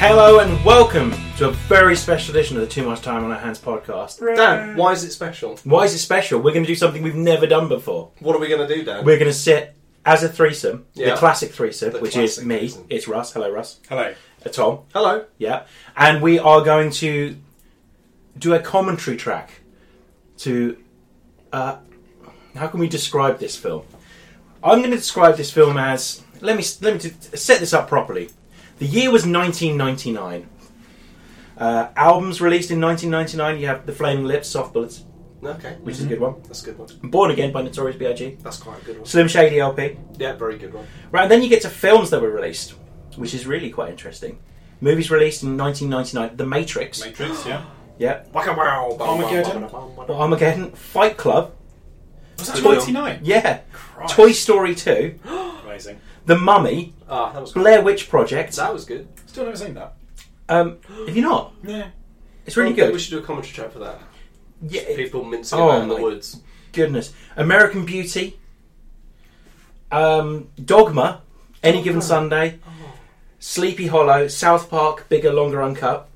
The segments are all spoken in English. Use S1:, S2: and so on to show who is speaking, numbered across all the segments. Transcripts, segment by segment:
S1: Hello and welcome to a very special edition of the Too Much Time on Our Hands podcast.
S2: Dan, why is it special?
S1: Why is it special? We're going to do something we've never done before.
S2: What are we going to do, Dan?
S1: We're going to sit as a threesome,
S2: Yeah.
S1: the classic threesome,
S2: The
S1: which is
S2: classic
S1: me,
S2: threesome.
S1: it's Russ, hello Russ,
S3: Hello.
S1: uh, Tom,
S2: Hello.
S1: yeah, and we are going to do a commentary track to. Uh, how can we describe this film? I'm going to describe this film as. Let me let me t- set this up properly. The year was 1999. Uh, albums released in 1999. You have The Flaming Lips, Soft Bullets,
S2: Okay,
S1: which is a good one.
S2: that's a good one.
S1: Born Again by Notorious B.I.G.
S2: That's quite a good one.
S1: Slim Shady LP.
S2: Yeah, very good one.
S1: Right, and then you get to films that were released, which is really quite interesting. Movies released in 1999: The Matrix,
S3: Matrix, yeah.
S1: yeah,
S2: Waka wow, ba-
S3: Armageddon?
S2: ba- ba- ba-
S1: Well,
S2: ba-
S1: Armageddon, Fight Club,
S3: Was
S2: Good
S3: that
S2: film.
S3: 99?
S1: yeah,
S3: Christ.
S1: Toy Story 2,
S3: Amazing.
S1: The Mummy,
S2: Ah, that was good.
S1: Blair Witch Project.
S2: That was good.
S3: Still never seen that.
S1: Um, have you not?
S3: Yeah.
S1: It's really
S2: Maybe We
S1: good.
S2: should do a commentary track for that.
S1: Yeah, it-
S2: People mincing
S1: Oh
S2: about in the
S1: my-
S2: woods.
S1: goodness. American Beauty, um, Dogma, Any
S2: Oh.
S1: Given Sunday, Sleepy Hollow, South Park, Bigger, Longer, Uncut,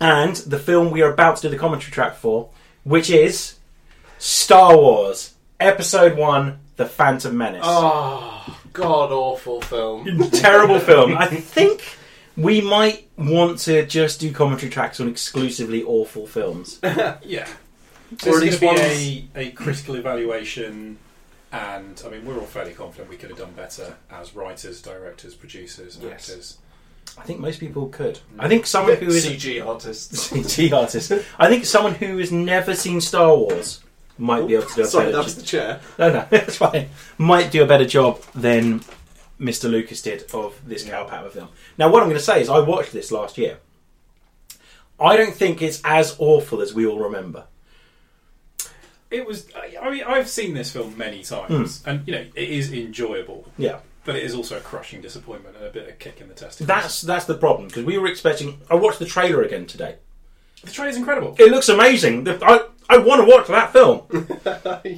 S1: and the film we are about to do the commentary track for, which is Star Wars Episode One: The Phantom Menace. Ah,
S2: Oh, god awful film.
S1: terrible film. I think we might want to just do commentary tracks on exclusively awful films.
S3: Yeah.
S2: Or
S3: So
S2: at
S3: this
S2: least
S3: is going to
S2: one's-
S3: be a, a critical evaluation, and I mean, we're all fairly confident we could have done better as writers, directors, producers,
S2: Yes.
S3: actors.
S1: I think most people could. I think someone who is
S2: CG artists.
S1: CG artist. I think someone who has never seen Star Wars might be able to do a
S2: Sorry, that
S1: better
S2: was the chair.
S1: No, no, that's fine. Might do a better job than Mr. Lucas did of this Cow Palmer film. Now, what I'm going to say is, I watched this last year. I don't think it's as awful as we all remember.
S3: It was. I I mean, I've seen this film many times, and you know, it is enjoyable,
S1: Yeah.
S3: but it is also a crushing disappointment and a bit of kick in the testicles.
S1: That's that's the problem because we were expecting. I watched the trailer again today.
S3: the trailer's incredible.
S1: It looks amazing. The- I I want to watch that film,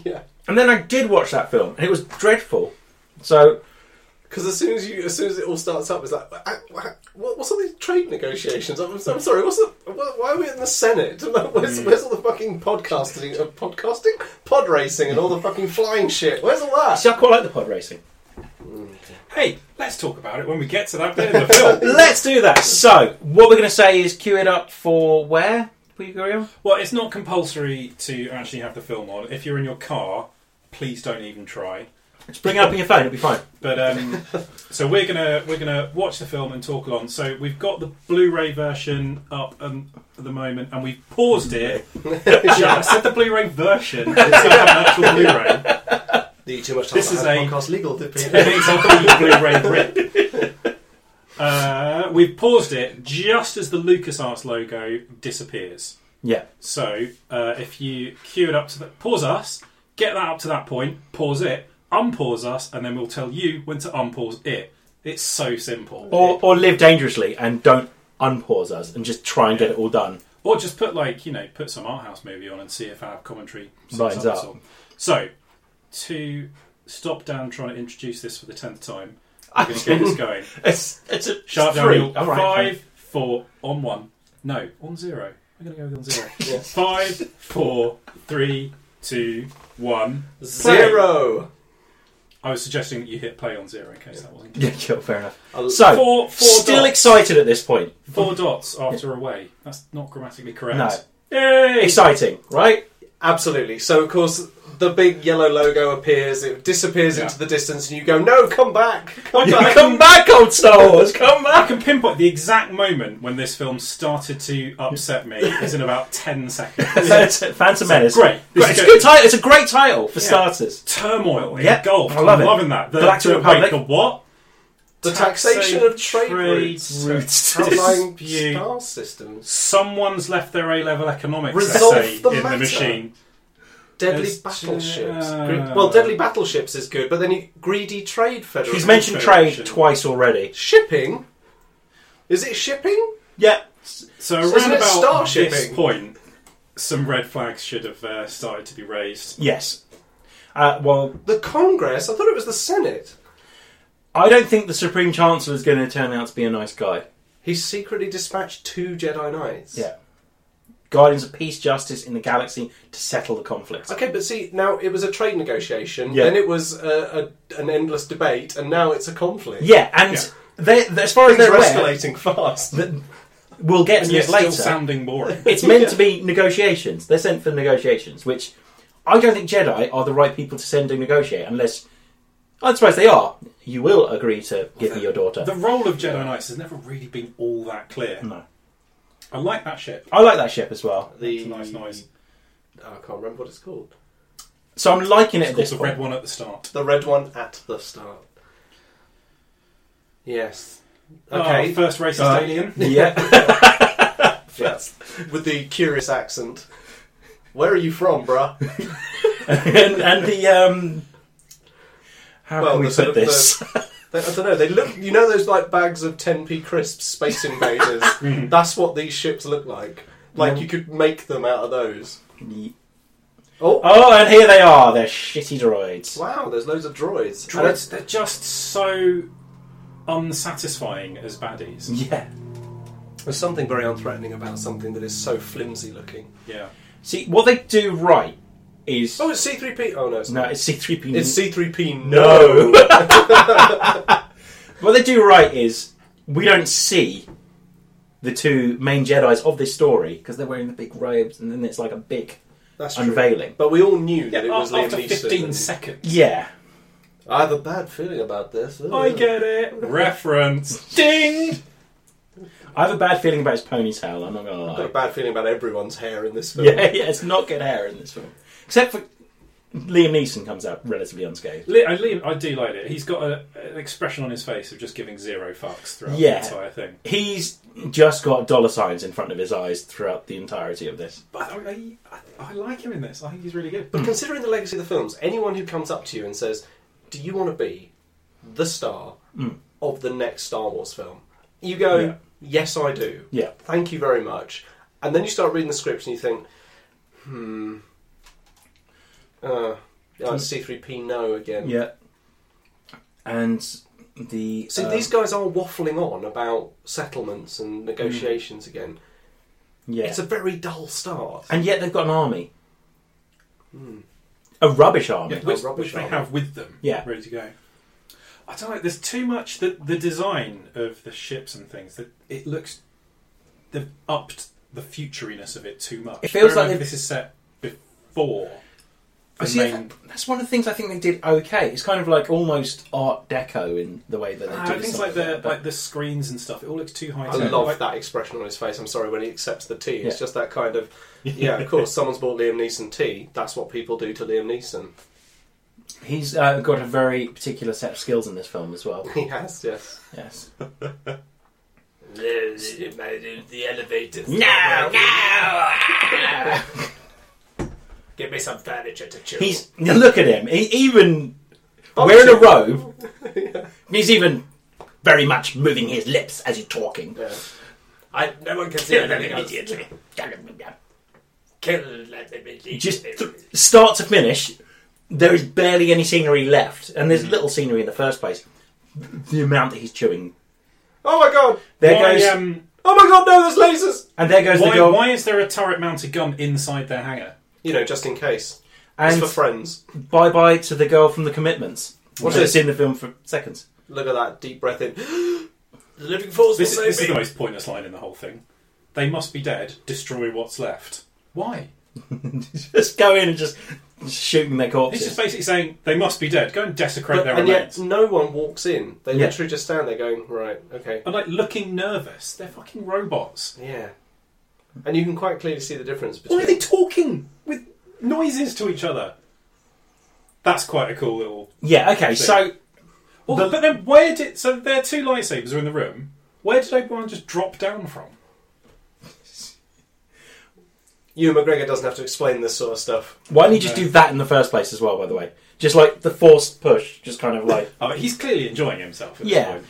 S2: yeah.
S1: and then I did watch that film, and it was dreadful. So
S2: Because as soon as you, as soon as it all starts up, it's like, "Ah, wha- what, what's all these trade negotiations? I'm, I'm sorry, what's the, wha- why are we in the Senate? Where's, where's all the fucking podcasting, uh, podcasting, pod racing, and all the fucking flying shit? Where's all that?
S1: see, I quite like the pod racing.
S3: Hey, let's talk about it when we get to that bit in the film.
S1: Let's do that. So what we're going to say is cue it up for where we go.
S3: Well, it's not compulsory to actually have the film on. If you're in your car, please don't even try.
S1: Just bring it up on your phone. It'll be fine.
S3: But um, so we're gonna we're gonna watch the film and talk along. So we've got the Blu-ray version up um, at the moment, and we've paused it. yeah, I said the Blu-ray version. It's not an actual Blu-ray.
S2: The too much time
S3: This
S2: this is
S3: is
S2: a
S3: a-
S2: podcast legal debate.
S3: It's a Blu-ray rip. Uh, we've paused it just as the LucasArts logo disappears.
S1: Yeah.
S3: So uh, if you queue it up to the pause us, get that up to that point, pause it, unpause us, and then we'll tell you when to unpause it. It's so simple. Or,
S1: Or or live dangerously and don't unpause us and just try and get it all done.
S3: just put like you know, put some art house movie on and see if our commentary sets
S1: Lines
S3: up.
S1: up.
S3: sort. So to stop Dan trying to introduce this for the tenth time, we're going to get this going.
S1: It's it's a
S3: Sharp
S1: it's three.
S3: Daniel,
S1: All right, fine.
S3: five, four, on one. No, on zero. We're going to go with on zero. Five, four, three, two, one.
S2: Zero.
S3: I was suggesting that you hit play on zero in case that wasn't.
S1: Yeah, sure, fair enough.
S2: I'll-
S1: So
S3: Four, four
S1: still
S3: dots.
S1: excited at this point.
S3: Four dots after away. That's not grammatically correct. Yay!
S1: Exciting, right?
S2: Absolutely. So of course the big yellow logo appears. It disappears
S3: Yeah.
S2: into the distance, and you go, "No, come back, come
S3: Yeah.
S2: back."
S1: Come back, old Star Wars. Come
S3: Um, I
S1: back.
S3: can pinpoint the exact moment when this film started to upset me is in about 10 seconds.
S1: Phantom Menace.
S3: Great.
S1: This
S3: Great.
S1: is a good title. It's a great title for starters.
S3: Turmoil in
S1: Yeah,
S3: golf.
S1: I love
S3: I'm
S1: it.
S3: loving that. The,
S1: Galactic
S3: the-
S1: Republic.
S3: Wait, the what?
S2: The taxation of trade routes,
S1: routes.
S2: outlying
S3: dispute.
S2: star systems,
S3: Someone's left their A-level economics
S2: Resolve
S3: essay
S2: the
S3: in
S2: matter.
S3: the machine.
S2: deadly
S3: There's-
S2: battleships.
S3: uh,
S2: Gre- well, deadly battleships is good, but then you, greedy trade federation.
S1: He's mentioned
S3: Federation.
S1: trade twice already.
S2: shipping. Is it shipping?
S1: Yeah.
S3: So
S2: So
S3: around
S2: isn't it star
S3: about this
S2: shipping?
S3: point, some red flags should have uh, started to be raised.
S1: Yes. Uh, well,
S2: The Congress? I thought it was the Senate.
S1: I don't think the Supreme Chancellor is going to turn out to be a nice guy.
S2: He secretly dispatched two Jedi Knights.
S1: Yeah. Guardians of peace, justice in the galaxy to settle the conflict.
S2: Okay, but see, now it was a trade negotiation,
S1: Yeah.
S2: then it was a, a, an endless debate, and now it's a conflict.
S1: Yeah, and
S3: Yeah.
S1: They, they- as far as
S2: Things
S1: they're
S2: are
S1: aware,
S2: escalating fast.
S1: that we'll get to
S3: And you're
S1: this
S3: still
S1: later.
S3: sounding boring.
S1: it's meant to be negotiations. They're sent for negotiations, which I don't think Jedi are the right people to send to negotiate unless. I suppose they are. You will agree to give me your daughter.
S3: The role of Jedi Knights has never really been all that clear.
S1: No.
S3: I like that shit.
S1: I like that ship as well.
S2: the
S3: It's a nice noise.
S2: I can't remember what it's called.
S1: So I'm liking it at
S3: It's
S1: this
S3: the
S1: point.
S3: red one at the start.
S2: The red one at the start. Yes.
S3: Okay,
S2: Okay.
S3: Ah, first racist
S1: Uh,
S3: alien.
S1: Yeah.
S2: Yes. With the curious accent. Where are you from, bruh?
S1: and, and the. Um, how
S2: Well,
S1: can we
S2: the sort
S1: put
S2: of
S1: this?
S2: They- I don't know. They look. You know those like bags of 10p crisps, Space Invaders. That's what these ships look like. Like
S1: Yeah.
S2: you could make them out of those.
S1: Ye-
S2: Oh,
S1: oh, and here they are. They're shitty droids.
S2: wow! There's loads of droids. And it's-
S3: Droids, they're just so unsatisfying as baddies.
S1: Yeah.
S2: There's something very unthreatening about something that is so flimsy looking.
S3: Yeah.
S1: See, what they do right is.
S2: Oh, it's C3P. Oh no, it's
S1: No,
S2: not.
S1: it's C3P.
S2: It's C3P.
S1: No. what they do right is we don't see the two main Jedi's of this story because they're wearing the big robes, and then it's like a big
S2: That's true.
S1: unveiling.
S2: But we all knew that it
S3: Yeah,
S2: was
S3: a-
S2: Liam
S3: after
S2: Neeson.
S3: 15 seconds.
S1: Yeah,
S2: I have a bad feeling about this.
S3: I get it. Reference. Ding!
S1: I have a bad feeling about his ponytail. I'm not gonna
S2: I've got a
S1: lie.
S2: bad feeling about everyone's hair in this film.
S1: Yeah, yeah, it's not good hair in this film, except for Liam Neeson comes out relatively unscathed.
S3: Li- I, Liam, I do like it. He's got a, an expression on his face of just giving zero fucks throughout
S1: Yeah.
S3: the entire thing.
S1: He's just got dollar signs in front of his eyes throughout the entirety of this.
S3: But I, I, I like him in this. I think he's really good.
S2: But considering the legacy of the films, anyone who comes up to you and says, "Do you want to be the star of the next Star Wars film?" You go,
S1: Mm. Yeah.
S2: "Yes, I do."
S1: Yeah.
S2: Thank you very much. And then you start reading the scripts and you think, "Hmm, uh, oh, it's C3P no again."
S1: Mm. Yeah, and the
S2: So
S1: um,
S2: these guys are waffling on about settlements and negotiations again.
S1: Mm. yeah.
S2: It's a very dull start.
S1: And yet they've got an army. A rubbish army.
S3: Yeah, which,
S2: rubbish
S3: which they
S2: army.
S3: have with them,
S1: Yeah.
S3: ready to go. I don't know. There's too much that the design of the ships and things that it looks they've upped the futuriness of it too much.
S1: It feels like
S3: Bearing in mind
S1: they've-
S3: this is set before.
S1: I
S3: The
S1: see,
S3: main...
S1: that- that's one of the things I think they did okay. It's kind of like almost Art Deco in the way that they
S3: Ah,
S1: do
S3: things
S1: stuff
S3: like the
S1: but-
S3: like the screens and stuff. It all looks too high
S2: I
S3: tech.
S2: love
S3: Like,
S2: that expression on his face. I'm sorry when he accepts the tea. It's
S1: Yeah.
S2: just that kind of yeah. Of course, someone's bought Liam Neeson tea. That's what people do to Liam Neeson.
S1: He's uh, got a very particular set of skills in this film as well.
S2: He has yes.
S1: yes.
S2: The elevator.
S1: No, no!
S2: Give me some furniture to chew.
S1: He's now look at him. He even
S3: Oh,
S1: wearing a robe. He's even very much moving his lips as he's talking.
S2: Yeah. I, no one can see
S1: Immediately.
S2: Kill
S1: just th- start to finish, there is barely any scenery left, and
S3: Mm.
S1: there's little scenery in the first place. The amount that he's chewing,
S2: Oh my god!
S1: there
S3: why,
S1: goes,
S3: um,
S2: Oh my god! No, there's lasers.
S1: and there goes the
S3: why,
S1: goal,
S3: why is there a turret mounted gun inside their hangar?
S2: You know, just in case.
S1: and
S2: it's for friends.
S1: bye bye to the girl from the Commitments. What's
S2: Yeah.
S1: it's in the film for seconds?
S2: Look at that deep breath in. the living force
S3: This,
S2: will
S3: this is
S2: save
S3: the
S2: me.
S3: most pointless line in the whole thing. They must be dead. Destroy what's left. Why?
S1: just go in and just shooting their
S3: It's
S1: corpses.
S3: just basically saying they must be dead. Go and desecrate
S2: But-
S3: their
S2: and
S3: remains.
S2: yet, no one walks in. They
S1: Yeah.
S2: literally just stand there going, right, okay,
S3: And like looking nervous. They're fucking robots.
S2: yeah. And you can quite clearly see the difference between.
S3: Why are they talking with noises to each other? That's quite a cool little.
S1: yeah, okay, so
S3: Well,
S1: The-
S3: but then where did so their two lightsabers are in the room? Where did Obi Wan just drop down from?
S2: Ewan McGregor doesn't have to explain this sort of stuff.
S1: why don't you just do that in the first place as well? By the way, just like the forced push, just kind of like
S3: Oh, he's clearly enjoying himself. At this
S1: Yeah.
S3: point.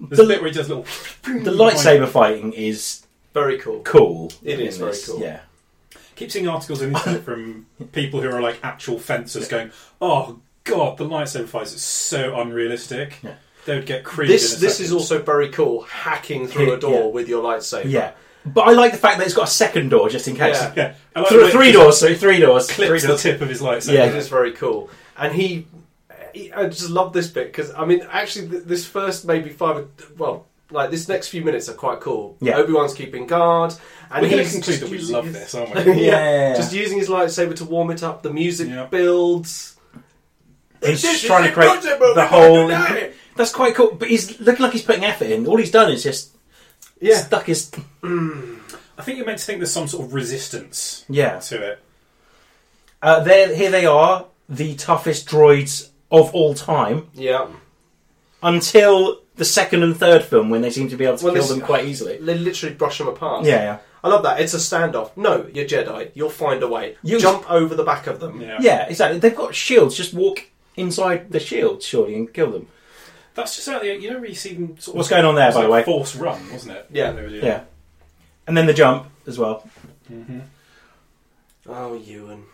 S3: There's
S1: The-
S3: a bit where he does little.
S1: the lightsaber fighting is
S2: Very cool.
S1: cool.
S2: It
S1: in
S2: is very
S1: this,
S2: cool.
S1: Yeah,
S3: Keep seeing articles on the internet from people who are like actual fencers going, "Oh God, the lightsaber fights is so unrealistic."
S1: Yeah.
S3: they would get creamed.
S2: This
S3: in a
S2: this
S3: second.
S2: is also very cool. Hacking through a door
S1: Yeah.
S2: with your lightsaber.
S1: Yeah. But I like the fact that it's got a second door just in case.
S2: Yeah.
S3: yeah. I like the way
S1: Three,
S3: it
S1: three
S3: just
S1: doors, so three doors. Three
S3: Clips the
S1: doors.
S3: tip of his lightsaber.
S1: Yeah.
S2: It is very cool. And he, he- I just love this bit because I mean, actually, th- this first maybe five, well, like this next few minutes are quite cool.
S1: Yeah.
S2: Obi Wan's keeping guard, and
S3: We're going to
S2: he's
S3: conclude
S2: just
S3: that we
S2: using
S3: love
S2: his-
S3: this, aren't
S2: yeah.
S3: we?
S1: Yeah.
S2: just using his lightsaber to warm it up. The music
S3: Yeah.
S2: builds.
S1: He's
S2: This
S1: just
S2: is
S1: trying to create
S2: impossible,
S1: the
S2: we
S1: whole.
S2: can't do that.
S1: That's quite cool. But he's looking like he's putting effort in. All he's done is just
S2: Yeah,
S1: stuck his.
S3: I think you're meant to think there's some sort of resistance
S1: Yeah.
S3: to it.
S1: Uh, there, here they are, the toughest droids of all time.
S2: yeah.
S1: Until the second and third film, when they seem to be able to
S2: Well,
S1: kill
S2: this-
S1: them quite easily.
S2: They literally brush them apart.
S1: Yeah, yeah.
S2: I love that. It's a standoff. No, you're Jedi. You'll find a way.
S1: You-
S2: Jump over the back of them.
S3: Yeah.
S1: Yeah, exactly. They've got shields. Just walk inside the shield, surely, and kill them.
S3: That's just out there. You don't really see them. Sort of
S1: What's going on there,
S3: it's
S1: by the
S3: like
S1: way?
S3: Force run, wasn't it?
S2: Yeah.
S3: They were doing.
S1: Yeah. And then the jump as well.
S2: Oh, Ewan.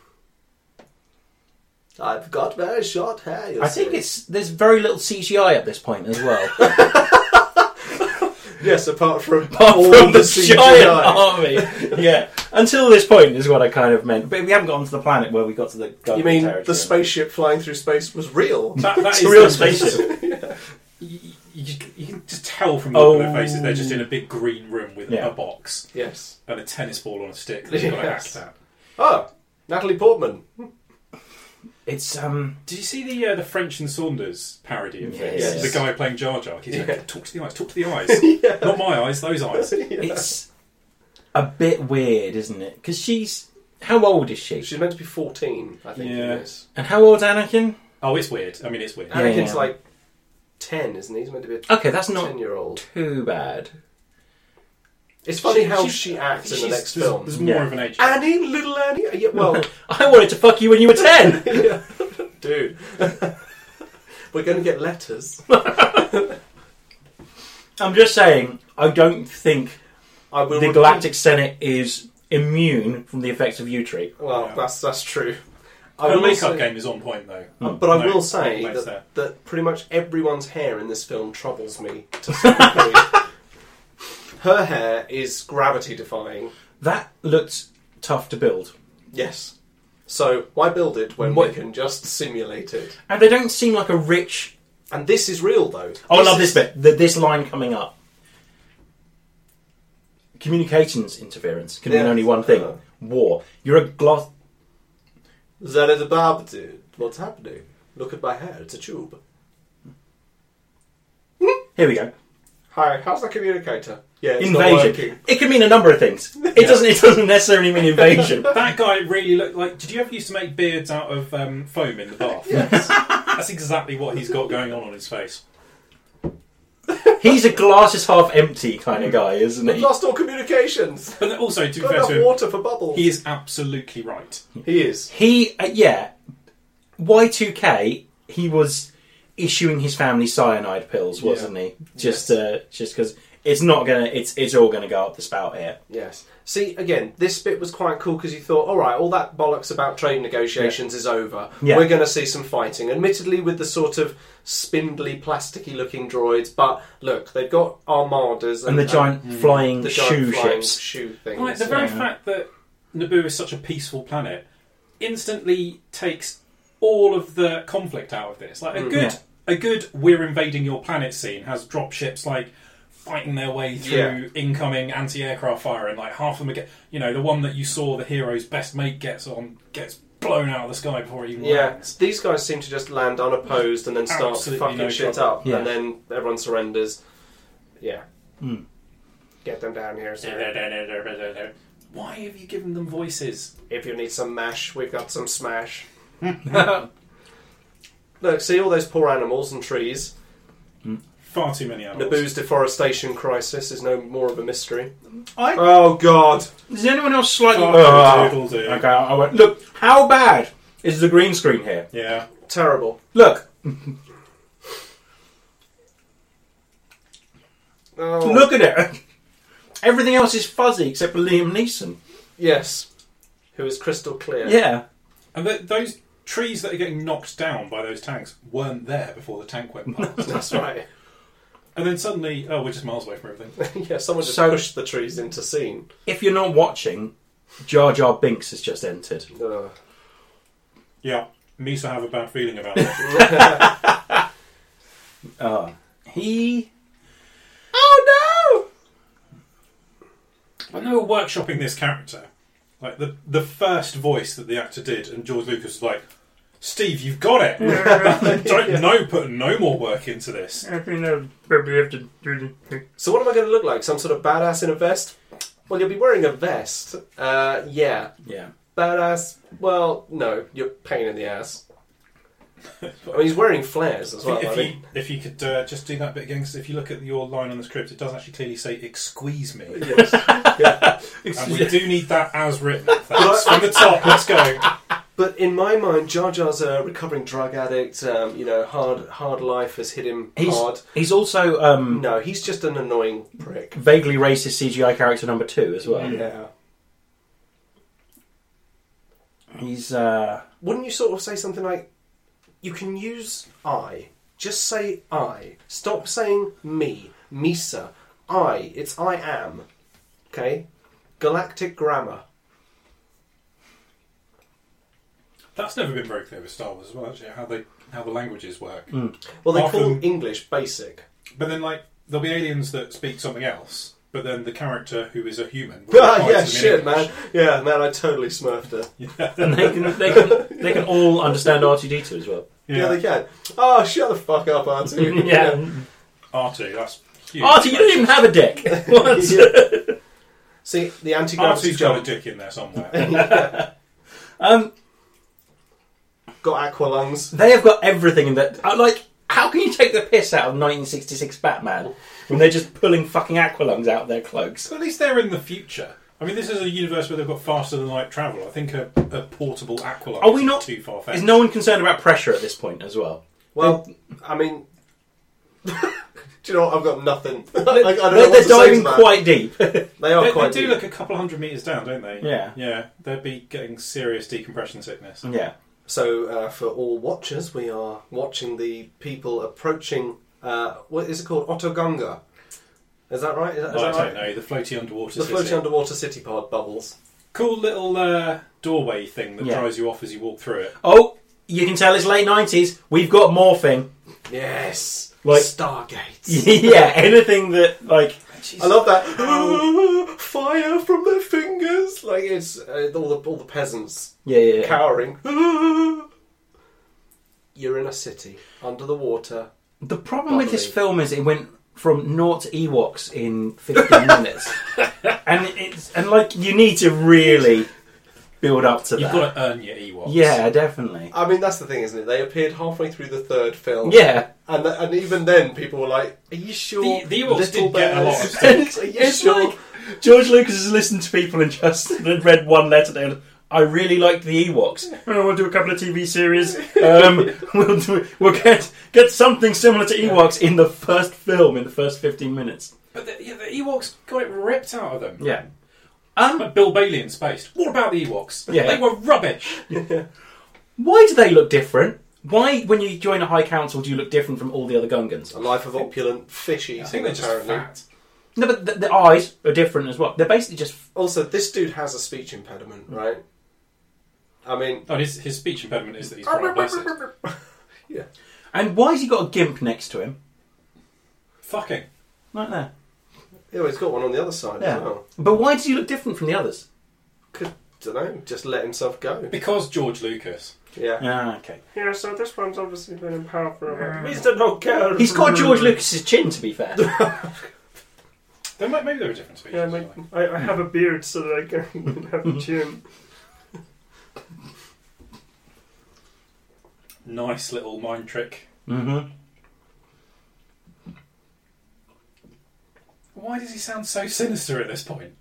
S2: I've got very short hair. you
S1: I think
S2: see.
S1: it's there's very little CGI at this point as well.
S2: Yes, apart from
S1: apart
S2: all
S1: from the,
S2: CGI.
S1: giant army. yeah. Until this point is what I kind of meant. But we haven't got onto the planet where we got to the
S2: You
S1: Gargoyle
S2: mean
S1: territory.
S2: the spaceship flying through space was real?
S3: That, that
S1: It's
S3: is
S1: a real
S3: the-
S1: spaceship.
S3: You, you, you can just tell from the look on
S1: Oh.
S3: their faces they're just in a big green room with
S1: Yeah.
S3: a box
S2: yes.
S3: and a tennis ball on a stick. that they've got a
S2: Yes.
S3: hack at.
S2: Oh, Natalie Portman.
S1: It's um
S3: Did you see the uh, the French and Saunders parody of
S1: Yes.
S3: this? The guy playing Jar Jar. He's
S2: Yeah.
S3: like, talk to the eyes, talk to the eyes. Not my eyes, those eyes.
S1: it's a bit weird, isn't it? Because she's how old is she?
S2: She's meant to be 14, I think.
S3: Yeah.
S2: It is.
S1: And how old's Anakin?
S3: Oh, it's weird. I mean, it's weird.
S1: Yeah,
S2: Anakin's
S1: yeah.
S2: like 10, isn't he? He's meant to be a
S1: Okay, that's not
S2: 10 year old.
S1: too bad.
S2: It's funny
S3: She-
S2: how
S3: she's-
S2: she acts in the
S3: She's-
S2: next
S3: there's,
S2: film.
S3: There's more
S1: Yeah.
S3: of an age.
S2: Annie, little Annie. Uh, Yeah, well,
S1: I wanted to fuck you when you were ten.
S2: dude. We're going to get letters.
S1: I'm just saying, I don't think
S2: I will
S1: the
S2: repeat-
S1: Galactic Senate is immune from the effects of Utree.
S2: Well,
S3: Yeah.
S2: that's that's true. I
S3: Her
S2: will
S3: makeup
S2: say- Hmm.
S3: game is on point, though. Um,
S2: But I
S3: No,
S2: will say
S3: no place there.
S2: that, that pretty much everyone's hair in this film troubles me to some degree. Her hair is gravity defying.
S1: That looked tough to build.
S2: Yes. So why build it when we
S1: What-
S2: can just simulate it?
S1: And they don't seem like a rich
S2: And this is real though.
S1: Oh, I love
S2: is-
S1: this bit. The, this line coming up. Communications interference can mean
S2: Yeah.
S1: only one thing:
S2: Uh.
S1: war. You're a gloss.
S2: That is a barb, dude. What's happening? Look at my hair. It's a tube.
S1: Here we go.
S2: Hi, how's the communicator? Yeah, it's not
S1: Invasion.
S2: working.
S1: It can mean a number of things. It doesn't. It doesn't necessarily mean invasion.
S3: That guy really looked like. Did you ever used to make beards out of um, foam in the bath? That's exactly what he's got going on on his face.
S1: He's a glass is half empty kind of guy, isn't
S2: We've
S1: he?
S2: lost all communications.
S3: But also, to be
S2: Got
S3: fair
S2: enough
S3: to him,
S2: water for bubbles.
S3: he is absolutely right.
S2: He is.
S1: He, uh, yeah. Y two K. He was issuing his family cyanide pills, wasn't he? Just, uh, just because it's not gonna. It's it's all gonna go up the spout here.
S2: Yes. See, again, this bit was quite cool because you thought, all right, all that bollocks about trade negotiations is over.
S1: Yeah.
S2: We're going to see some fighting, admittedly with the sort of spindly, plasticky-looking droids. But look, they've got armadas
S1: And
S2: and,
S1: the giant flying
S2: and Mm. the giant
S1: shoe
S2: flying
S1: ships.
S2: shoe things.
S3: Like the very fact that Naboo is such a peaceful planet instantly takes all of the conflict out of this. Like
S2: Mm.
S3: a good,
S1: Yeah.
S3: a good "we're invading your planet" scene has dropships like fighting their way through
S2: Yeah.
S3: incoming anti-aircraft fire, and like half of them get, you know, the one that you saw the hero's best mate gets on gets blown out of the sky before it even
S2: yeah,
S3: lands.
S2: these guys seem to just land unopposed and then start
S3: Absolutely
S2: fucking
S3: no
S2: shit
S3: trouble.
S2: up,
S1: Yeah.
S2: and then everyone surrenders. Yeah,
S1: Hmm.
S2: get them down here. sir.
S3: Why have you given them voices?
S2: If you need some mash, we've got some smash. Look, see all those poor animals and trees.
S3: Far too many animals.
S2: Naboo's deforestation crisis is no more of a mystery.
S1: I
S2: Oh God!
S1: Is anyone else slightly?
S2: Oh,
S3: Fucking doodle do.
S1: Oh, okay, I went. Look, how bad is the green screen here?
S3: Yeah.
S2: Terrible.
S1: Look,
S2: Oh.
S1: look at it. Everything else is fuzzy except for Liam Neeson.
S2: Yes. Who is crystal clear?
S1: Yeah,
S3: And th- those trees that are getting knocked down by those tanks weren't there before the tank went past.
S2: that's right.
S3: And then suddenly, oh, we're just miles away from everything.
S2: yeah, someone just
S1: So-
S2: pushed the trees into scene.
S1: If you're not watching, Jar Jar Binks has just entered.
S2: Ugh.
S3: Yeah, Misa have a bad feeling about it.
S1: Uh, he. Oh
S3: When they were workshopping this character, like the the first voice that the actor did, and George Lucas was like, "Steve, you've got it. Don't no put no more work into this."
S1: no! You know, we have to do the
S2: So what am I going to look like? Some sort of badass in a vest? Well, you'll be wearing a vest. Uh, yeah,
S1: Yeah.
S2: badass. Well, no, you're pain in the ass. I mean, he's wearing flares as well.
S3: if
S2: I
S3: you
S2: mean,
S3: if you could uh, just do that bit again, 'cause if you look at your line on the script, it does actually clearly say "exqueeze me,"
S2: yes. Yeah.
S3: and we do need that as written. Thanks. From the top, let's go.
S2: But in my mind, Jar Jar's a recovering drug addict. Um, you know, hard hard life has hit him
S1: He's,
S2: hard.
S1: he's also um,
S2: No, he's just an annoying prick.
S1: vaguely racist CGI character number two as well.
S2: Yeah.
S1: He's. Uh,
S2: Wouldn't you sort of say something like, "You can use I. Just say I. Stop saying me, Misa. I. It's I am. Okay. Galactic grammar.
S3: That's never been very clear with Star Wars as well, actually, how they how the languages work.
S2: Well, they
S3: Often-
S2: call English basic.
S3: But then, like, there'll be aliens that speak something else, but then the character who is a human. will
S2: Ah,
S3: reply
S2: yeah,
S3: to them in
S2: shit,
S3: English.
S2: man. Yeah, man. I totally smurfed her.
S1: and they can, they, can, they can all understand R2D2 as well.
S2: Yeah, they can. Oh, shut the fuck up, Artu.
S3: R2, that's huge.
S1: Artie, you don't even have a dick. What?
S2: Yeah. See the anti-gravity
S3: R2's got a
S2: jump
S3: dick in there somewhere.
S1: Um,
S2: got aqua lungs.
S1: they have got everything in that. I- Like, how can you take the piss out of 1966 Batman when they're just pulling fucking aqualungs out of their cloaks?
S3: so at least they're in the future. I mean, this is a universe where they've got faster than light travel. I think a, a portable aqualung
S1: Are we
S3: isn't
S1: not-
S3: too far
S1: Is
S3: fetched.
S1: no one concerned about pressure at this point as well?
S2: Well, I mean, do you know what? I've got nothing. I, I don't know
S1: they're
S2: what
S1: they're
S2: to say
S1: diving
S2: to that.
S1: quite deep.
S2: They are
S3: They, they
S2: quite.
S3: do
S2: deep.
S3: look a couple hundred metres down, don't they?
S1: Yeah.
S3: Yeah, they'd be getting serious decompression sickness.
S1: yeah.
S2: So, uh, for all watchers, we are watching the people approaching. Uh, what is it called? Otogunga. Is that right? Is that, is
S3: I
S2: that right?
S3: don't know, the floaty underwater
S2: The
S3: city.
S2: floating underwater city pod bubbles.
S3: Cool little uh, doorway thing that
S1: Yeah.
S3: dries you off as you walk through it.
S1: Oh, you can tell it's late 90s. We've got morphing.
S2: Yes.
S1: Like-
S2: Stargates.
S1: yeah, anything that, like.
S2: I love that. Fire from their fingers. Like it's uh, all the all the peasants
S1: Yeah, yeah, yeah.
S2: cowering. You're in a city under the water.
S1: The problem with this
S2: Bubbly.
S1: film is it went from naught to Ewoks in 15 minutes. And it's and like you need to really build up to
S3: You've
S1: that.
S3: got to earn your Ewoks.
S1: yeah, definitely.
S2: I mean, that's the thing, isn't it? They appeared halfway through the third film.
S1: Yeah.
S2: And, th- and even then, people were like, "Are you sure?"
S3: The- the Ewoks
S2: Little
S3: did get a lot
S2: Bears?
S3: of
S2: Are you
S1: It's
S2: sure?
S1: like George Lucas has listened to people and just and read one letter down. I really liked the Ewoks. And I want to do a couple of TV series. Um, we'll do, we'll get get something similar to Ewoks in the first film in the first fifteen minutes.
S3: But the, yeah, the Ewoks got it ripped out of them.
S1: Yeah.
S3: Like Bill Bailey in space. What about the Ewoks?
S1: Yeah.
S3: They were rubbish.
S1: Why do they look different? Why, when you join a high council, do you look different from all the other Gungans?
S2: a life of opulent fish eating.
S3: I think they're just
S2: apparently.
S3: fat.
S1: No, but the, the eyes are different as well. They're basically just
S2: Also, this dude has a speech impediment,
S3: Hmm.
S2: right? I mean,
S3: Oh, his, his speech impediment is that he's paralytic.
S2: yeah.
S1: And why has he got a gimp next to him?
S3: Fucking.
S1: Right there.
S2: Yeah, well, he's got one on the other side
S1: Yeah.
S2: as well.
S1: But why does he look different from the others?
S2: Could don't know, just let himself go.
S3: Because George Lucas.
S2: Yeah.
S1: Ah, okay.
S4: Yeah, so this one's obviously been in power for a while.
S2: Mr. No Care.
S1: He's got George Lucas's chin, to be fair.
S3: They might, maybe they're a different species.
S4: Yeah, I,
S3: anyway.
S4: mean, I, I have a beard so that I can have a chin.
S3: Nice little mind trick.
S1: mm-hmm.
S3: Why does he sound so sinister at this point?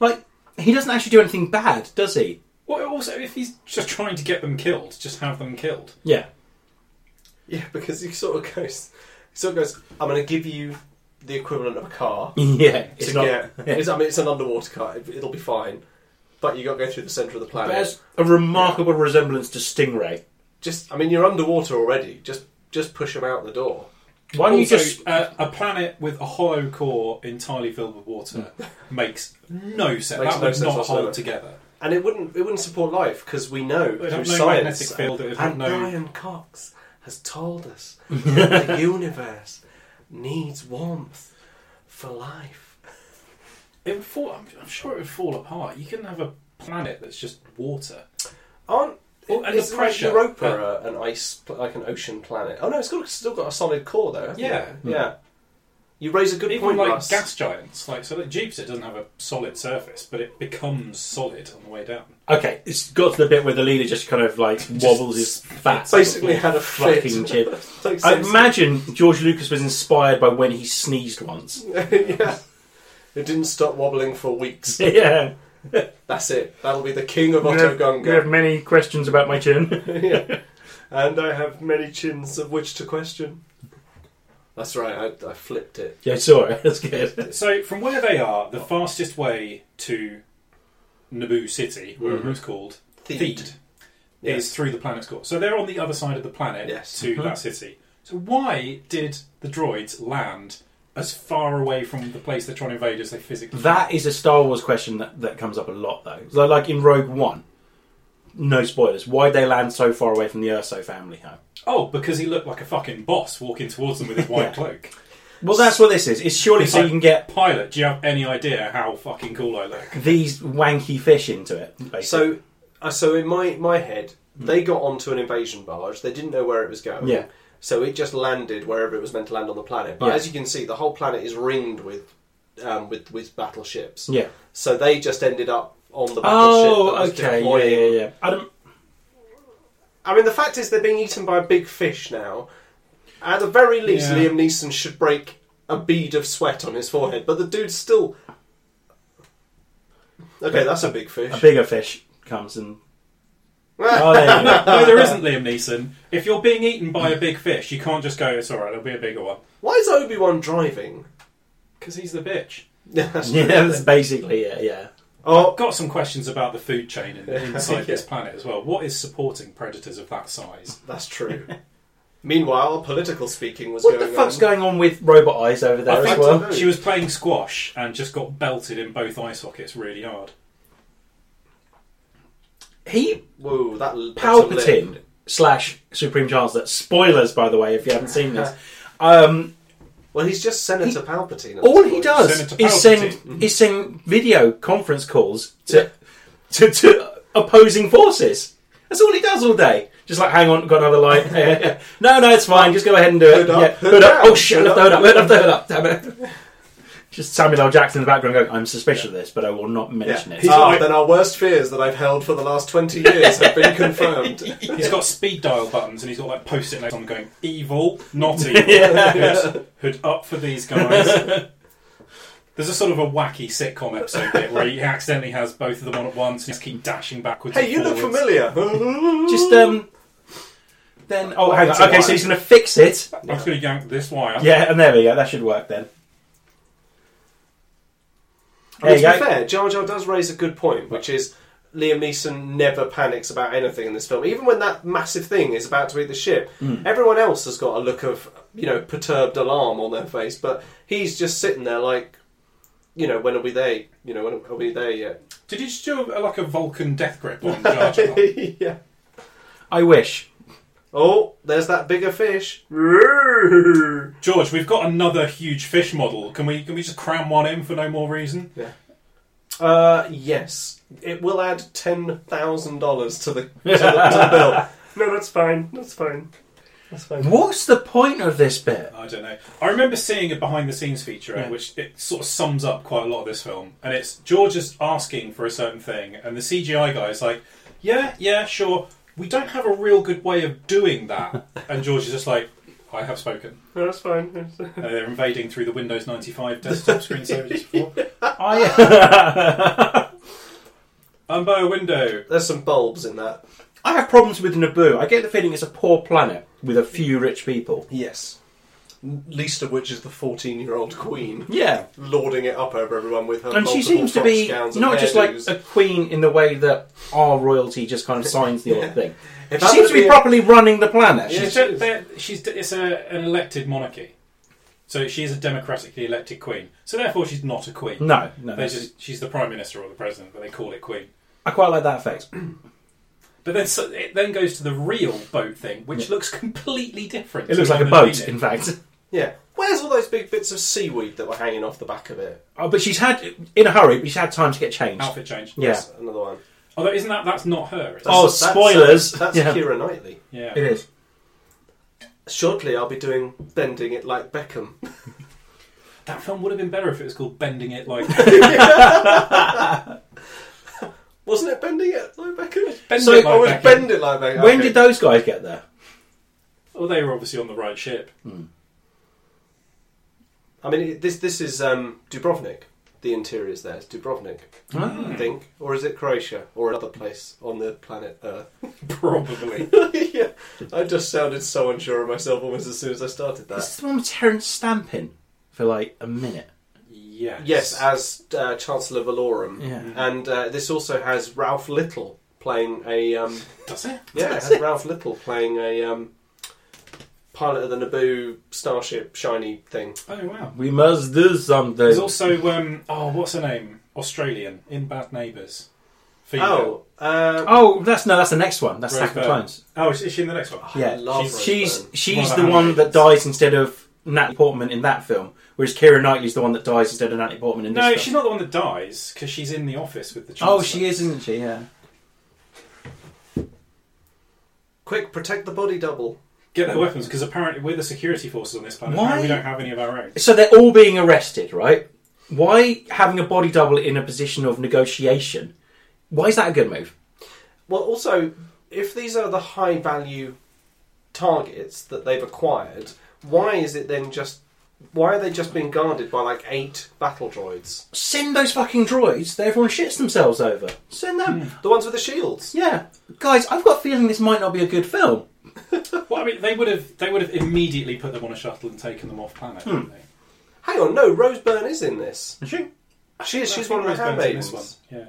S1: Like, he doesn't actually do anything bad, does he?
S3: Well, also, if he's just trying to get them killed, just have them killed.
S1: Yeah.
S2: Yeah, because he sort of goes, he sort of goes. I'm going to give you the equivalent of a car
S1: Yeah. It's
S2: to
S1: not.
S2: get. It's, I mean, it's an underwater car. It, it'll be fine, but you got to go through the centre of the planet.
S1: There's a remarkable resemblance to Stingray.
S2: Just, I mean, you're underwater already. Just, just push him out the door.
S1: Why don't you
S3: Also,
S1: just
S3: uh, a planet with a hollow core entirely filled with water makes no sense.
S2: Makes
S3: that
S2: no
S3: would
S2: sense
S3: not
S2: whatsoever.
S3: hold together.
S2: And it wouldn't it wouldn't support life because we know
S3: would
S2: through
S3: have no
S2: science.
S3: magnetic field, it would
S2: and
S3: have no-
S2: Brian Cox has told us that the universe needs warmth for life.
S3: It would fall. I'm, I'm sure it would fall apart. You couldn't have a planet that's just water.
S2: Aren't
S3: Well, and the
S2: isn't
S3: pressure-
S2: Europa uh, an ice pl- like an ocean planet? Oh no, it's got, still got a solid core though. hasn't
S3: Yeah.
S2: it?
S1: Hmm.
S2: yeah. You raise a good
S3: Even
S2: point,
S3: like
S2: Russ.
S3: gas giants, like so, like Jupiter doesn't have a solid surface, but it becomes solid on the way down.
S1: okay? It's got to the bit where the leader just kind of like wobbles his fat.
S2: Basically had a fit.
S1: fucking chip.
S2: Like,
S1: I
S2: so-
S1: imagine George Lucas was inspired by when he sneezed once.
S2: yeah. It didn't stop wobbling for weeks.
S1: yeah.
S2: That's it. That'll be the king of
S4: We have-
S1: You have
S2: Otogunga.
S1: many questions about my chin.
S2: yeah. And I have
S4: Many chins of which to question.
S2: That's right. I, I flipped it.
S1: yeah, sorry, that's good.
S3: So, from where they are, the fastest way to Naboo City, wherever it's called, Theed,
S2: Yeah.
S3: is through the planet's core. So they're on the other side of the planet
S2: Yes.
S3: to that city. So why did the droids land as far away from the place they're trying to invade as they physically?
S1: That is a Star Wars question that, that comes up a lot, though. So, like in Rogue One, no spoilers. Why'd they land so far away from the Urso family home?
S3: Oh, because he looked like a fucking boss walking towards them with his white cloak.
S1: Well, that's what this is. It's surely so you can get
S3: Pilot, do you have any idea how fucking cool I look?
S1: these wanky fish into it. Basically.
S2: So, uh, so in my my head, they got onto an invasion barge. They didn't know where it was going.
S1: Hmm. Yeah.
S2: So it just landed wherever it was meant to land on the planet. But
S1: Yeah.
S2: as you can see, the whole planet is ringed with um, with with battleships.
S1: yeah.
S2: So they just ended up on the battleship. that
S1: Oh,
S2: was
S1: okay. Yeah,
S2: deploying.
S1: yeah, yeah. I don't,
S2: I mean, the fact is they're being eaten by a big fish now. At the very least,
S3: Yeah.
S2: Liam Neeson should break a bead of sweat on his forehead, but the dude's still. Okay, that's a big
S1: a
S2: fish.
S1: bigger fish comes and.
S2: Ah,
S1: Oh, there you go.
S3: no, there isn't, Liam Neeson. If you're being eaten by a big fish, you can't just go, it's alright, there'll be a bigger one.
S2: Why is Obi Wan driving?
S3: Because he's the bitch.
S2: That's
S1: yeah,
S2: true.
S1: that's basically it. Yeah.
S2: Oh,
S3: Got some questions about the food chain in, inside
S2: Yeah.
S3: this planet as well. What is supporting predators of that size?
S2: that's true. Meanwhile, political speaking was
S1: What the
S2: going
S1: fuck's
S2: on.
S1: going on with Robot Eyes over there
S3: I
S1: as
S3: think
S1: well?
S2: so.
S3: she was playing squash and just got belted in both eye sockets really hard.
S1: He
S2: Whoa, that l- that's a
S1: Palpatine
S2: lip.
S1: slash Supreme Chancellor. Spoilers, by the way, if you haven't seen this. Um,
S2: Well, he's just Senator Palpatine. at
S1: all
S2: this
S1: he
S2: point.
S1: does
S3: Senator
S1: is send
S3: Palpatine.
S1: is send video conference calls to, to to opposing forces. That's all he does all day. Just like, hang on, got another light. no, no, it's fine. Just go ahead and do it.
S2: Hood up,
S1: yeah,
S2: hood
S1: hood up.
S2: down,
S1: Oh shit!
S2: hood
S1: Lift
S2: up.
S1: the hood up. Lift the hood up. Damn it. Just Samuel L. Jackson in the background going, "I'm suspicious of this, but I will not
S2: Yeah.
S1: mention it."
S2: Ah,
S3: like-
S2: then our worst fears that I've held for the last 20 years have been confirmed.
S3: He's got speed dial buttons and he's got like post it notes on going evil, not evil. hood, hood up for these guys. There's a sort of a wacky sitcom episode bit where he accidentally has both of them on at once and just keep dashing backwards.
S2: Hey,
S3: and
S2: you look
S3: forwards.
S2: familiar.
S1: Just um, then oh, hang
S2: that's
S1: on.
S2: a
S1: Okay, so
S2: lie.
S1: he's going to fix it.
S3: I'm just going to yank this wire.
S1: Yeah, and there we go. That should work then.
S2: I mean,
S1: There you
S2: to be
S1: go.
S2: fair, Jar Jar does raise a good point, which is Liam Neeson never panics about anything in this film. Even when that massive thing is about to hit the ship, everyone else has got a look of you know perturbed alarm on their face, but he's just sitting there like, you know, when are we there? You know, when are we there yet?
S3: Did you just do a, like a Vulcan death grip on Jar Jar?
S2: yeah.
S1: I wish.
S2: Oh, there's that bigger fish.
S3: George, we've got another huge fish model. Can we can we just cram one in for no more reason?
S2: Uh, yes, it will add ten thousand dollars to the to the, to the bill.
S4: No, that's fine. That's fine. That's fine.
S1: What's the point of this bit?
S3: I don't know. I remember seeing a behind the scenes feature
S1: Yeah.
S3: which it sort of sums up quite a lot of this film. And it's George is asking for a certain thing, and the CGI guy is like, "Yeah, yeah, sure. We don't have a real good way of doing that." and George is just like, "I have spoken."
S4: No, that's fine.
S3: And they're invading through the Windows ninety five desktop screensaver just before.
S1: I
S3: I'm Um, by a window.
S2: There's some bulbs in that.
S1: I have problems with Naboo. I get the feeling it's a poor planet with a few rich people.
S2: Yes. Least of which is the 14 year old queen
S1: Yeah,
S2: lording it up over everyone with her
S1: and she
S2: multiple
S1: seems to
S2: fox
S1: be
S2: gowns and
S1: not just like uh,
S2: hairdos.
S1: a queen in the way that our royalty just kind of signs the odd thing.
S2: If
S1: She
S2: that
S1: seems
S2: would
S1: to be
S2: a-
S1: properly running the planet.
S2: Yeah,
S3: She's,
S2: she is.
S3: they're- she's it's a, an elected monarchy. So she is a democratically elected queen. So therefore, she's not a queen.
S1: No, no.
S3: They
S1: that's-
S3: just, she's the prime minister or the president, but they call it queen.
S1: I quite like that effect.
S3: But then so it then goes to the real boat thing, which looks completely different.
S1: It looks
S3: to
S1: like a
S3: London
S1: boat,
S3: Venus.
S1: in fact.
S2: Yeah. Where's all those big bits of seaweed that were hanging off the back of it?
S1: Oh, but she's had in a hurry. But she's had time to get changed.
S2: Oh,
S3: Outfit change.
S1: Yeah.
S2: That's another one.
S3: Although isn't that that's not her? Is it?
S1: Oh,
S2: uh,
S1: spoilers.
S2: That's,
S1: Yeah.
S2: Kira Knightley.
S3: yeah.
S1: It is.
S2: Shortly, I'll be doing bending it like Beckham.
S3: That film would have been better if it was called Bending It Like
S2: Wasn't it bending it like Beckham?
S3: Bending
S1: So
S3: It
S2: I was
S3: Like Beckham.
S2: bend it like Beckham.
S1: When
S2: Okay.
S1: did those guys get there?
S3: Well, they were obviously on the right ship.
S2: I mean, it- this this is um, Dubrovnik. The interiors there is Dubrovnik,
S1: Ah.
S2: I think, or is it Croatia or another place on the planet Earth?
S3: Probably.
S2: yeah, I just sounded so unsure of myself almost as soon as I started
S1: This
S2: that.
S1: is the one with Terence Stampin for like a minute.
S3: yes.
S2: Yes, as uh, Chancellor Valorum,
S1: Yeah.
S2: and uh, this also has Ralph Little playing a um,
S3: Does it?
S2: yeah, it has Ralph Little playing a um, pilot of the Naboo starship shiny thing.
S3: Oh wow.
S1: We must do something.
S3: There's also um oh what's her name? Australian in Bad Neighbours. Female.
S2: Oh, uh,
S1: oh, that's no, that's the next one. That's
S3: Rose
S1: Attack of the
S3: Byrne.
S1: Clones.
S3: Oh, is is she in the next one?
S2: I
S1: Yeah,
S2: love
S3: she's-
S2: Rose
S1: She's
S2: Byrne.
S1: she's
S3: One of
S1: the
S3: the
S1: one that
S3: handmaids.
S1: dies instead of Natalie Portman in that film, whereas Kira Knightley's the one that dies instead of Natalie Portman in this
S3: No,
S1: film.
S3: she's not the one that dies because she's in the office with the. Chancellor.
S1: Oh, she is, isn't she? Yeah.
S2: quick. Protect the body double.
S3: Get their weapons because apparently we're the security forces on this planet.
S1: Why?
S3: Apparently we don't have any of our own.
S1: So they're all being arrested, right? Why having a body double in a position of negotiation? Why is that a good move?
S2: Well, also, if these are the high value targets that they've acquired, why is it then just. Why are they just being guarded by like eight battle droids?
S1: Send those fucking droids that everyone shits themselves over. Send them.
S2: The ones with the shields.
S1: Yeah, guys, I've got a feeling this might not be a good film.
S3: Well, I mean, they would have they would have immediately put them on a shuttle and taken them off planet. wouldn't they?
S2: Hang on, no, Rose Byrne is in this. She is,
S3: I
S2: she's
S3: think
S2: one of the
S3: Rose Byrne's in this
S2: handmaidens.
S3: one. Yeah.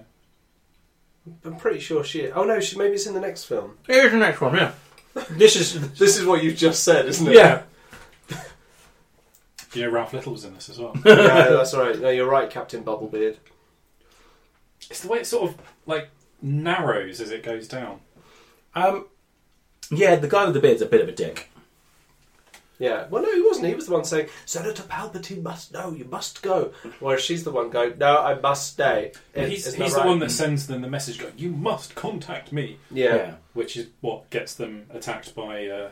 S2: I'm pretty sure she is. Oh no, she maybe it's in the next film.
S1: Here's the next one. Yeah, this is
S2: This is what you just said, isn't it?
S1: yeah.
S3: Do you know Ralph Little was in this as well?
S2: yeah that's right. No, you're right, Captain Bubblebeard.
S3: it's the way it sort of like narrows as it goes down.
S1: Um, yeah, the guy with the beard's a bit of a dick.
S2: Yeah. Well, no, he wasn't. He was the one saying, Senator Palpatine must know, you must go. Whereas she's the one going, no, I must stay. It-
S3: he's
S2: isn't that
S3: he's
S2: right?
S3: the one that sends them the message going, "You must contact me,"
S2: yeah.
S3: which is what gets them attacked by. Uh,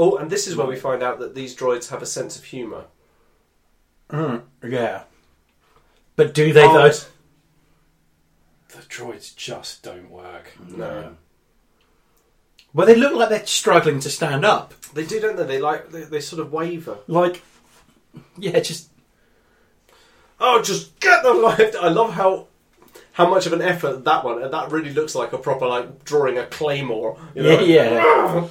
S2: Oh, and this is where we find out that these droids have a sense of humour.
S1: Mm, yeah. But do they
S2: Oh.
S1: though?
S3: the droids just don't work.
S2: No.
S1: Well, they look like they're struggling to stand up.
S2: They do, don't they? They like they, they sort of waver.
S1: Like, yeah, just
S2: Oh, just get them! Like, I love how how much of an effort that one. And that really looks like a proper like drawing a claymore. You know?
S1: yeah.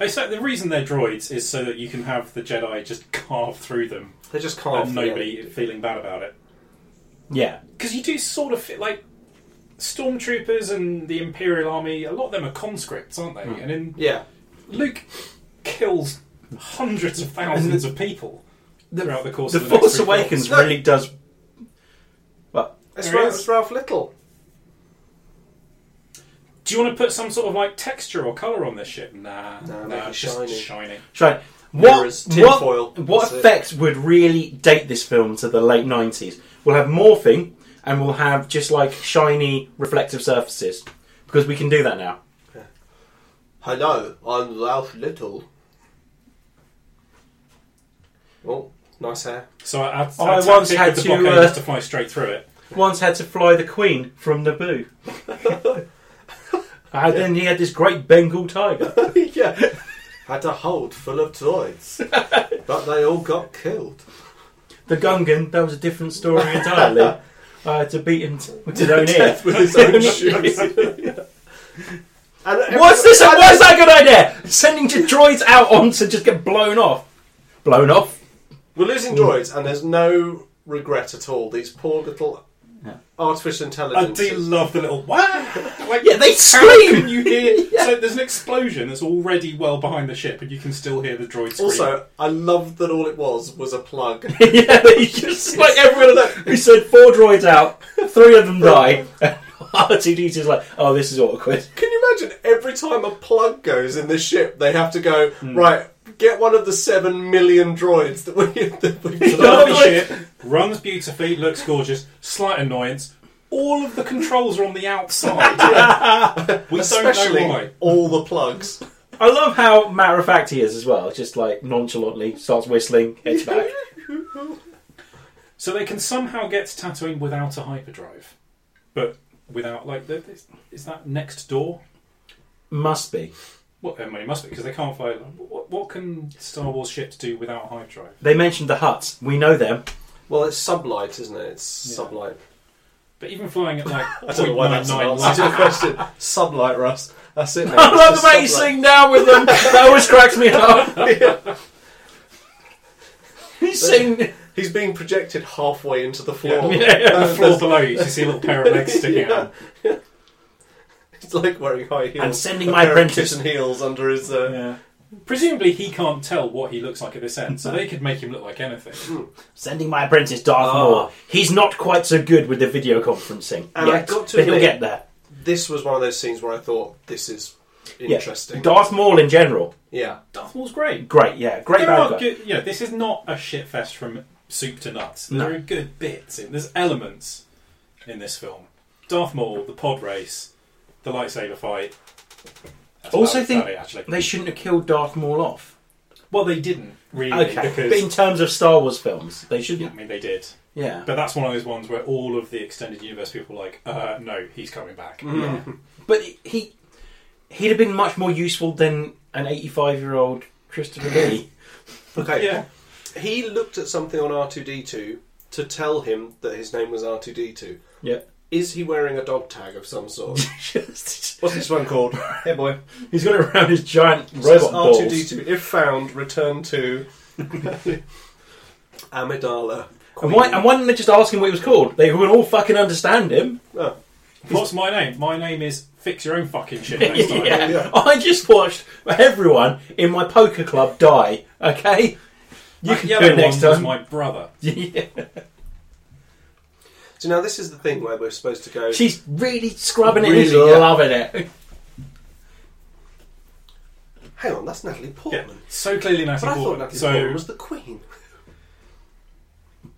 S3: Except the reason they're droids is so that you can have the Jedi just carve through them
S2: They just can't.
S1: Oh,
S3: and
S2: feel
S3: nobody
S2: it.
S3: feeling bad about it.
S1: yeah.
S3: Because you do sort of feel like stormtroopers and the Imperial Army. A lot of them are conscripts, aren't they? And in
S2: Yeah.
S3: Luke kills hundreds of thousands of people throughout the course
S1: The
S3: of the next
S1: Force
S3: three films.
S1: Awakens
S2: No.
S1: really does. Well,
S2: It's,
S3: There
S2: Ra-
S3: is.
S2: it's Ralph Little.
S3: Do you want to put some sort of like texture or colour on this shit? Nah,
S2: No,
S3: nah,
S2: make it
S3: it's just
S2: shiny.
S3: shiny.
S1: try
S2: Mirrors,
S1: what
S2: tinfoil,
S1: what, what
S2: that's it.
S1: effects would really date this film to the late nineties? We'll have morphing, and we'll have just like shiny reflective surfaces because we can do that now.
S2: Hello, I'm Ralph Little. Oh, nice hair.
S3: So I, I,
S1: Oh,
S3: I,
S1: I once had
S3: the
S1: to,
S3: blockade
S1: uh,
S3: just to fly straight through it.
S1: Once had to fly the Queen from Naboo. and then he had this great Bengal tiger.
S2: yeah. Had a hold full of droids, but they all got killed.
S1: The Gungan, that was a different story entirely. I had to beat him to with his own ear.
S2: Death with his own shoes. And
S1: What's this? Why is that a good idea? Sending just droids out on to just get blown off. Blown off?
S2: We're losing droids, and there's no regret at all. These poor little artificial
S3: I
S2: intelligence.
S3: do love the little wah. Like,
S1: Yeah, they
S3: how
S1: scream!
S3: Can you hear? So there's an explosion that's already well behind the ship, and you can still hear the droid scream.
S2: also, I love that all it was was a plug.
S1: yeah, they just
S2: like everyone that
S1: we sent four droids out, three of them die. R2D2 is like, oh, this is awkward.
S2: Can you imagine every time a plug goes in the ship, they have to go right. Get one of the seven million droids that we. That we
S3: Lovely ship, runs beautifully, looks gorgeous, slight annoyance. All of the controls are on the outside. we
S2: Especially
S3: don't know why.
S2: all the plugs.
S1: I love how matter of fact he is as well. Just like nonchalantly starts whistling, heads back.
S3: So they can somehow get to Tatooine without a hyperdrive. But without, like, the- is- is that next door?
S1: Must be.
S3: Well, I mean, it must be, because they can't fly. What, what can Star Wars ships do without a hyperdrive?
S1: They mentioned the huts. We know them.
S2: Well, it's sublight, isn't it? It's
S3: Yeah.
S2: sublight.
S3: But even flying at, like,
S2: I don't know why that's an answer to the
S3: 0.99
S2: question. Sublight, Russ. That's it.
S1: I love the way you sing now with them. That always cracks me up. You sing.
S2: He's being projected halfway into the floor.
S1: Yeah.
S3: the floor below you, you see a little pair of legs sticking out.
S2: It's like wearing high heels.
S1: And sending
S2: a
S1: my
S2: pair of
S1: apprentice.
S2: kitten heels under his. Uh,
S1: Yeah.
S3: Presumably, he can't tell what he looks like at this end, so they could make him look like anything.
S1: Sending my apprentice Darth
S2: Oh.
S1: Maul. He's not quite so good with the video conferencing.
S2: And I
S1: yet,
S2: got to
S1: but he'll
S2: admit-
S1: get there.
S2: This was one of those scenes where I thought, this is
S1: Yeah.
S2: interesting. Yeah.
S1: Darth Maul in general,
S3: Darth Maul's great.
S1: great. Yeah, great.
S3: there
S1: bad
S3: are
S1: guy.
S3: good, you know, this is not a shit fest from soup to nuts. There
S1: No.
S3: are good bits. In, there's elements in this film. Darth Maul, the pod race, the lightsaber fight. That's
S1: Also
S3: about-
S1: think-
S3: about it, actually,
S1: They shouldn't have killed Darth Maul off.
S3: well, they didn't really
S1: Okay, but in
S3: because
S1: terms of Star Wars films, they
S3: I
S1: shouldn't.
S3: mean they did.
S1: Yeah,
S3: But that's one of those ones where all of the extended universe people were like, uh, no, he's coming back.
S1: Mm. but he he'd have been much more useful than an eighty-five-year-old Christopher Lee.
S2: Okay.
S3: Yeah.
S2: He looked at something on R2D2 to tell him that his name was R2D2.
S1: Yeah,
S2: Is he wearing a dog tag of some sort?
S1: he's
S2: What's this one called? Hey boy.
S1: got it around his giant
S2: Says
S1: robot balls.
S2: R2D2, if found, return to Amidala.
S1: And why, and why didn't they just ask him what he was called? They would all fucking understand him.
S2: Oh,
S3: What's my name? My name is fix your own fucking shit next time.
S1: yeah.
S2: Yeah.
S1: I just watched everyone in my poker club die. Okay, you
S3: That
S1: can do
S3: yellow
S1: it next
S3: one was
S1: time.
S3: my brother.
S1: Yeah.
S2: So now this is the thing where we're supposed to go.
S1: She's really scrubbing it.
S2: Really,
S1: He's
S2: yeah.
S1: loving it.
S2: Hang on, that's Natalie
S3: Yeah,
S2: Portman.
S3: so clearly
S2: But
S3: Natalie
S2: I thought
S3: Portman.
S2: Natalie
S3: So
S2: Portman was the Queen.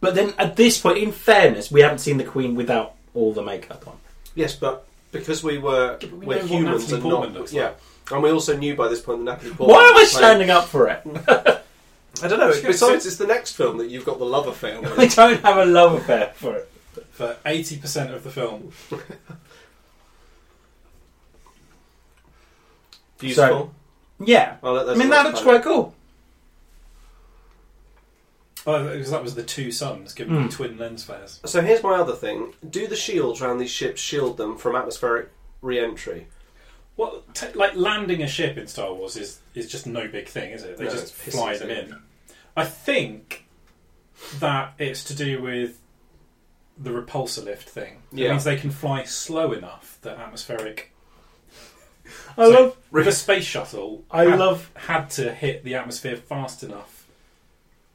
S1: But then, at this point, in fairness, we haven't seen the Queen without all the makeup on.
S2: Yes, but because we were
S3: but we
S2: we are
S3: know what
S2: humans
S3: Natalie
S2: and
S3: Portman
S2: not
S3: looks
S2: yeah,
S3: like.
S2: and we also knew by this point that Natalie Portman.
S1: Why am I
S2: was playing-
S1: standing up for it?
S2: I don't know.
S3: It's good.
S2: Besides, it's the next film that you've got the love affair
S1: I
S2: with.
S1: don't have a love affair for it.
S3: for eighty percent of the film.
S2: Beautiful.
S1: Yeah.
S2: I'll let
S1: I
S2: those
S1: mean, that looks quite cool.
S3: Oh, because that was the two suns giving
S1: Mm.
S2: Hmm.
S3: you twin lens flares.
S2: So here's my other thing: Do the shields around these ships shield them from atmospheric re-entry?
S3: Well, t- like landing a ship in Star Wars is is just no big thing, is it? They
S2: No,
S3: just
S2: it's pissing
S3: fly them
S2: thing.
S3: in. I think that it's to do with the repulsor lift thing. It
S2: Yeah.
S3: means they can fly slow enough that atmospheric.
S1: I
S3: So,
S1: love.
S3: the space shuttle.
S1: I
S3: had-
S1: love.
S3: had to hit the atmosphere fast enough.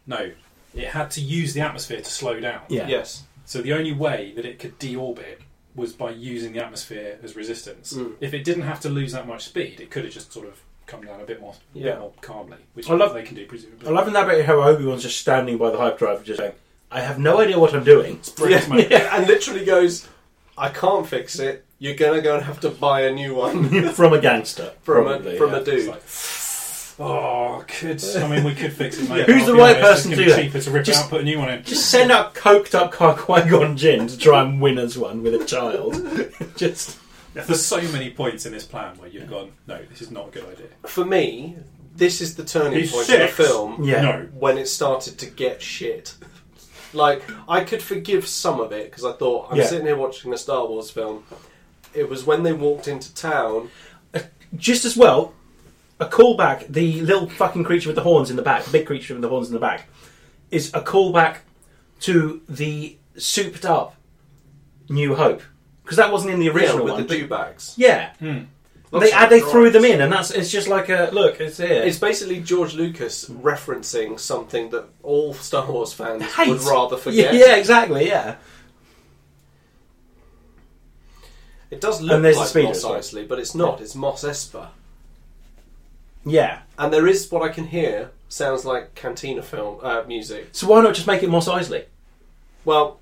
S3: No, it had to use the atmosphere to slow down.
S1: Yeah.
S2: Yes.
S3: So the only way that it could deorbit was by using the atmosphere as resistance.
S1: Hmm.
S2: Mm.
S3: If it didn't have to lose that much speed, it could have just sort of come down a bit more, a
S2: Yeah.
S3: bit more calmly, which
S1: I love-
S3: they can do presumably.
S1: I'm loving that bit how Obi Wan's just standing by the hyperdrive, just going, "I have no idea what I'm doing."
S3: Brilliant, mate.
S2: Yeah, and literally goes, "I can't fix it. You're gonna go and have to buy a new one
S1: from a gangster,
S2: from
S1: probably,
S2: a from
S1: yeah.
S2: a
S3: It's
S2: dude."
S3: like, oh, could I mean we could fix it, mate.
S1: Who's
S3: I'll
S1: the
S3: be
S1: right
S3: honest,
S1: person
S3: it's
S1: to do
S3: gonna be
S1: that?
S3: cheaper to rip it
S1: Just-
S3: out, put a new one in.
S1: Just send out coked up Qui Gon Jinn to try and win us one with a child. just
S3: There's so many points in this plan where you've gone, no, this is not a good idea.
S2: For me, this is the turning
S3: He's
S2: point
S3: six.
S2: of the film.
S1: Yeah.
S3: No,
S2: when it started to get shit. Like, I could forgive some of it because I thought, I'm
S1: Yeah.
S2: sitting here watching a Star Wars film. It was when they walked into town.
S1: just as well, a callback, the little fucking creature with the horns in the back, the big creature with the horns in the back, is a callback to the souped up New Hope because that wasn't in the
S2: Yeah,
S1: original
S2: with
S1: one.
S2: the Hmm.
S1: but-
S2: Jew bags.
S1: yeah,
S2: Lots
S1: they
S2: of
S1: uh, they
S2: drawings.
S1: threw them in, and that's it's just like a look. It's here.
S2: It's basically George Lucas referencing something that all Star Wars fans
S1: Hate.
S2: would rather forget.
S1: Yeah, yeah, exactly. Yeah,
S2: It does look
S1: there's the
S2: like
S1: speeder
S2: Mos
S1: as well.
S2: Eisley, but it's not. It's Mos Espa.
S1: yeah.
S2: And there is what I can hear sounds like Cantina film uh, music.
S1: So why not just make it Moss Eisley?
S2: Well,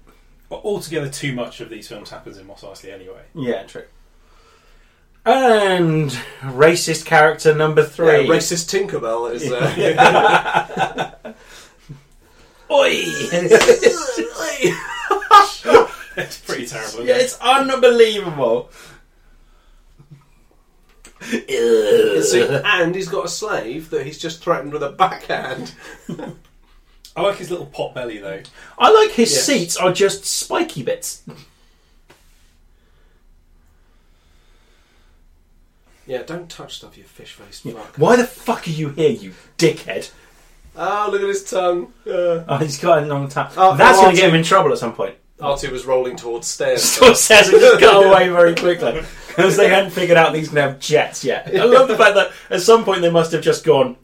S3: But altogether, too much of these films happens in Moss Eisley anyway.
S1: Yeah, true. And racist character number
S2: yeah,
S1: three.
S2: racist Tinkerbell is. Uh,
S1: Oi!
S3: It's pretty terrible. Isn't
S1: yeah,
S3: it?
S1: it's unbelievable.
S2: And so- and he's got a slave that he's just threatened with a backhand.
S3: I like his little pot belly though.
S1: I like his
S2: Yes.
S1: seats are just spiky bits.
S2: Yeah, don't touch stuff, you fish faced fuck.
S1: Why the fuck are you here, you dickhead?
S2: Ah, look at his tongue. Uh,
S1: Oh, he's got a long time.
S2: Oh,
S1: That's
S2: oh,
S1: going to get him in trouble at some point.
S2: R2 was rolling towards stairs.
S1: Scorsese just got away very quickly because they hadn't figured out these gonna have jets yet. I love the fact that at some point they must have just gone.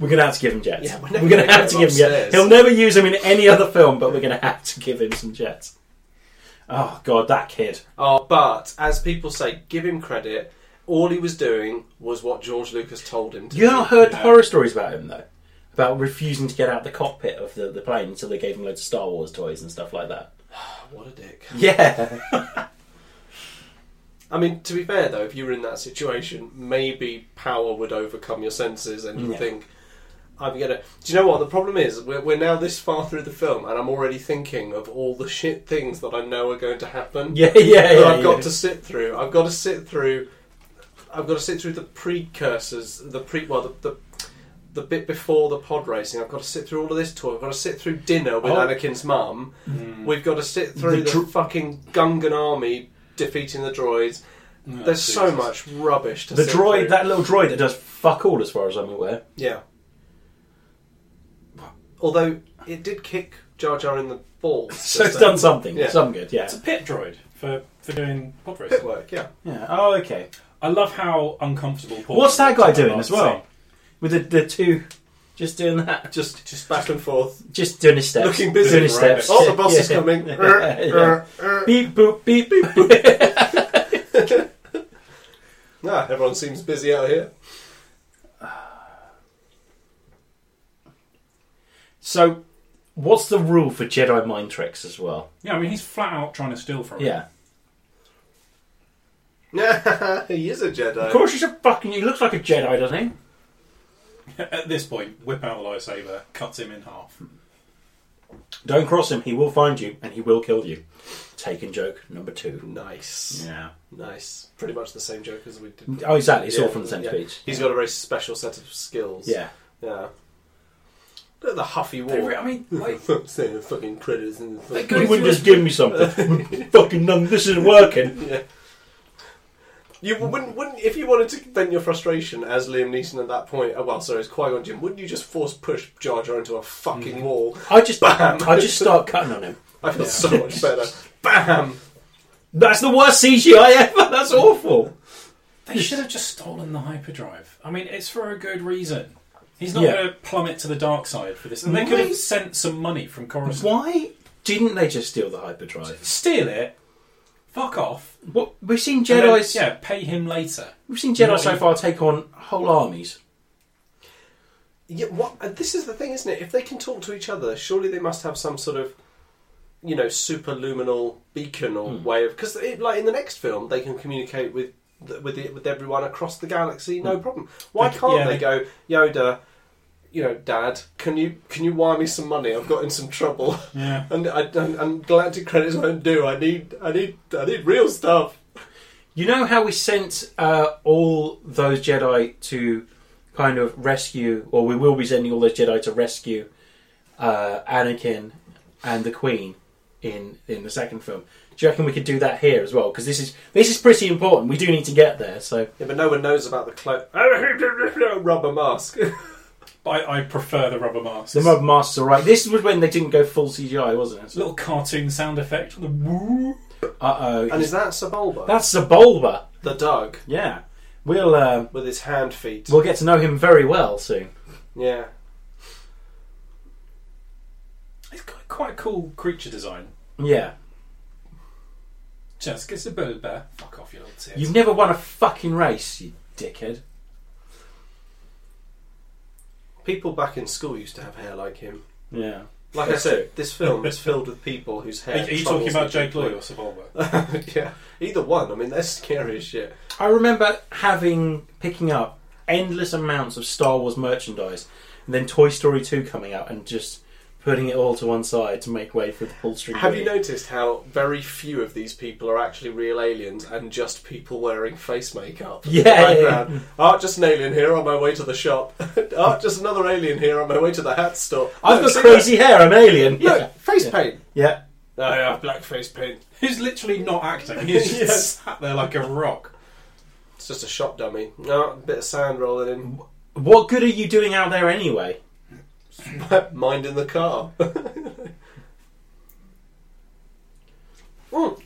S1: We're gonna have to give him jets.
S2: Yeah, we're
S1: we're,
S2: never
S1: gonna
S2: gonna
S1: have
S2: get
S1: to
S2: him
S1: give him
S2: upstairs."
S1: jets. He'll never use them in any other film, but we're gonna have to give him some jets. Oh god, that kid.
S2: Oh, but as people say, give him credit. All he was doing was what George Lucas told him to
S1: You
S2: do.
S1: not heard the
S3: Yeah.
S1: horror stories about him though, about refusing to get out the cockpit of the, the plane until they gave him loads of Star Wars toys and stuff like that.
S2: What a dick.
S1: Yeah,
S2: I mean, to be fair though, if you were in that situation, maybe power would overcome your senses and you
S1: Yeah.
S2: think, I'm gonna. Do you know what? The problem is, we're, we're now this far through the film and I'm already thinking of all the shit things that I know are going to happen.
S1: yeah, yeah. yeah,
S2: that I've
S1: yeah.
S2: got to sit through. I've got to sit through. I've got to sit through the precursors, the pre, well, the, the the bit before the pod racing. I've got to sit through all of this tour. I've got to sit through dinner with
S1: Oh.
S2: Anakin's mum.
S3: Mm.
S2: We've got to sit through the,
S1: The dro-
S2: fucking Gungan army defeating the droids.
S3: No,
S2: There's so
S3: Jesus.
S2: much rubbish to
S1: the
S2: sit
S1: droid,
S2: through.
S1: that little droid that does fuck all, as far as I'm aware.
S2: yeah. Although it did kick Jar Jar in the balls.
S1: So it's
S2: just
S1: done something.
S2: Yeah.
S1: Some good. Yeah.
S3: It's a pit droid for, for doing pod
S2: a
S3: racing.
S2: bit work. Yeah.
S1: Yeah. Oh, okay.
S3: I love how uncomfortable. Paul
S1: What's that
S3: looks
S1: guy
S3: at
S1: doing as
S3: last
S1: well?
S3: scene.
S1: With the, the two, just doing that,
S2: Just just back and forth,
S1: just doing his steps,
S2: looking busy.
S1: doing his
S3: Right.
S1: steps.
S2: Oh, the bus is
S1: Yeah.
S2: coming.
S1: Yeah.
S2: Er, er, er.
S1: Beep boop beep beep.
S2: Ah, everyone seems busy out here.
S1: So, what's the rule for Jedi mind tricks as well?
S3: Yeah, I mean he's flat out trying to steal from. him.
S1: Yeah,
S2: he is a Jedi.
S1: of course he's Uh, a fucking. He looks like a Jedi, doesn't he?
S3: At this point, whip out the lightsaber, cuts him in half.
S1: Don't cross him. He will find you and he will kill you. Taken joke number two.
S2: Nice.
S1: Yeah.
S2: Nice. Pretty much the same joke as we did.
S1: Oh, exactly. It's all
S2: Yeah,
S1: from the same
S2: yeah.
S1: speech.
S2: He's got a very special set of skills.
S1: Yeah.
S2: Yeah. Look at the huffy
S3: They re-
S2: wall.
S3: I mean, like,
S2: Saying the fucking critters and the
S3: They
S2: fucking...
S3: go-
S1: You wouldn't just give me something. fucking none. This isn't working.
S2: Yeah. You wouldn't, wouldn't if you wanted to vent your frustration as Liam Neeson at that point. Oh, well, sorry, it's Qui Gon Jinn. Wouldn't you just force push Jar Jar into a fucking
S3: Mm.
S2: wall?
S1: I just,
S2: Bam.
S1: I just start cutting on him.
S2: I feel so much better. Bam.
S1: That's the worst CGI ever. That's awful.
S3: they should have just stolen the hyperdrive. I mean, it's for a good reason. He's not
S1: Yeah.
S3: going to plummet to the dark side for this. And they could
S1: Why?
S3: have sent some money from Coruscant.
S1: Why didn't they just steal the hyperdrive?
S3: Steal it. Fuck off.
S1: What we've seen
S3: and then,
S1: Jedi's,
S3: yeah, pay him later.
S1: we've seen Jedi
S3: Not
S1: so
S3: even-
S1: far take on whole armies.
S2: Yeah, what? and This is the thing, isn't it? If they can talk to each other, surely they must have some sort of, you know, superluminal beacon or
S3: Hmm.
S2: way of because, like in the next film, they can communicate with the, with the, with everyone across the galaxy, no problem. Why
S3: Hmm. They-
S2: can't
S3: yeah,
S2: they
S3: they-
S2: go, Yoda? You know, Dad, can you can you wire me some money? I've got in some trouble,
S3: Yeah.
S2: and I, and, and Galactic credits won't do. I need I need I need real stuff.
S1: You know how we sent uh, all those Jedi to kind of rescue, or we will be sending all those Jedi to rescue uh, Anakin and the Queen in in the second film. Do you reckon we could do that here as well? Because this is this is pretty important. We do need to get there. So
S2: Yeah, but no one knows about the clo rubber mask.
S3: But I, I prefer the rubber masks.
S1: the Mob Masters are right. This was when they didn't go full CGI, wasn't it? So-
S3: little cartoon sound effect. The woo.
S1: Uh
S2: And
S1: oh.
S2: is that Sebulba?
S1: That's Zabulba.
S2: the Doug
S1: Yeah. We'll uh,
S2: with his hand feet.
S1: we'll get to know him very well soon.
S2: yeah.
S3: It's quite, quite cool creature design.
S1: Yeah.
S3: Just gets a bit of bear. Fuck off, you little tits.
S1: You've never won a fucking race, you dickhead.
S2: People back in school used to have hair like him.
S1: Yeah.
S2: Like I said, this film is filled with people whose
S3: are,
S2: hair.
S3: are you talking
S2: troubles
S3: about
S2: them.
S3: Jake Lloyd or Savolva?
S2: yeah, either one. I mean, they're scary as shit.
S1: I remember having picking up endless amounts of Star Wars merchandise, and then Toy Story Two coming out, and just putting it all to one side to make way for the full string.
S2: Have you noticed how very few of these people are actually real aliens and just people wearing face makeup? in the
S1: Yeah.
S2: background? Ah, just an alien here on my way to the shop. ah, just another alien here on my way to the hat store.
S1: I've
S2: Look,
S1: got
S2: see
S1: crazy hair. I'm alien.
S2: that? Look, face paint.
S1: Yeah.
S2: Oh, yeah, black face paint.
S3: Who's literally not acting. He's just
S2: Yes.
S3: sat there like a rock.
S2: It's just a shop dummy. No, a bit of sand rolling
S1: What good are you doing out there anyway?
S2: in. Mind in the car. Mm.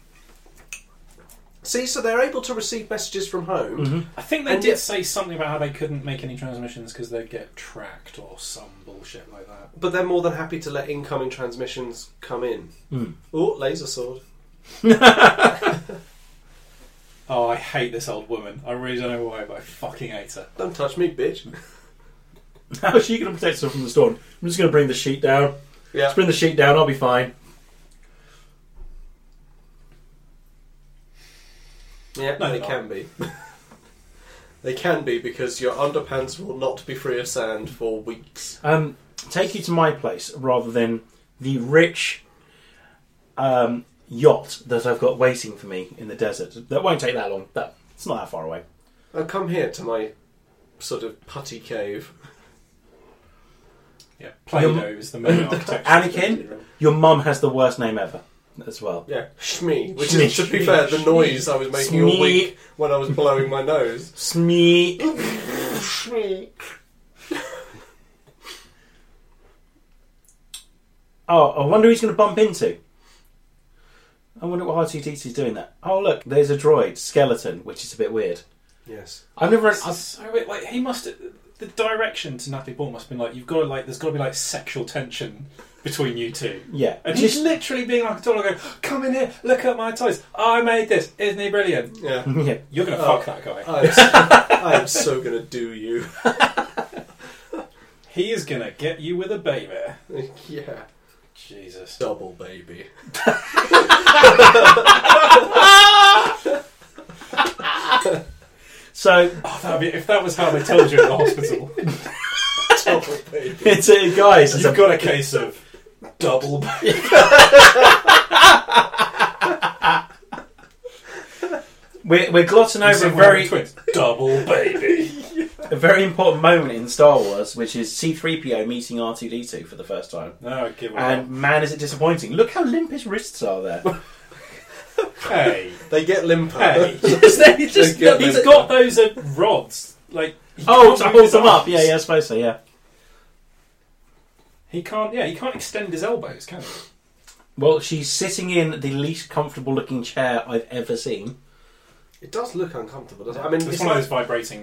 S2: See, so they're able to receive messages from home.
S3: I think they
S2: And
S3: did
S2: yet-
S3: say something about how they couldn't make any transmissions because they'd get tracked or some bullshit like that.
S2: But they're more than happy to let incoming transmissions come in.
S1: Hmm.
S2: Oh, laser sword.
S3: Oh, I hate this old woman. I really don't know why, but I fucking hate her.
S2: Don't touch me, bitch.
S1: How is she going to protect herself from the storm? I'm just going to bring the sheet down.
S2: Yeah.
S1: Just bring the sheet down. I'll be fine.
S2: Yeah,
S3: No,
S2: they
S3: no.
S2: can be. they can be because your underpants will not be free of sand for weeks.
S1: Um, take you to my place rather than the rich um, yacht that I've got waiting for me in the desert. That won't take that long. That it's not that far away.
S2: Now Uh, come here to my sort of putty cave.
S3: Yeah, Play-Doh is the main architect.
S1: Anakin, your mum has the worst name ever, as well.
S2: Yeah, shmee. Which
S1: Shmee,
S2: is, to be
S1: shmee,
S2: fair, the
S1: shmee.
S2: noise I was making all
S1: Shmee.
S2: week when I was blowing my nose.
S1: Smee.
S2: Shmee.
S1: Oh, I wonder who he's going to bump into. I wonder what R2D2's doing there. Oh, look, there's a droid skeleton, which is a bit weird.
S2: Yes.
S1: I've never.
S3: It's
S1: I've,
S3: so weird. like he must the direction to Nappy Ball must have been like you've got to like there's got to be like sexual tension between you two.
S1: yeah,
S3: And
S1: just
S3: he's literally being like a toddler going, come in here, look at my toys. I made this. Isn't he brilliant?
S2: Yeah.
S1: yeah.
S3: You're going to
S2: Oh.
S3: fuck that guy.
S2: I am so, I am so gonna do you.
S3: He is going to get you with a baby.
S2: yeah.
S3: Jesus.
S2: Double baby.
S1: So
S3: Oh, that'd be, if that was how they told you in the hospital,
S2: Double baby.
S1: it's a guys. It's
S3: you've
S1: a,
S3: got a case of double baby.
S1: we're, we're glossing over a very
S3: twins. Double baby.
S1: a very important moment in Star Wars, which is C3PO meeting R2D2 for the first time.
S3: No, give it
S1: And man, is it disappointing! Look how limp his wrists are there.
S3: up. Hey.
S2: They get limper.
S3: Hey.
S1: Just- he's just-
S2: They get
S1: he's
S2: limp.
S3: He's got those uh, rods. Like, he
S1: Oh,
S3: can't
S1: to
S3: move
S1: hold
S3: his
S1: them up.
S3: arms.
S1: Yeah, yeah, I suppose so. Yeah.
S3: He can't. Yeah, he can't extend his elbows, can he?
S1: Well, she's sitting in the least comfortable-looking chair I've ever seen.
S2: It does look uncomfortable, doesn't it? I mean,
S3: It's,
S2: it's
S3: one of
S2: like,
S3: those vibrating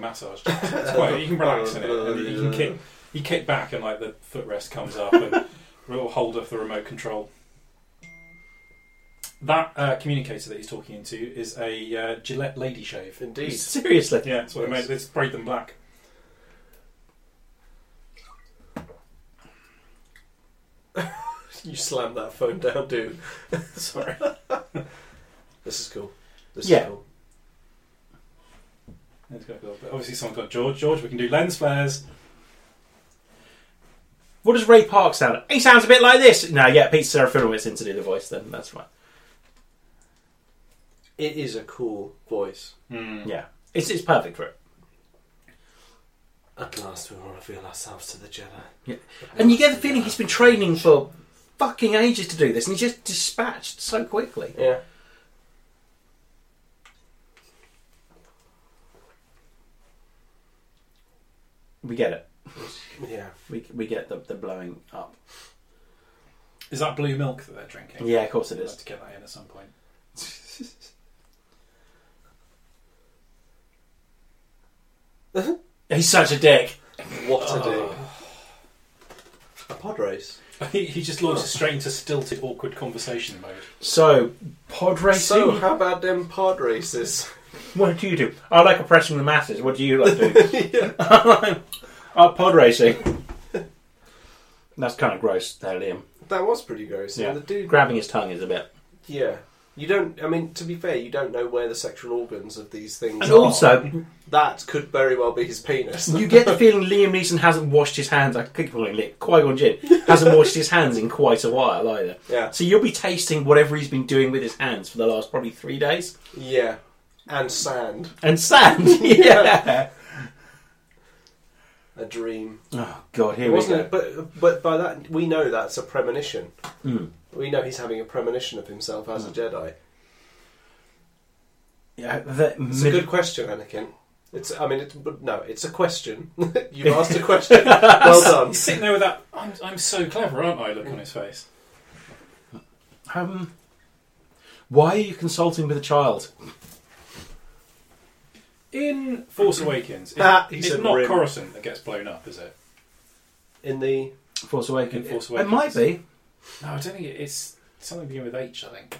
S3: massage. chairs. It's quite, you can relax in it. And you can kick. You kick back, and like the footrest comes up, and a little holder for the remote control. That uh, communicator that he's talking into is a uh, Gillette Lady Shave.
S2: indeed.
S1: Seriously.
S3: Yeah, that's what they made. They sprayed them black.
S2: You slam that phone down, dude.
S3: Sorry.
S2: This is cool. This
S1: Yeah.
S2: is cool.
S3: It's got- but obviously, someone's got George. George, we can do lens flares.
S1: What does Ray Park sound? like? He sounds a bit like this. No, yeah, Pete Serafinowicz in to do the voice. Then that's right.
S2: It is a cool voice.
S3: Hmm.
S1: Yeah, it's it's perfect for it.
S2: At last, we will reveal ourselves to the Jedi.
S1: Yeah. And you get the feeling he's been training for fucking ages to do this, and he's just dispatched so quickly.
S2: Yeah.
S1: We get it.
S2: Yeah.
S1: We, we get the, the blowing up.
S3: Is that blue milk that they're drinking?
S1: Yeah, of course it
S3: I'd like
S1: is.
S3: to get that in at some point.
S1: He's such a dick.
S2: What a dick. Oh. A pod race.
S3: He, he just launches straight into stilted, awkward conversation mode.
S1: So, pod racing.
S2: So, how about them pod races?
S1: what do you do? I like oppressing the masses. What do you like do? oh, pod racing. That's kind of gross, there, Liam.
S2: That was pretty gross. Yeah.
S1: Yeah.
S2: the dude.
S1: Grabbing his tongue is a bit.
S2: Yeah. You don't. I mean, to be fair, you don't know where the sexual organs of these things
S1: And
S2: are.
S1: also,
S2: that could very well be his penis.
S1: you get the feeling Liam Neeson hasn't washed his hands. I keep calling it Qui Gon Jinn hasn't washed his hands in quite a while either.
S2: Yeah.
S1: So you'll be tasting whatever he's been doing with his hands for the last probably three days.
S2: Yeah. And sand.
S1: And sand, yeah.
S2: A dream.
S1: Oh God, here we
S2: wasn't
S1: go.
S2: it? But but by that we know that's a premonition.
S1: Mm.
S2: We know he's having a premonition of himself
S1: Hmm.
S2: as a Jedi.
S1: Yeah, the
S2: It's
S1: mid-
S2: a good question, Anakin. It's I mean, it's, but no, it's a question. You've asked a question. well done.
S3: He's sitting there with that, I'm, I'm so clever, aren't I? Look on his face.
S1: Um, why are you consulting with a child?
S3: In Force Awakens, it's,
S2: Ah, he
S3: it's
S2: said
S3: not
S2: rim.
S3: Coruscant that gets blown up, is it?
S2: In the
S1: Force Awakens.
S3: In Force
S1: It might
S3: Awakens.
S1: be.
S3: No, I don't think it, it's something beginning with H, I think.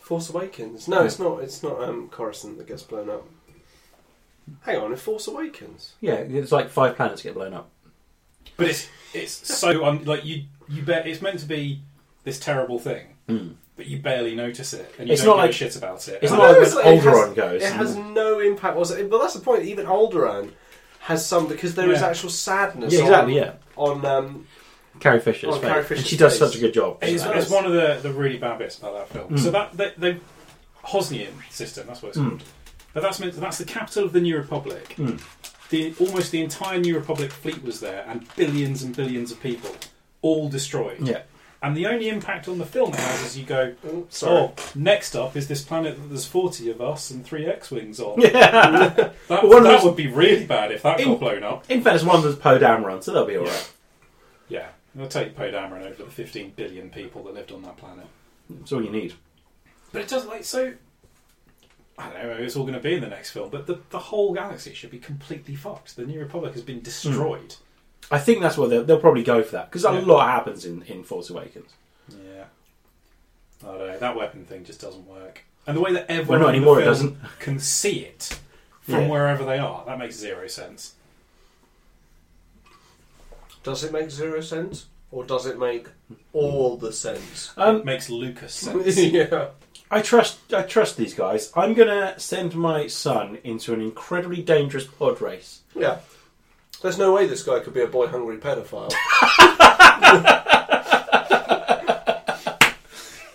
S2: Force Awakens. No, it's not. It's not um, Coruscant that gets blown up. Hang on, in Force Awakens.
S1: Yeah, it's like five planets get blown up.
S3: But it's it's so un, like you you bet it's meant to be this terrible thing, but you barely notice it, and
S1: Hmm.
S3: you
S1: It's
S3: don't
S1: not
S3: give
S1: like-
S3: a shit about it.
S1: It's
S3: And
S1: not like
S2: it's
S1: when
S2: like- it has-
S1: Alderaan goes.
S2: It has no impact whatsoever. But that's the point. Even Alderaan has some because there is
S3: Yeah.
S2: actual sadness.
S1: Yeah, exactly.
S2: On,
S1: Yeah,
S2: on um,
S1: Carrie Fisher's
S2: On
S1: face.
S2: Carrie
S1: and
S2: Fisher's
S1: she does
S2: face.
S1: such a good job.
S3: It's,
S2: Yeah.
S3: it's one of the, the really bad bits about that film. So
S1: Hmm.
S3: that the, the Hosnian system, that's what it's called. But that's meant that's the capital of the New Republic.
S1: Hmm.
S3: The almost the entire New Republic fleet was there, and billions and billions of people, all destroyed.
S1: Yeah.
S3: And the only impact on the film it has is you go,
S2: oh, sorry.
S3: oh, next up is this planet that there's forty of us and three X-wings on.
S1: Yeah.
S3: That,
S1: One of
S3: that
S1: those-
S3: would be really bad if that
S1: In-
S3: got blown up.
S1: In fairness, one of them's Poe Dameron, so they'll be all right.
S3: Yeah, they'll take Poe Dameron over the 15 billion people that lived on that planet.
S1: That's all you need.
S3: But it does like so. I don't know. It's all going to be in the next film, but the, the whole galaxy should be completely fucked. The New Republic has been destroyed.
S1: I think that's what they'll, they'll probably go for that because a
S3: Yeah.
S1: lot happens in, in Force Awakens.
S3: Yeah, I don't know. That weapon thing just doesn't work, and the way that everyone
S1: Well, not
S3: in the
S1: anymore, it
S3: film
S1: doesn't.
S3: can see it from
S1: Yeah.
S3: wherever they are that makes zero sense.
S2: Does it make zero sense, or does it make all the sense?
S1: Um,
S3: It makes Lucas sense.
S2: yeah.
S1: I trust I trust these guys. I'm gonna send my son into an incredibly dangerous pod race.
S2: Yeah. There's no way this guy could be a boy hungry pedophile.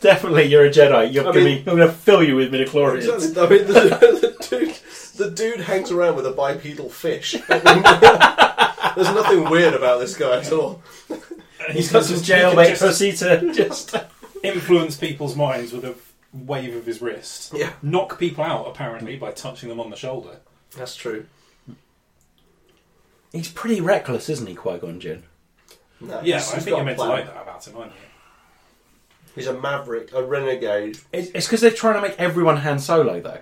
S1: Definitely, you're a Jedi. You're
S2: I
S1: gonna
S2: mean-
S1: be, I'm gonna fill you with midi chlorians.
S2: That's- I mean, the, the dude, the dude hangs around with a bipedal fish. There's nothing weird about this guy at all.
S1: He's got some
S3: Just- he can
S1: jailbait
S3: just
S1: pussy to just.
S3: influence people's minds with a wave of his wrist.
S2: Yeah.
S3: knock people out apparently by touching them on the shoulder.
S2: That's true.
S1: He's pretty reckless, isn't he, Qui Gon Jinn?
S2: No,
S3: Yeah,
S2: he's-
S3: I
S2: he's
S3: think
S2: got
S3: you
S2: a
S3: meant to
S2: plan.
S3: like that about him, aren't you?
S2: He's a maverick, a renegade.
S1: It's because they're trying to make everyone Han Solo, though.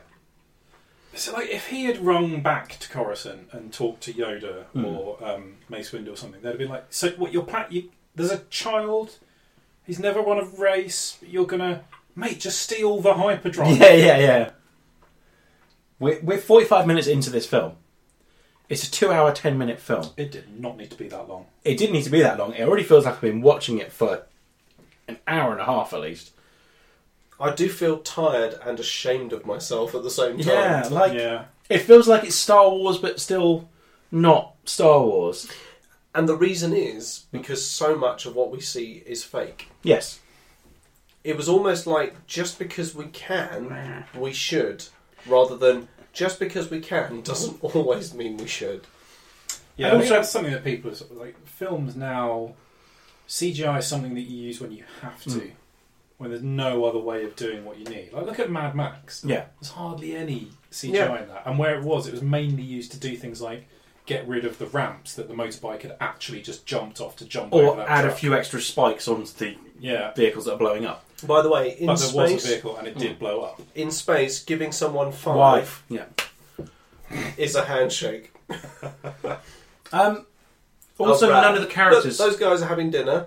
S3: So, like, if he had rung back to Coruscant and talked to Yoda
S1: Hmm.
S3: or um, Mace Windu or something, they'd have been like, "So, what? Your plan? You, there's a child. He's never run a race. You're gonna, mate, just steal the hyperdrive."
S1: Yeah, yeah, yeah. We're, we're 45 minutes into this film. It's a two hour, 10 minute film.
S3: It did not need to be that long.
S1: It didn't need to be that long. It already feels like I've been watching it for an hour and a half at least.
S2: I do feel tired and ashamed of myself at the same time.
S1: Yeah, like,
S3: yeah,
S1: it feels like it's Star Wars, but still not Star Wars.
S2: And the reason is because so much of what we see is fake.
S1: Yes.
S2: It was almost like just because we can, we should, rather than just because we can doesn't always mean we should.
S3: yeah.
S1: And
S3: I think
S1: also-
S3: that's something that people are sort of like films now. CGI is something that you use when you have to,
S1: Hmm.
S3: when there's no other way of doing what you need. Like, look at Mad Max.
S1: Yeah.
S3: There's hardly any CGI
S2: Yeah.
S3: in that. And where it was, it was mainly used to do things like get rid of the ramps that the motorbike had actually just jumped off to jump over
S1: Or
S3: that
S1: add a
S3: truck.
S1: few extra spikes onto the
S3: Yeah.
S1: vehicles that are blowing up.
S2: By the way, in
S3: But there was a
S2: space,
S3: vehicle and it did blow up.
S2: in space, giving someone five
S1: Why? Yeah.
S2: is a handshake.
S1: Um, also,
S2: Oh, right.
S1: none of the characters
S2: Look, those guys are having dinner.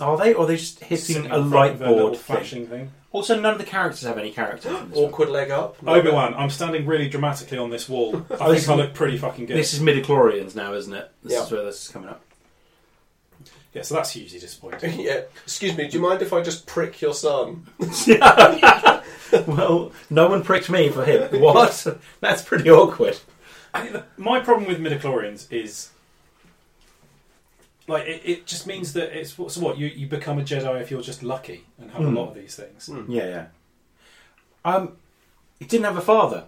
S1: are they, or are they just
S3: Sitting
S1: hitting
S3: in
S1: a
S3: front
S1: light
S3: of little
S1: board thing.
S3: flashing thing.
S1: Also, none of the characters have any characters. In this, one.
S2: Awkward leg up.
S3: Obi Wan, I'm standing really dramatically on this wall. I
S1: this
S3: think I
S1: is-
S3: look pretty fucking good.
S1: this is midichlorians now, isn't it? This
S2: Yeah.
S1: is where this is coming up.
S3: Yeah, so that's hugely disappointing.
S2: yeah. Excuse me. Do you mind if I just prick your son?
S1: well, no one pricked me for him. What? That's pretty awkward.
S3: I think the, my problem with midichlorians is like it, it just means that it's so what you you become a Jedi if you're just lucky and have
S1: Hmm.
S3: a lot of these things.
S1: Yeah, yeah. Um, he didn't have a father.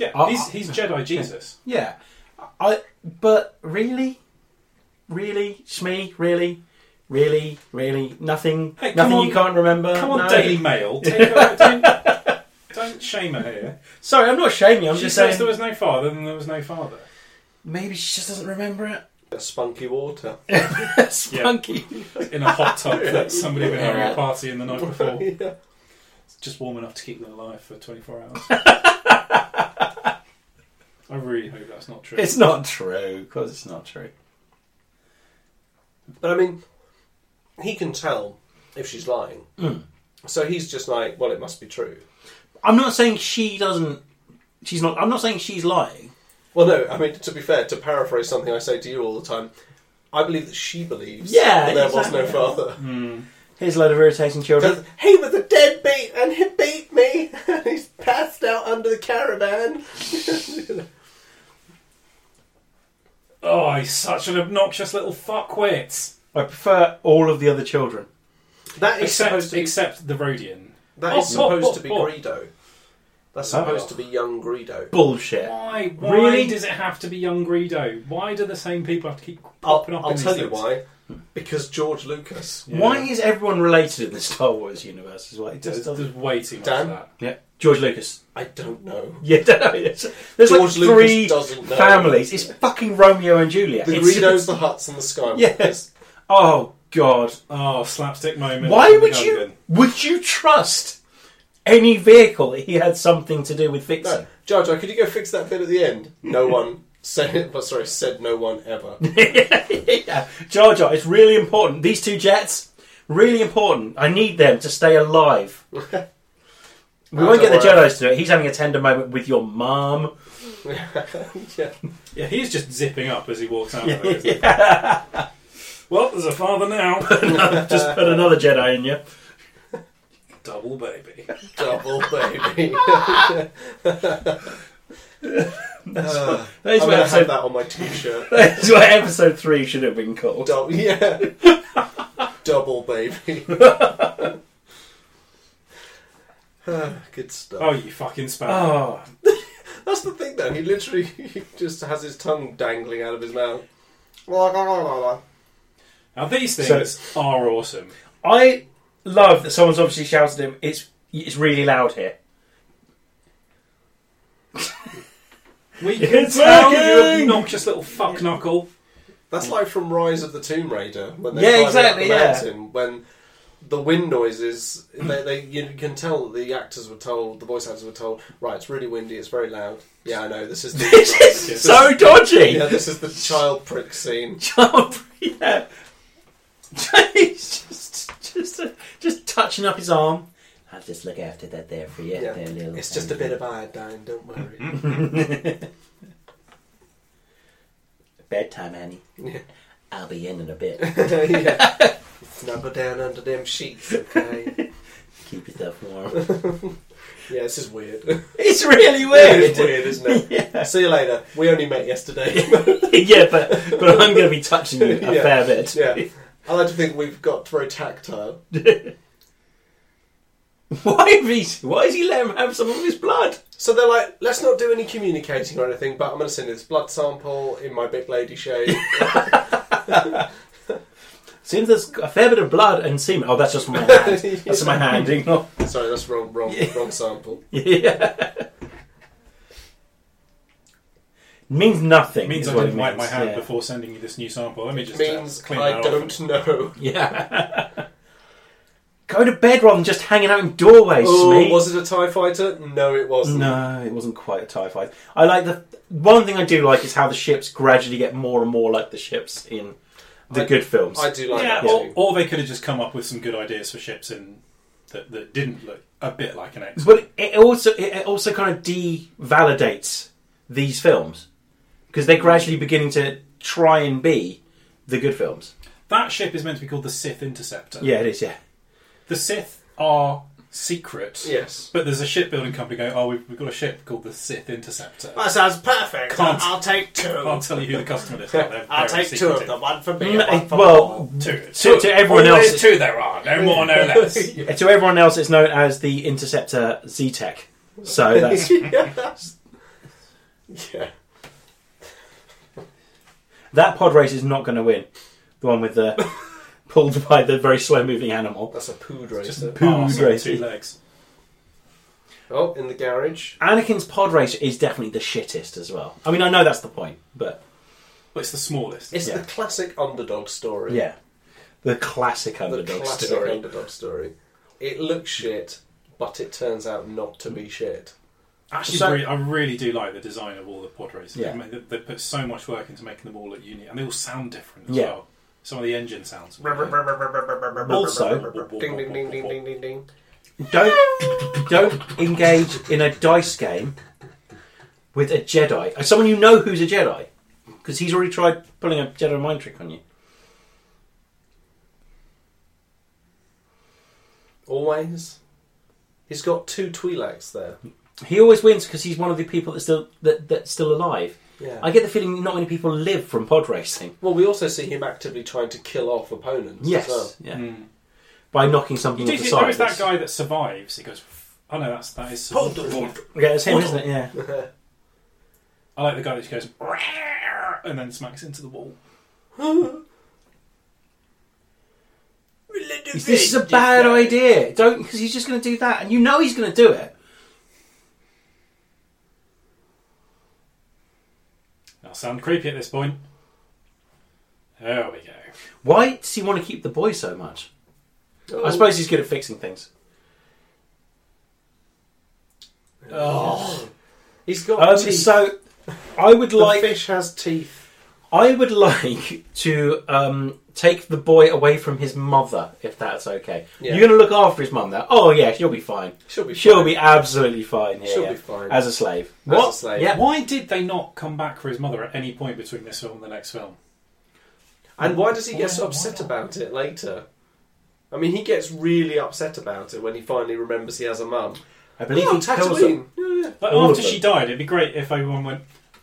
S3: Yeah,
S2: Oh,
S1: I-
S3: he's he's Jedi Jesus.
S1: Yeah, I. But really, really, Shmee, really, really, really, nothing.
S3: Hey, come
S1: nothing
S3: on-
S1: you can't
S2: Uh,
S1: remember.
S3: Come on,
S1: no.
S3: Daily Mail. Take her, don't, don't shame her here.
S1: Sorry, I'm not shaming. you, I'm
S3: she
S1: just
S3: says
S1: saying.
S3: there was no father, then there was no father.
S1: Maybe she just doesn't remember it.
S2: Spunky water.
S1: Spunky.
S3: In a hot tub that somebody had been having
S1: Yeah.
S3: a party in the night before.
S2: yeah.
S3: It's just warm enough to keep them alive for 24 hours. I really hope that's not true.
S1: It's not true. Of course, it's not true.
S2: But I mean, he can tell if she's lying.
S3: Hmm.
S2: So he's just like, well, it must be true.
S1: I'm not saying she doesn't. She's not. I'm not saying she's lying.
S2: Well, no. I mean, to be fair, to paraphrase something I say to you all the time, I believe that she believes.
S1: Yeah,
S2: that there was
S1: exactly.
S2: no father.
S3: Hmm.
S1: Here's a load of irritating children.
S2: Because he was a deadbeat and he beat me and he's passed out under the caravan.
S3: Oh, he's such an obnoxious little fuckwit.
S1: I prefer all of the other children.
S2: That is supposed
S3: Except,
S2: to be,
S3: except the Rodian.
S2: that is
S3: Oh, oh,
S2: supposed
S3: oh,
S2: to be
S3: oh.
S2: Greedo. That's
S1: Oh.
S2: supposed to be young Greedo.
S1: Bullshit.
S3: Why? Why
S1: Really?
S3: does it have to be young Greedo? Why do the same people have to keep
S2: I'll,
S3: popping up?
S2: I'll
S3: in
S2: tell
S3: these
S2: you
S3: things?
S2: why. Because George Lucas.
S3: Yeah.
S1: Why is everyone related in the Star Wars universe? Is what it
S3: There's,
S1: just
S3: there's
S1: doesn't.
S3: way too much
S2: Dan?
S3: of that.
S1: Yeah, George Lucas.
S2: I don't know.
S1: Yeah, there's like
S2: George Lucas
S1: three
S2: doesn't know.
S1: families. It's fucking Romeo and Juliet.
S2: The
S1: It's-
S2: Greedos, the Huts, and the Skywalkers.
S1: Yes. Oh God.
S3: Oh, slapstick moment.
S1: Why
S3: from
S1: would
S3: the
S1: you?
S3: Gungan.
S1: Would you trust any vehicle that he had something to do with fixing?
S2: No, Jar Jar, could you go fix that bit at the end? No one said it. Well, sorry, said no one ever.
S1: yeah, Jar Jar, it's really important. These two jets, really important. I need them to stay alive. we won't get the
S2: don't worry.
S1: Jedi's to do it. He's having a tender moment with your mum.
S2: yeah.
S3: Yeah, he's just zipping up as he walks out. Of it, isn't he? Well, there's a father now.
S2: Uh,
S1: Just put another Jedi in you.
S3: Double baby.
S2: Double baby. Uh,
S1: That is
S2: I'm
S1: what
S2: going to have
S1: episode,
S2: that on my t-shirt.
S1: that is what episode three should have been called.
S2: Double, yeah. Double baby. Ah, Good stuff.
S3: Oh, you fucking spam.
S1: Oh,
S2: That's the thing, though. He literally he just has his tongue dangling out of his mouth.
S3: Now these
S1: So-
S3: things are awesome.
S1: I love that someone's obviously shouted at him. It's it's really loud here.
S3: We can
S1: It's
S3: tell you
S1: working!
S3: obnoxious little fuck knuckle.
S2: That's like from Rise of the Tomb Raider when they're
S1: Yeah,
S2: climbing
S1: exactly,
S2: up the
S1: yeah.
S2: mountain when the wind noises. They, they you can tell that the actors were told, the voice actors were told, right? It's really windy. It's very loud. Yeah, I know. This is the
S1: This is so dodgy.
S2: yeah. This is the child prick scene.
S1: Jump, yeah. He's just just uh, just touching up his arm. I'll just look after that there for you.
S2: Yeah.
S1: there, little
S2: It's just a
S1: thing.
S2: bit of iodine. Don't worry.
S1: bedtime, Annie.
S2: Yeah.
S1: I'll be in in a bit.
S2: yeah. Snuggle down under them sheets, okay?
S1: Keep yourself warm.
S2: yeah, this is weird.
S1: it's really
S2: It
S1: weird.
S2: is weird, isn't it?
S1: Yeah.
S2: See you later. We only met yesterday.
S1: yeah, but but I'm going to be touching you a
S2: Yeah.
S1: fair bit.
S2: yeah. I like to think we've got very tactile.
S1: Why have he, Why is he letting him have some of his blood?
S2: So they're like, let's not do any communicating or anything, but I'm going to send you this blood sample in my big lady shade.
S1: Seems there's a fair bit of blood and semen. Oh, that's just my hand. That's my hand. Ignore.
S2: Sorry, that's wrong, wrong, wrong sample.
S1: Yeah. means nothing.
S3: It means
S1: is
S3: I
S1: what
S3: didn't
S1: it
S3: wipe my
S1: means,
S3: hand
S1: yeah.
S3: before sending
S1: uh,
S3: you this new sample. Let me just uh,
S2: Means
S3: clean
S2: I
S3: that off.
S2: don't know.
S1: Yeah. Go to bed rather than just hanging out in doorways,
S2: Oh,
S1: Smee.
S2: was it a TIE fighter? No, it wasn't.
S1: No, it wasn't quite a TIE fighter. I like the. One thing I do like is how the ships gradually get more and more like the ships in the
S2: I-
S1: good films.
S2: I do like
S3: yeah,
S2: that.
S3: or,
S1: Oh.
S2: too.
S3: or they could have just come up with some good ideas for ships in that, that didn't look a bit like an X.
S1: But it also it also kind of devalidates these films because they're gradually beginning to try and be the good films.
S3: That ship is meant to be called the Sith Interceptor.
S1: Yeah, it is. Yeah,
S3: The Sith are secret.
S2: Yes.
S3: But there's a shipbuilding company going, oh, we've, we've got a ship called the Sith Interceptor.
S5: That sounds perfect.
S3: Can't-
S5: I'll take
S3: I'll
S5: two.
S3: tell you who the customer is. They're very
S5: I'll take two of
S3: secretive.
S5: them. One for me.
S1: Mm,
S5: and one
S1: it-
S5: for
S1: well,
S3: Two.
S1: to, to everyone
S3: Always
S1: else,
S3: two there are. No more, no less.
S1: to everyone else, it's known as the Interceptor Z Tech. So that's
S2: yeah.
S1: that pod race is not going to win. The one with the pulled by the very slow moving animal.
S2: That's a poo
S3: Just
S2: racer.
S3: an arse and
S1: racing.
S3: two legs.
S2: Oh, in the garage.
S1: Anakin's pod race is definitely the shittest as well. I mean, I know that's the point, but
S3: Well, it's the smallest.
S2: It's
S1: Yeah.
S2: the classic underdog story.
S1: yeah, the classic
S2: The
S1: underdog
S2: classic
S1: story.
S2: underdog story. It looks shit, but it turns out not to be shit.
S3: Actually,
S1: So-
S3: re- I really do like the design of all the pod races.
S1: Yeah.
S3: They, ma- they put so much work into making them all look unique, and they all sound different as
S1: Yeah.
S3: well. Some of the engine sounds.
S1: Also-
S5: Also,
S2: Ding, ding, ding, ding, ding, ding, ding.
S1: Don't don't engage in a dice game with a Jedi. As Someone you know who's a Jedi, because he's already tried pulling a Jedi mind trick on you.
S2: Always. He's got two Twi'leks there.
S1: He always wins because he's one of the people that's still that, that's still alive.
S2: Yeah.
S1: I get the feeling not many people live from pod racing.
S2: Well, we also see him actively trying to kill off opponents.
S1: Yes,
S2: As well.
S1: yeah,
S3: Hmm.
S1: by knocking
S3: You
S1: something
S3: do
S1: off the
S3: think
S1: side.
S3: there is that guy that survives. He goes, oh no, that's that is.
S1: Yeah, it's him, isn't it? Yeah.
S3: I like the guy that just goes "Rawr," and then smacks into the wall.
S1: This is a bad idea. Don't because he's just going to do that, and you know he's going to do it.
S3: That'll sound creepy at this point. There we go.
S1: Why does he want to keep the boy so much?
S2: Oh.
S1: I suppose he's good at fixing things.
S2: He's got
S1: Um,
S2: teeth.
S1: so, I would
S2: the
S1: like
S2: fish has teeth.
S1: I would like to um, take the boy away from his mother, if that's okay.
S2: Yeah.
S1: You're going to look after his mum now. Oh yeah, she'll be fine.
S2: She'll be.
S1: She'll
S2: fine.
S1: be absolutely fine. Yeah,
S2: She'll
S1: yeah.
S2: be fine.
S1: as a slave.
S2: As
S1: what?
S2: a slave.
S1: Yeah.
S3: Why did they not come back for his mother at any point between this film and the next film?
S2: And why does he get so
S3: Why-
S2: upset
S3: why?
S2: about it later? I mean, he gets really upset about it when he finally remembers he has a mum.
S1: I believe
S2: oh,
S1: he tells them.
S2: Tatooine! Yeah, yeah.
S3: Like,
S1: All
S3: after
S1: of them.
S3: she died, it'd be great if everyone went.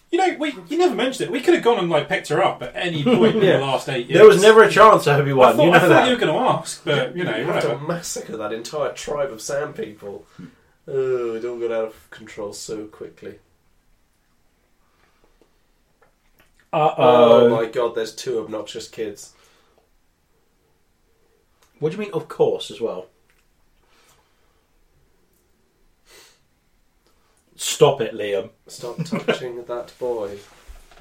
S3: You know, we you never mentioned it. We could have gone and like picked her up at any point in
S2: Yeah.
S3: the last eight years.
S1: There was never a chance, Obi
S3: I
S1: Wan.
S3: thought,
S1: You
S3: I
S1: know
S3: thought
S1: that.
S3: you were going to ask, but you know,
S2: You have to
S3: whatever.
S2: massacre that entire tribe of sand people. Oh, it all got out of control so quickly.
S1: Uh
S2: oh
S1: oh.
S2: my god, there's two obnoxious kids.
S1: What do you mean? Of course, as well. Stop it, Liam.
S2: Stop touching that boy.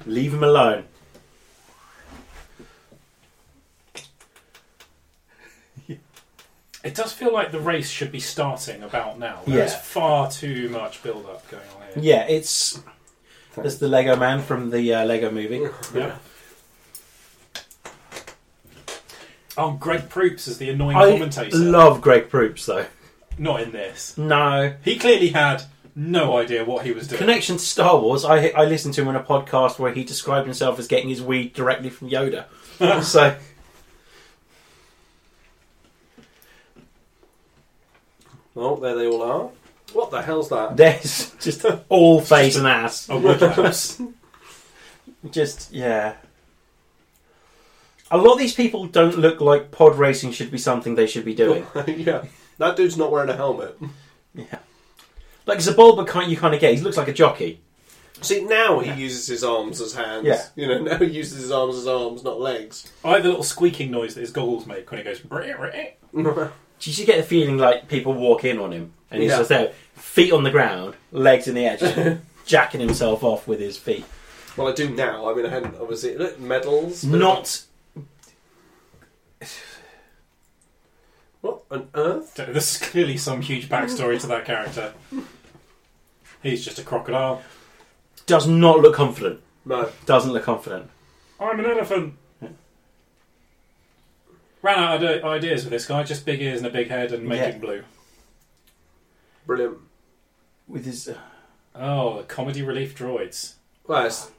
S1: Leave him alone.
S3: It does feel like the race should be starting about now. There's
S1: Yeah.
S3: far too much build-up going on here.
S1: Yeah, it's. That's the Lego Man from the uh, Lego Movie.
S3: Yeah. Oh, Greg Proops is the annoying
S1: I
S3: commentator.
S1: love Greg Proops though.
S3: Not in this.
S1: No.
S3: He clearly had no idea what he was doing.
S1: Connection to Star Wars, I, I listened to him on a podcast where he described himself as getting his weed directly from Yoda. so,
S2: Oh, there they all are. What the hell's that?
S1: there's just all face and ass.
S3: A woodhouse.
S1: Just, yeah. A lot of these people don't look like pod racing should be something they should be doing.
S2: yeah, that dude's not wearing a helmet.
S1: yeah. Like Zabulba, can't you kind of get? He looks like a jockey.
S2: See, now he uses his arms as hands.
S1: Yeah.
S2: You know, now he uses his arms as arms, not legs.
S3: I like the little squeaking noise that his goggles make when he goes. "Brrr, brrr."
S1: Do you get the feeling like people walk in on him and he's
S2: Yeah.
S1: just there, feet on the ground, legs in the air, just jacking himself off with his feet?
S2: Well, I do now. I mean, I hadn't obviously look medals. but-
S1: Not
S2: What on earth?
S3: Don't know, This is clearly some huge backstory to that character. He's just a crocodile.
S1: Does not look confident.
S2: No.
S1: Doesn't look confident.
S3: I'm an elephant. Ran out of ide- ideas with this guy. Just big ears and a big head and making
S1: Yeah.
S3: blue.
S2: Brilliant.
S1: With his. Uh,
S3: Oh, the comedy relief droids.
S2: Well, it's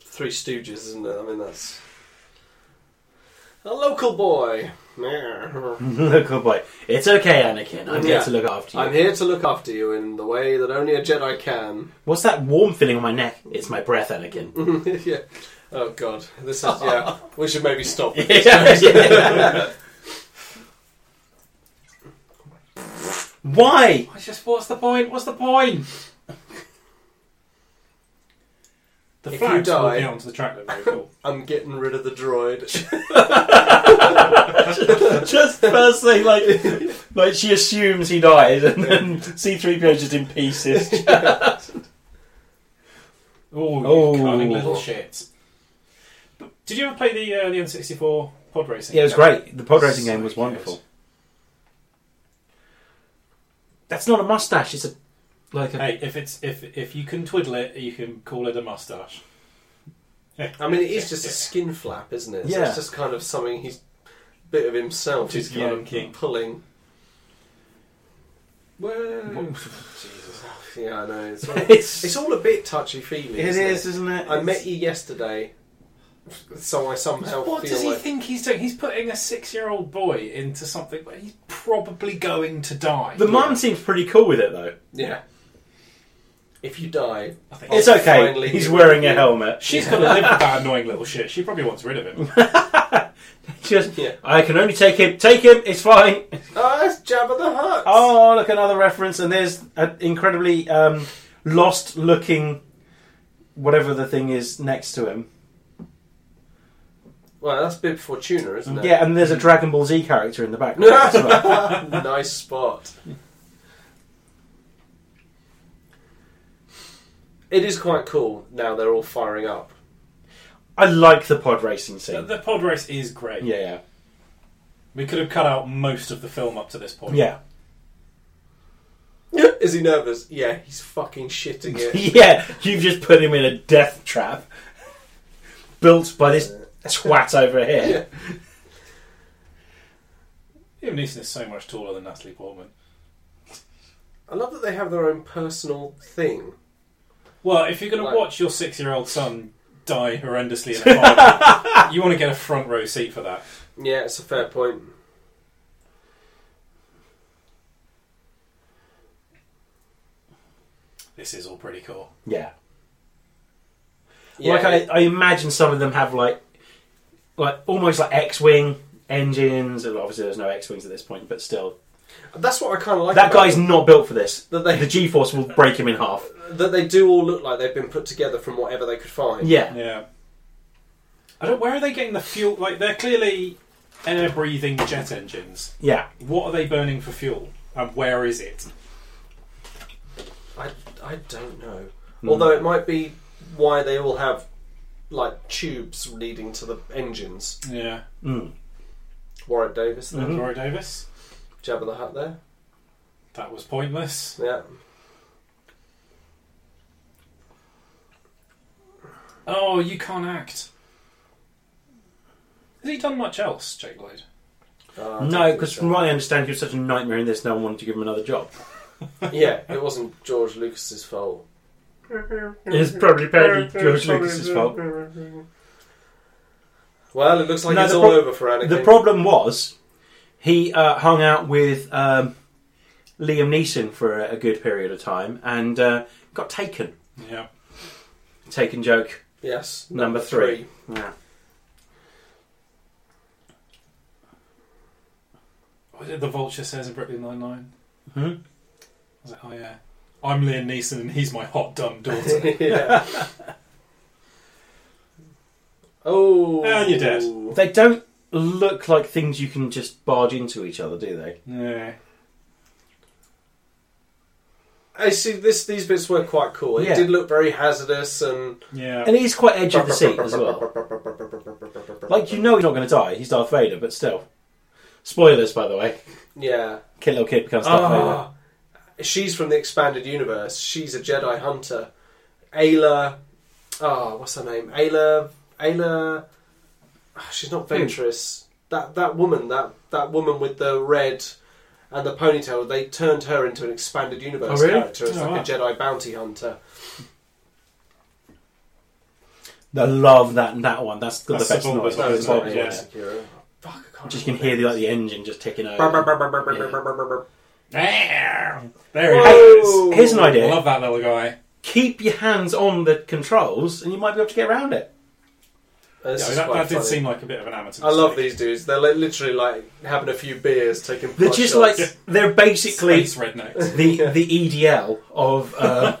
S2: Three Stooges, isn't it? I mean, that's a local boy. I'm
S1: local oh boy. It's okay, Anakin. I'm here
S2: Yeah.
S1: to look after you.
S2: here to look after you in the way that only a Jedi can.
S1: What's that warm feeling on my neck? It's my breath, Anakin.
S2: yeah. Oh God, this is yeah. We should maybe stop. with this.
S1: Yeah. Why?
S3: I just, what's the point? What's the point? The
S2: If
S3: flags
S2: you die-
S3: walking onto the track look very cool.
S2: I'm getting rid of the droid.
S1: Just first thing, like, like she assumes he died, and then C-3PO is just in pieces.
S3: Oh, you
S1: Oh.
S3: cunning little shit. But Did you ever play the uh, the N64 pod racing?
S1: Yeah, it was great. The pod racing
S3: So
S1: game was
S3: good.
S1: wonderful. That's not a mustache. It's a like a.
S3: Hey, if it's if if you can twiddle it, you can call it a mustache.
S2: I mean, it is just a skin flap, isn't it? So
S1: Yeah.
S2: it's just kind of something he's bit of himself. He's
S3: Yeah.
S2: kind of pulling. Well,
S3: Jesus.
S2: yeah, I know. It's all,
S1: It's-
S2: it's all a bit touchy feely.
S1: It is, isn't it?
S2: I met you yesterday, so I somehow
S3: What
S2: feel
S3: does he
S2: like
S3: think he's doing? He's putting a six-year-old boy into something where he's probably going to die.
S1: The mum seems pretty cool with it though.
S2: yeah. If you die,
S3: I think
S1: It's
S2: Oh,
S1: okay.
S2: finally.
S1: He's wearing a helmet.
S3: She's got to live with that annoying little shit. She probably wants rid of him.
S1: Just,
S2: Yeah.
S1: I can only take him. Take him. It's fine.
S2: ah, it's Jabba the Hutt.
S1: Oh, look another reference, and there's an incredibly um, lost-looking whatever the thing is next to him.
S2: well, that's Bib Fortuna, isn't it?
S1: Yeah, and there's a Dragon Ball Z character in the background. as well.
S2: nice spot. It is quite cool. Now they're all firing up.
S1: I like the pod racing
S3: The,
S1: scene.
S3: the pod race is great.
S1: Yeah, yeah,
S3: We could have cut out most of the film up to this point.
S1: yeah.
S2: is he nervous? Yeah, he's fucking shitting it.
S1: Yeah, you've just put him in a death trap built by this twat over here.
S3: Liam Neeson is so much taller than Natalie Portman.
S2: I love that they have their own personal thing.
S3: Well, if you're going
S2: Like-
S3: to watch your six-year-old son die horrendously in a car, you want to get a front row seat for that.
S2: Yeah, it's a fair point.
S3: This is all pretty cool.
S1: Yeah.
S2: Yeah,
S1: Like I, I imagine some of them have like, like almost like X-wing engines, and obviously there's no X-wings at this point, but still,
S2: that's what I kind of like.
S1: that
S2: about
S1: guy's not built for this.
S2: That they-
S1: the G-force will break him in half.
S2: that they do all look like they've been put together from whatever they could find.
S1: Yeah,
S3: Yeah. I don't. Where are they getting the fuel? Like they're clearly air-breathing jet engines.
S1: yeah.
S3: What are they burning for fuel? And where is it?
S2: I, I don't know.
S1: Hmm.
S2: Although it might be why they all have like tubes leading to the engines.
S3: Yeah.
S1: Mm.
S2: Warwick Davis,
S1: Mm-hmm.
S2: there.
S3: Roy Davis.
S2: Jabba the Hutt, there.
S3: That was pointless.
S2: Yeah.
S3: Oh, you can't act. Has he done much else, Jake Lloyd?
S2: Uh, I don't
S1: No,
S2: think
S1: because
S2: so.
S1: from what I understand, he was such a nightmare in this, no one wanted to give him another job.
S2: yeah, it wasn't George Lucas's fault.
S1: It's probably partly George Lucas's fault.
S2: Well, it looks like
S1: No,
S2: it's
S1: the
S2: all
S1: prob-
S2: over for Anakin.
S1: The problem was he uh, hung out with um, Liam Neeson for a, a good period of time and uh, got taken.
S3: Yeah.
S1: Taken joke.
S2: yes,
S1: Number three. Yeah.
S3: What did the vulture says in Brooklyn Nine Nine?
S1: Hmm?
S3: I was like, oh yeah, I'm Liam Neeson and he's my hot dumb daughter.
S2: three. yeah. Oh,
S3: And you're dead.
S1: They don't look like things you can just barge into each other, do they?
S3: yeah.
S2: I see. This these bits were quite cool. It
S1: Yeah.
S2: did look very hazardous and
S3: Yeah.
S1: And he's quite edge of the seat as well. Like you know he's not going to die. He's Darth Vader, but still. Spoilers, by the way.
S2: Yeah.
S1: Kid little kid becomes Darth Vader.
S2: Ah, she's from the expanded universe. She's a Jedi hunter. Ayla. Ah, what's her name? Ayla. Ayla. ah, she's not Ventress. That that woman. That that woman with the red and the ponytail. They turned her into an expanded universe
S1: Oh, really?
S2: character. It's
S3: Oh,
S2: like
S3: wow.
S2: a Jedi bounty hunter.
S1: I love that that one. That's got
S3: That's
S1: the best
S3: the
S1: noise.
S3: Boba
S2: No,
S1: That's
S2: it's
S1: the
S2: not.
S1: Boba
S3: Boba
S2: Yeah.
S1: noise.
S2: Akira. Fuck, I can't
S1: Just you can
S2: remember
S1: hear the,
S2: her
S1: like
S2: name.
S1: the engine just ticking over.
S2: Brr, brr, brr, brr, brr, brr,
S1: Yeah.
S2: brr, brr, brr, brr.
S3: There, there he
S2: Whoa.
S3: is.
S1: Here's an idea.
S3: Love that little guy.
S1: Keep your hands on the controls, and you might be able to get around it.
S2: Uh, this
S3: Yeah,
S2: is
S3: that
S2: quite
S3: that did
S2: funny.
S3: seem like a bit of an amateur.
S2: I love
S3: mistake.
S2: these dudes. They're like, literally like having a few beers, taking.
S1: They're
S2: pot
S1: just
S2: shots,
S1: like they're basically
S3: space rednecks.
S1: the the EDL of uh,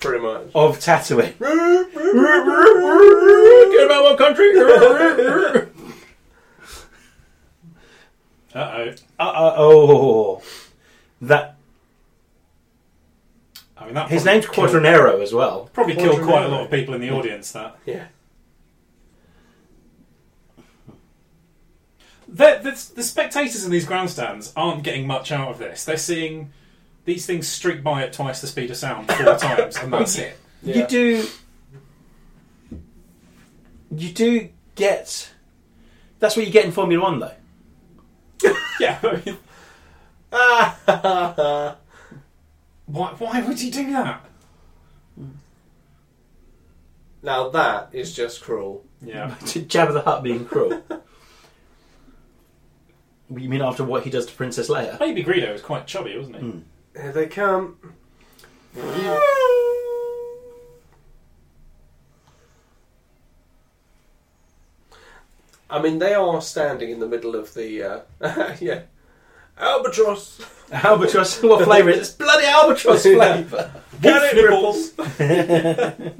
S2: pretty much.
S1: of Tatooine.
S2: Get about one country.
S3: Uh oh.
S1: Uh, uh, oh, that
S3: I mean, that
S1: his
S3: probably
S1: name's Quadranero as well.
S3: killed- Probably killed
S2: Quadranero.
S3: quite a lot of people in the audience. That
S2: yeah.
S3: the, the, the spectators in these grandstands aren't getting much out of this. They're seeing these things streak by at twice the speed of sound four times, and that's it.
S2: Yeah.
S1: You do. You do get. That's what you get in Formula One, though.
S3: Yeah. I mean, why? Why would you do that?
S2: now that is just cruel.
S3: Yeah.
S1: to Jabba the Hutt being cruel. you mean after what he does to Princess Leia?
S3: Baby Greedo was quite chubby, wasn't he?
S1: Hmm.
S2: Here they come. I mean, they are standing in the middle of the uh, yeah albatross.
S1: Albatross, what flavour is it? It's bloody albatross flavour.
S2: Get it,
S3: nipples.
S2: Ripples.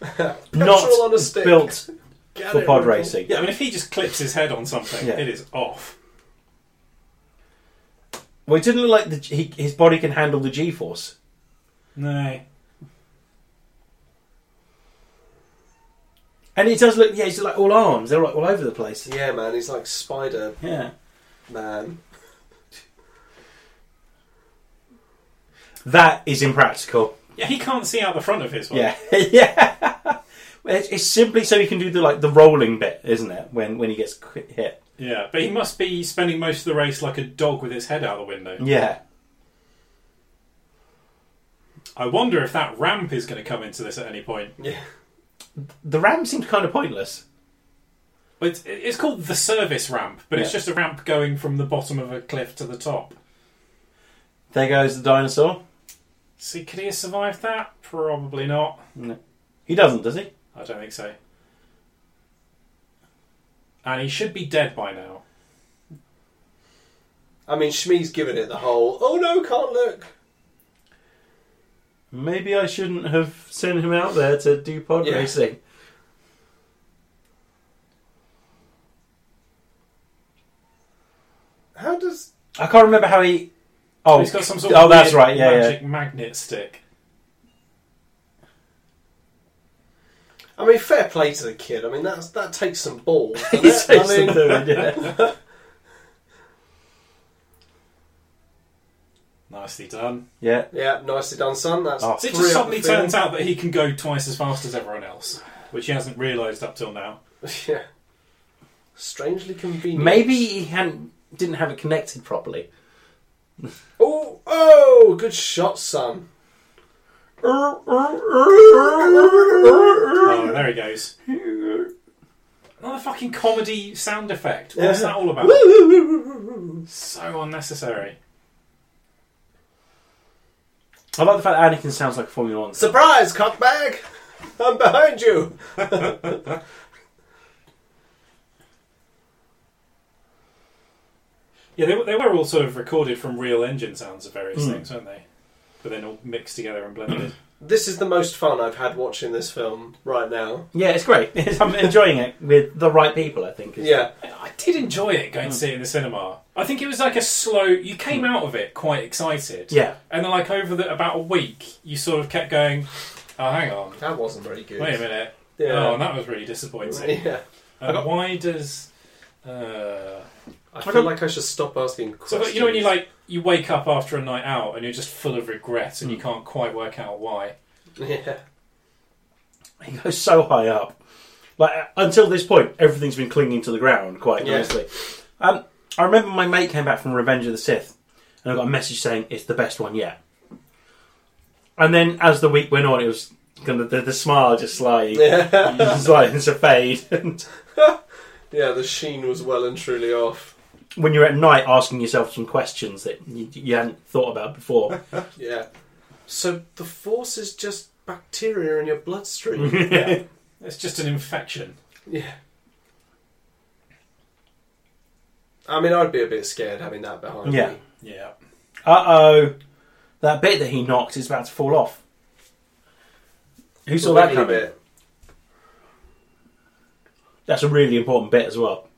S2: Petrol on a
S1: Not
S2: stick.
S1: built
S2: Get
S1: for
S2: it,
S1: pod
S2: Ripples.
S1: racing.
S3: Yeah, I mean, if he just clips his head on something,
S1: Yeah.
S3: it is off.
S1: Well, it didn't look like the, he, his body can handle the G-force.
S3: No.
S1: And it does look, yeah, he's like all arms. They're like all over the place.
S2: Yeah, man, he's like Spider
S1: Yeah.
S2: Man.
S1: That is impractical.
S3: Yeah, he can't see out the front of his one.
S1: Yeah. yeah. Well, It's, it's simply so he can do the like the rolling bit, isn't it? When when he gets qu- hit.
S3: Yeah, but he must be spending most of the race like a dog with his head out the window.
S1: Yeah.
S3: I wonder if that ramp is going to come into this at any point.
S2: Yeah.
S1: The ram seems kind of pointless.
S3: Well, It's, it's called the service ramp, but it's
S1: Yeah.
S3: just a ramp going from the bottom of a cliff to the top.
S1: There goes the dinosaur.
S3: See, could he have survived that? Probably not.
S1: He doesn't, does he?
S3: I don't think so. And he should be dead by now.
S2: I mean, Shmi's given it the whole, oh no, can't look.
S1: Maybe I shouldn't have sent him out there to do pod
S2: Yeah.
S1: racing.
S2: How does.
S1: I can't remember how he. Oh,
S3: He's got some sort
S1: oh,
S3: of
S1: that's
S3: weird
S1: right. Yeah, yeah.
S3: magic magnet stick.
S2: I mean, fair play to the kid. I mean, that's, that takes some balls. doesn't
S1: He
S2: it?
S1: says
S2: I mean,
S1: something, yeah.
S3: Nicely done.
S1: yeah.
S2: yeah, nicely done, son. That's
S1: Oh.
S3: So it
S2: three
S3: just
S2: up
S3: suddenly
S2: the field.
S3: turns out that he can go twice as fast as everyone else, which he hasn't realised up till now.
S2: Yeah. Strangely convenient.
S1: Maybe he hadn't didn't have it connected properly.
S2: Oh, oh, good shot, son.
S3: Oh, there he goes. Another fucking comedy sound effect. What's
S2: Yeah.
S3: that all about? So unnecessary.
S1: I like the fact that Anakin sounds like a Formula One.
S2: Surprise, cockbag! I'm behind you.
S3: Yeah, they, were- they were all sort of recorded from real engine sounds of various
S1: Hmm.
S3: things, weren't they? But then all mixed together and blended.
S2: This is the most fun I've had watching this film right now.
S1: yeah, it's great. I'm enjoying it with the right people. I think. is-
S2: Yeah.
S3: I did enjoy it going to see it in the cinema. I think it was like a slow. You
S2: Hmm.
S3: came out of it quite excited.
S1: Yeah.
S3: And then, like, over the, about a week, you sort of kept going, oh, hang on.
S2: That wasn't very good.
S3: Wait a minute.
S2: Yeah.
S3: Oh, and that was really disappointing.
S2: Yeah.
S3: Uh,
S2: got-
S3: why does uh,
S2: I
S3: I
S2: feel
S3: don't-
S2: like I should stop asking questions.
S3: so you know when you like you wake up after a night out and you're just full of regrets
S2: Hmm.
S3: and you can't quite work out why?
S2: Yeah.
S1: He goes so high up. Like uh, until this point, everything's been clinging to the ground quite
S2: Yeah.
S1: nicely. Um, I remember my mate came back from Revenge of the Sith, and I got a message saying it's the best one yet. And then as the week went on, it was kind of the, the smile just slightly
S2: Yeah.
S1: starting to fade. And
S2: yeah, the sheen was well and truly off.
S1: when you're at night asking yourself some questions that you, you hadn't thought about before,
S2: Yeah. So the force is just bacteria in your bloodstream.
S3: Yeah. It's just an infection.
S2: Yeah. I mean, I'd be a bit scared having that behind
S1: Yeah.
S2: me.
S3: Yeah.
S1: uh oh, that bit that he knocked is about to fall off. Who saw that
S2: Really
S1: coming? That's a really important bit as well.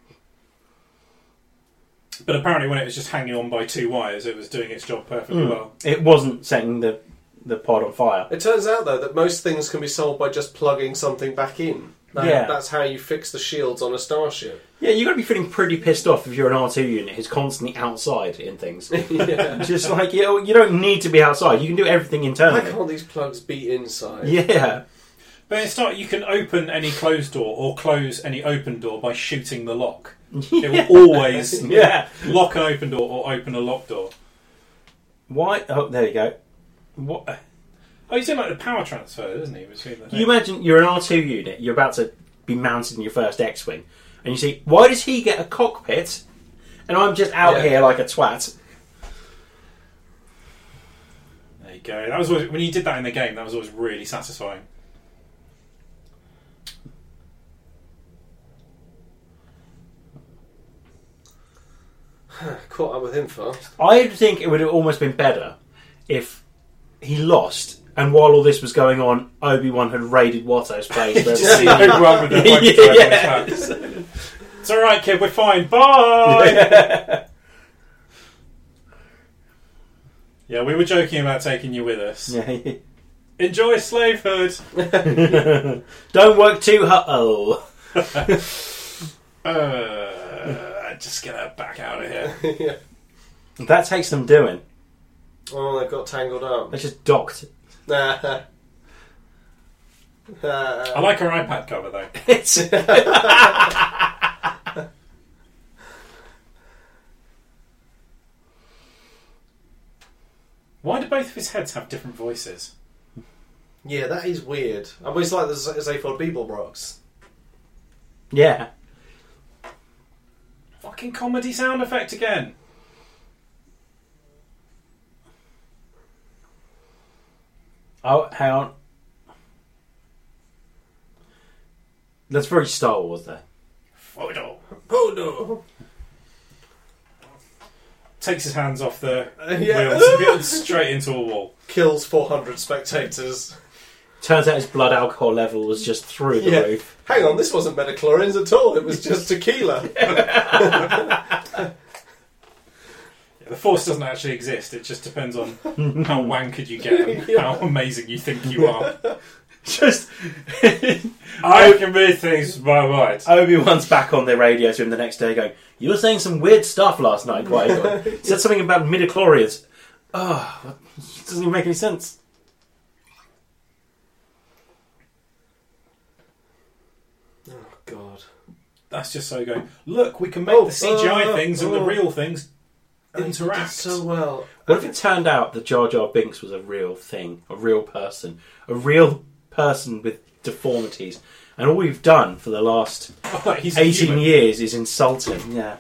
S3: But apparently, when it was just hanging on by two wires, it was doing its job
S2: Hmm.
S3: perfectly well.
S1: It wasn't setting the the pod on fire.
S2: It turns out, though, that most things can be solved by just plugging something back in. That-
S1: Yeah.
S2: That's how you fix the shields on a starship.
S1: Yeah, you got to be feeling pretty pissed off if you're an R two unit who's constantly outside in things.
S2: yeah.
S1: Just like you, know, you don't need to be outside. You can do everything
S2: Why
S1: internally.
S2: can't these plugs be inside?
S1: Yeah,
S3: But it's not, you can open any closed door or close any open door by shooting the lock. It will always
S1: yeah.
S3: lock an open door or open a locked door.
S1: Why? Oh, there you go. What?
S3: Oh, he's in like the power transfer, isn't he? Between the
S1: You imagine you're an R two unit. You're about to be mounted in your first X wing, and you see why does he get a cockpit, and I'm just out
S2: Yeah.
S1: here like a twat.
S3: there you go. That was always, when you did that in the game. That was always really satisfying.
S2: Caught up with him fast.
S1: I think it would have almost been better if he lost, and while all this was going on, Obi Wan had raided Watto's place.
S3: Just see everyone with their microphone on his back. It's all right, kid. We're fine. Bye. yeah, we were joking about taking you with us.
S1: Yeah.
S3: Enjoy slavehood.
S1: Don't work too hard. Oh,
S3: Uh, I'm just gonna back out of here.
S2: yeah.
S1: that takes some doing.
S2: Oh, they've got tangled up.
S1: They just docked.
S2: Ah.
S3: I
S2: Ah.
S3: like her iPad cover though.
S1: It's
S3: Why do both of his heads have different voices?
S2: yeah, that is weird. I mean, it's like the Zaphod Beeble rocks.
S1: yeah.
S3: Fucking comedy sound effect again.
S1: Oh, hang on. That's very Star Wars, there.
S3: Photo.
S2: Oh no!
S3: Takes his hands off the
S2: Uh, yeah.
S3: wheels and gets straight into a wall.
S2: Kills 400 spectators.
S1: Turns out his blood alcohol level was just through the
S2: Yeah.
S1: roof.
S2: Hang on, this wasn't metachlorines at all. It was just tequila.
S3: The force doesn't actually exist. It just depends on how wankered you get and how amazing you think you are.
S1: Just
S3: I can read things by right.
S1: Obi Wan's back on the radio to him the next day, going, "You were saying some weird stuff last night, qui Said something about midichlorians. Oh, what- it doesn't even make any sense."
S2: oh god.
S3: That's just so going. Look, we can make
S2: Oh,
S3: the CGI
S2: oh,
S3: things and the
S2: oh.
S3: real things
S2: They did
S3: interact.
S2: so well.
S1: What if it turned out that Jar Jar Binks was a real thing, a real person, a real person with deformities, and all we've done for the last
S3: He's a
S1: eighteen
S3: human.
S1: years is insult him? Yeah,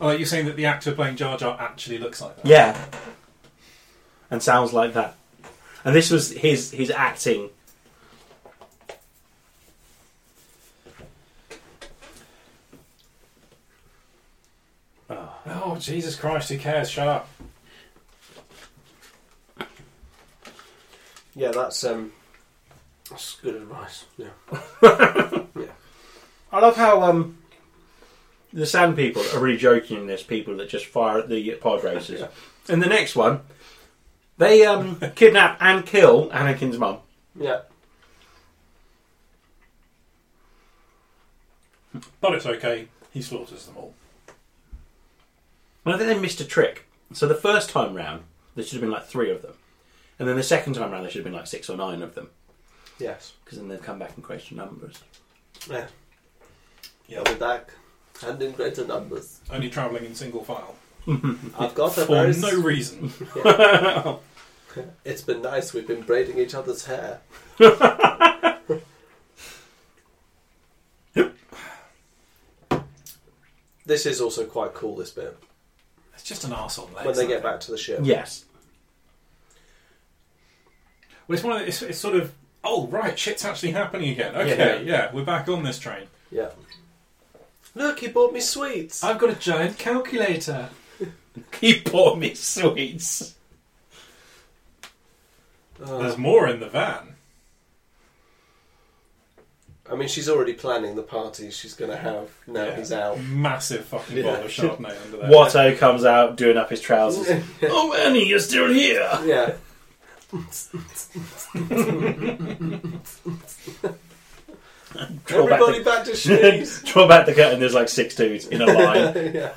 S3: Oh, you're saying that the actor playing Jar Jar actually looks like that?
S1: yeah, and sounds like that. And this was his his acting.
S3: Oh, Jesus Christ, who cares? Shut up.
S2: Yeah, that's um, that's good advice. Yeah.
S1: I love how um, the sand people are really joking in this. People that just fire at the pod racers. And the next one, they um, kidnap and kill Anakin's mum.
S2: Yeah.
S3: But it's okay. He slaughters them all.
S1: And I think they missed a trick. So the first time round, there should have been like three of them. And then the second time round, there should have been like six or nine of them.
S2: Yes.
S1: Because then they've come back and crashed your numbers.
S2: Yeah.
S3: Yeah.
S2: I'll be back. And in greater numbers.
S3: Only travelling in single file
S2: I've got a
S3: for
S2: very.
S3: no reason.
S2: It's been nice. We've been braiding each other's hair. this is also quite cool. This bit
S3: It's just an arse on
S2: when
S3: legs.
S2: they
S3: isn't
S2: get
S3: it?
S2: back to the ship.
S1: Yes.
S3: Well, it's one of the, it's, it's sort of oh right, shit's actually happening again. Okay,
S1: Yeah.
S3: yeah, we're back on this train.
S2: Yeah. Look, he bought me sweets.
S3: I've got a giant calculator.
S1: He bought me sweets.
S2: Oh. Uh-huh.
S3: There's more in the van.
S2: I mean, she's already planning the party she's going to have now
S3: Yeah.
S2: he's out.
S3: Massive fucking
S2: Yeah.
S3: bottle of Chardonnay under there.
S1: Watto comes out doing up his trousers. oh, Annie, you're still here.
S2: Yeah.
S1: Draw back,
S2: Everybody
S1: the,
S2: back to shoes.
S1: draw back the curtain, there's like six dudes in a line,
S2: yeah.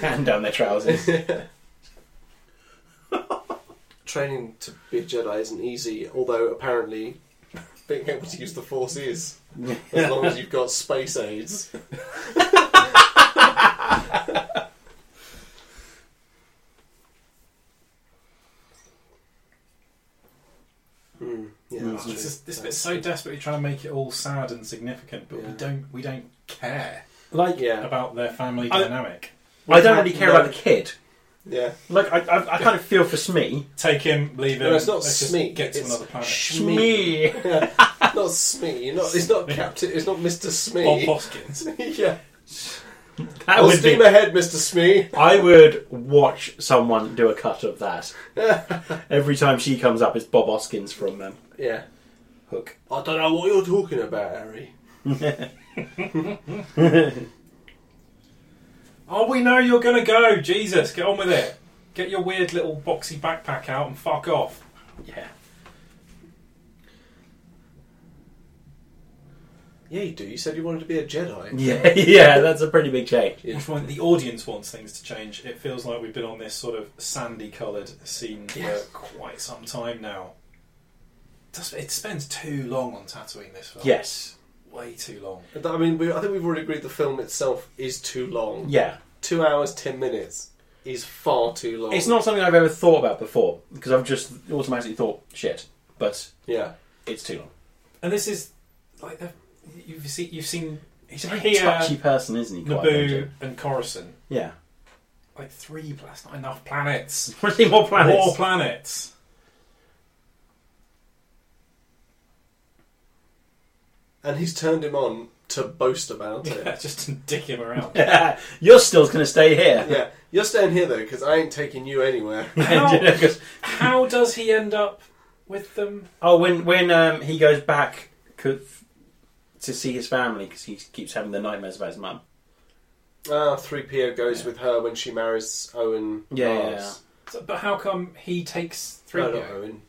S1: hand down their trousers.
S2: Training to be a Jedi isn't easy, although apparently being able to use the Force is, as long as you've got space aids. Hmm, yeah,
S1: Mm.
S2: that's
S3: It's
S2: true.
S3: just- this bit's so desperately trying to make it all sad and significant, but
S2: Yeah.
S3: we don't we don't care
S1: Like,
S2: yeah,
S3: about their family
S1: I-
S3: dynamic.
S1: I don't really care about the kid.
S2: yeah.
S1: Like, I, I, I kind of feel for Smee.
S3: Take him, leave him.
S2: No, it's not
S3: let's just
S2: Smee.
S3: Get to
S2: it's
S3: another planet.
S2: Shmee. Yeah, not Smee. You're not. It's not Captain. It's not Mister
S3: Bob
S2: Smee.
S3: Hoskins.
S2: yeah.
S1: That
S2: I'll
S1: would be
S2: steam ahead, Mister Smee.
S1: I would watch someone do a cut of that. Every time she comes up, it's Bob Hoskins from um,
S2: Yeah.
S1: Hook.
S2: I don't know what you're talking about, Harry.
S3: Oh, we know you're gonna go. Jesus, get on with it. Get your weird little boxy backpack out and fuck off.
S1: Yeah.
S2: Yeah, you do. You said you wanted to be a Jedi.
S1: Yeah, yeah, that's a pretty big change.
S2: Yeah.
S3: Which one? The audience wants things to change. It feels like we've been on this sort of sandy-coloured scene
S2: Yes.
S3: for quite some time now. Does- It spends too long on tattooing this film.
S1: Yes.
S3: way too long.
S2: But I mean, we, I think we've already agreed the film itself is too long.
S1: Yeah.
S2: Two hours ten minutes is far too long.
S1: It's not something I've ever thought about before, because I've just automatically thought, shit, but
S2: Yeah.
S1: it's too long.
S3: And this is like the, you've seen you've seen
S1: He's a very
S3: Here-
S1: touchy person, isn't he? Quite
S3: Naboo and Coruscant.
S1: Yeah.
S3: Like three, but that's not enough planets.
S1: Really more planets.
S3: More planets.
S2: And he's turned him on to boast about
S3: Yeah,
S2: it.
S3: just to dick him around.
S1: You're still going to stay here.
S2: yeah. You're staying here though, because I ain't taking you anywhere.
S1: And, you know, 'cause-
S3: How does he end up with them?
S1: oh, when when um, he goes back co- to see his family, because he keeps having the nightmares about his mum.
S2: Ah, three PO goes
S1: Yeah.
S2: with her when she marries Owen.
S1: Yeah, yeah,
S2: Mars.
S3: So, but how come he takes three?
S2: No, not Owen.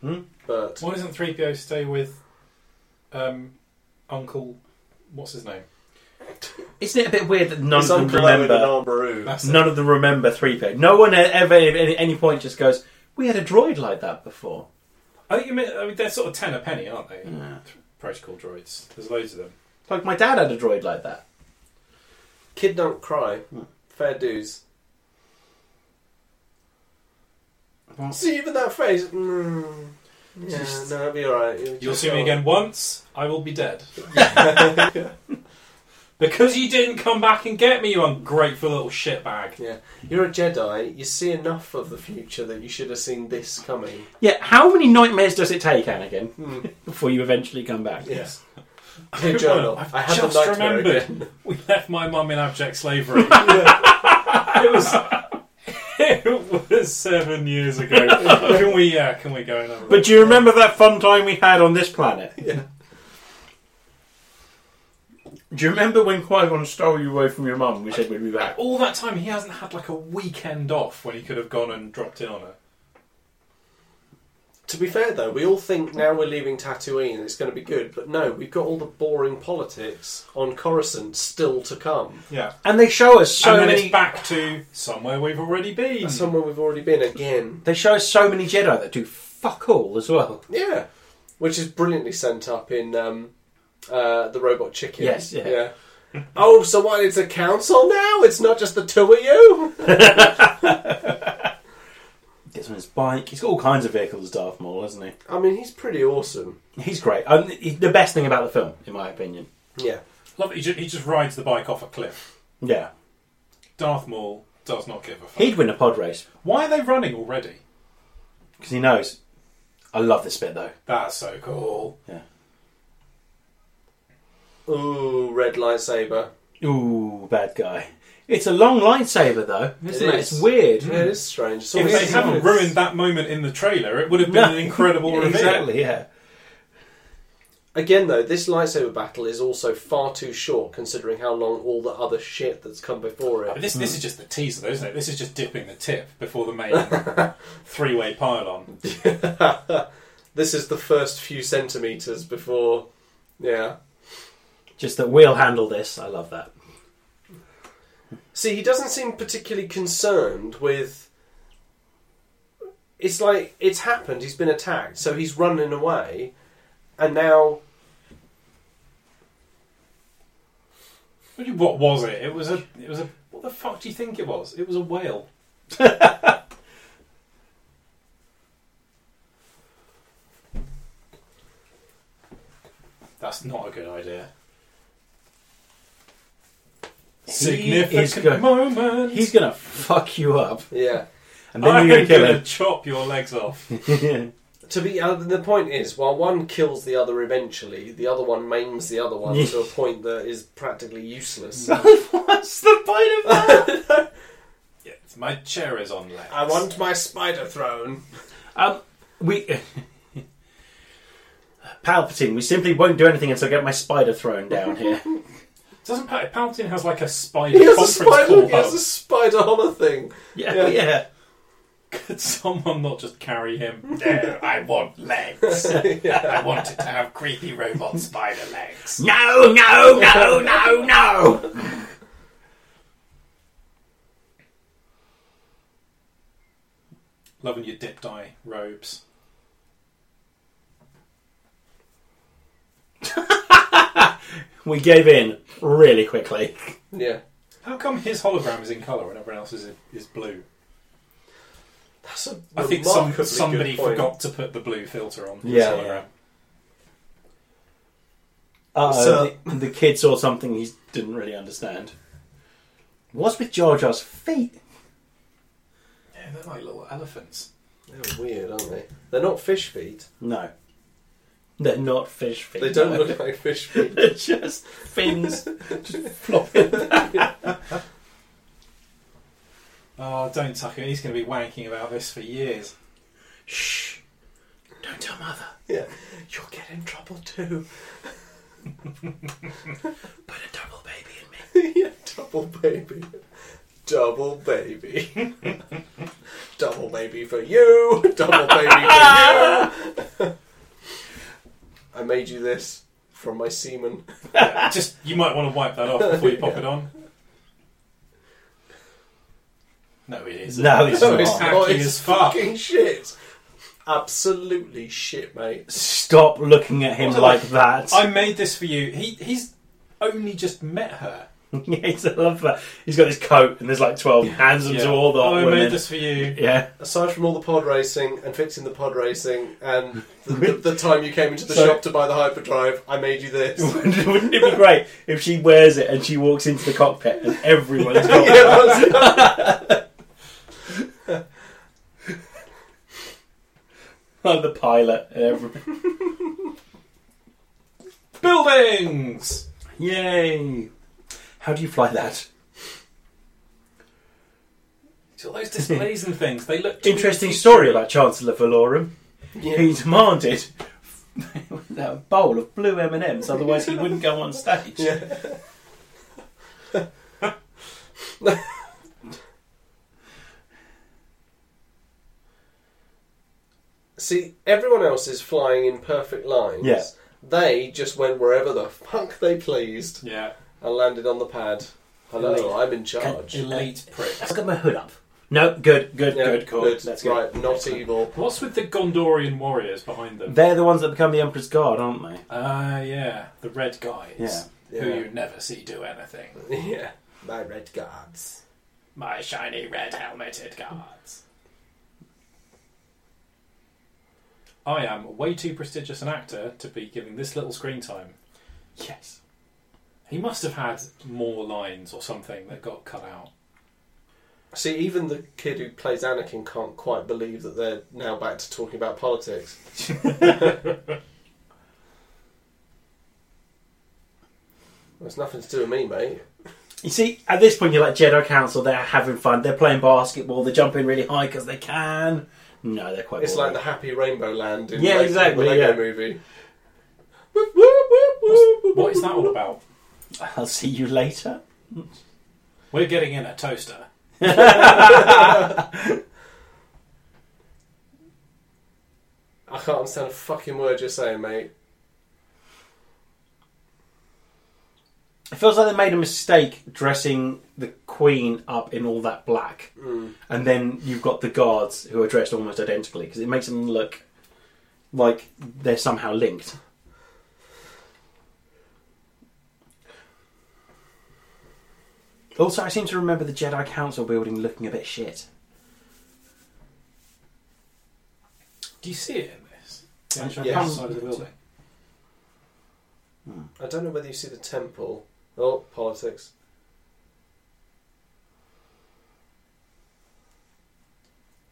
S1: Hmm?
S2: But
S3: Why doesn't 3PO stay with um, Uncle. What's his name?
S1: Isn't it a bit weird that none
S2: his
S1: of them
S2: uncle Owen and
S1: remember?
S2: Aunt Beru.
S3: That's
S1: None of them remember three PO. No one e-, ever at any, any point just goes, "We had a droid like that before."
S3: I think you mean, I mean, they're sort of ten a penny, aren't they?
S1: Yeah.
S3: Protocol droids. There's loads of them.
S1: Like my dad had a droid like that.
S2: Kid don't cry. Fair dues. See, even that phrase. Mm, yeah,
S1: Just-
S2: no, it'll be alright. It'll
S3: You'll
S2: just
S3: see
S2: go
S3: me
S2: on.
S3: again once, I will be dead. Because you didn't come back and get me, you ungrateful little shitbag.
S2: Yeah. You're a Jedi. You see enough of the future that you should have seen this coming.
S1: Yeah. How many nightmares does it take, Anakin, before you eventually come back?
S2: Yes. Dear
S3: Good
S2: journal.
S3: one. I've
S2: I had the
S3: just
S2: nightmare
S3: remembered.
S2: again.
S3: We left my mum in abject slavery. It was. It was seven years ago. can we? Yeah, can we go another?
S1: But do you remember that fun time we had on this planet?
S2: Yeah.
S1: Do you remember when Qui Gon stole you away from your mum? We said we'd be back.
S3: all that time he hasn't had like a weekend off when he could have gone and dropped in on her.
S2: to be fair though, we all think now we're leaving Tatooine, it's going to be good, but no, we've got all the boring politics on Coruscant still to come.
S3: Yeah.
S1: And they show us so
S3: and then
S1: many.
S3: it's back to somewhere we've already been.
S2: Somewhere we've already been again.
S1: They show us so many Jedi that do fuck all as well.
S2: Yeah, which is brilliantly sent up in um, uh, the Robot Chicken.
S1: Yes, yeah.
S2: oh, so what? It's a council now. It's not just the two of you.
S1: Gets on his bike. He's got all kinds of vehicles, Darth Maul, hasn't
S2: I mean, he's pretty awesome.
S1: he? He's great. Um, he- the best thing about the film, in my opinion.
S2: Yeah,
S3: Love it. He just, he just rides the bike off a cliff.
S1: Yeah,
S3: Darth Maul does not give a fuck.
S1: he'd win a pod race
S3: Why are they running already?
S1: because he knows. I love this bit though.
S3: That's so cool.
S2: Ooh, red lightsaber.
S1: Ooh, bad guy. It's a long lightsaber though, isn't it?
S2: is.
S1: It's weird.
S2: Yeah, it is strange. It's
S3: Mm. If
S2: always-
S3: they haven't ruined that moment in the trailer, it would have been
S1: No.
S3: an incredible reveal.
S1: exactly. Yeah.
S2: Again, though, this lightsaber battle is also far too short considering how long all the other shit that's come before
S3: But
S2: it.
S3: This, this is just the teaser, though, isn't it? This is just dipping the tip before the main three-way pylon.
S2: This is the first few centimeters before. Yeah.
S1: Just that we'll handle this. I love that.
S2: See, he doesn't seem particularly concerned with. It's like it's happened. He's been attacked, so he's running away, and now
S3: What was it? It was a. It was a. What the fuck do you think it was? It was a whale. That's not a good idea. Significant
S1: is good.
S3: moment.
S1: He's gonna fuck you up,
S2: yeah.
S1: and then you're gonna
S3: I'm
S1: kill
S3: gonna
S1: him.
S3: chop your legs off.
S2: To be uh, the point is, while one kills the other eventually, the other one maims the other one to a point that is practically useless.
S1: What's the point of that?
S3: Yeah, my chair is on legs.
S2: I want my spider throne.
S1: um, we. Palpatine, we simply won't do anything until I get my spider thrown down here.
S3: Doesn't Pal- Palpatine has like a spider
S2: He has a
S3: conference
S2: spider.
S3: call
S2: He has a
S3: hub?
S2: spider on a thing.
S1: Yeah, yeah.
S3: Could someone not just carry him? no, I want legs. I wanted to have creepy robot spider legs.
S1: No, no, no, no, no.
S3: Loving your dip dye robes.
S1: We gave in really quickly.
S2: Yeah,
S3: How come his hologram is in colour and everyone else's is, is blue?
S2: that's a
S3: I think some,
S2: remarkably
S3: somebody
S2: good point.
S3: forgot to put the blue filter on. his
S1: Yeah.
S3: hologram.
S1: Uh,
S2: So-
S1: the, the kid saw something he didn't really understand. What's with Jar Jar's feet?
S3: yeah, they're like little elephants.
S2: They're weird, aren't they? They're not fish feet.
S1: No, they're not fish feet.
S2: They don't
S1: no.
S2: look like fish feet.
S1: They're just fins just flopping.
S3: Oh, don't tuck it. He's going to be wanking about this for years.
S1: Shh! Don't tell mother.
S2: Yeah, you'll get in trouble too.
S1: Put a double baby in me.
S2: yeah, double baby, double baby, double baby for you, double baby for you. I made you this from my semen.
S3: Yeah, just you might want to wipe that off before you pop it on. No, it isn't.
S1: No, it's
S2: No,
S1: not.
S2: it's not.
S3: Hacky
S2: Oh, It's
S3: as fuck.
S2: fucking shit. Absolutely shit, mate.
S1: Stop looking at him
S3: Also,
S1: like that.
S3: I made this for you. He he's only just met her.
S1: yes, I love that. He's got his coat and there's like twelve hands him
S3: Yeah.
S1: to all the
S3: I
S1: women.
S3: made this for you.
S1: Yeah.
S2: Aside from all the pod racing and fixing the pod racing and the, the, the time you came into the
S1: So-
S2: shop to buy the hyperdrive, I made you this.
S1: Wouldn't it be great if she wears it and she walks into the cockpit and everyone's got
S2: Yeah, that's-
S1: like the pilot and everything?
S3: Buildings.
S1: Yay! How do you fly that?
S3: It's all those displays and things. They look too
S1: Interesting
S3: futuristic.
S1: story about Chancellor Valorum.
S2: yeah.
S1: He demanded a bowl of blue M and M's, otherwise he wouldn't go on stage.
S2: Yeah. See, everyone else is flying in perfect lines.
S1: Yeah.
S2: They just went wherever the fuck they pleased
S3: Yeah.
S2: and landed on the pad. Hello, I'm in charge.
S3: Elite pricks.
S1: I've got my hood up. No, good, good,
S2: Yeah,
S1: good, cool. That's good.
S2: Right, not evil.
S3: What's with the Gondorian warriors behind them?
S1: They're the ones that become the Emperor's Guard, aren't they?
S3: Ah, yeah, the red guys.
S1: Yeah.
S3: Who
S2: Yeah.
S3: you never see do anything.
S2: Yeah. My red guards.
S3: My shiny red helmeted guards. I am way too prestigious an actor to be giving this little screen time. Yes. He must have had more lines or something that got cut out.
S2: See, even the kid who plays Anakin can't quite believe that they're now back to talking about politics. Well, it's nothing to do with me, mate.
S1: You see, at this point, you're like Jedi Council. They're having fun. They're playing basketball. They're jumping really high because they can. No, they're quite.
S2: It's
S1: boring.
S2: like the happy rainbow land in
S1: Yeah,
S2: Lego-
S1: exactly,
S2: the Lego
S1: yeah.
S2: movie. Whoop, whoop, whoop, whoop,
S3: What
S2: whoop,
S3: is that all about?
S1: I'll see you later.
S3: We're getting in a toaster.
S2: I can't understand a fucking word you're saying, mate.
S1: It feels like they made a mistake dressing the Queen up in all that black,
S3: Hmm.
S1: and then you've got the guards who are dressed almost identically because it makes them look like they're somehow linked. Also, I seem to remember the Jedi Council building looking a bit shit.
S3: Do you see it in this? The actual
S2: Yes.
S3: outside of the building.
S2: I don't know whether you see the temple. Oh, politics.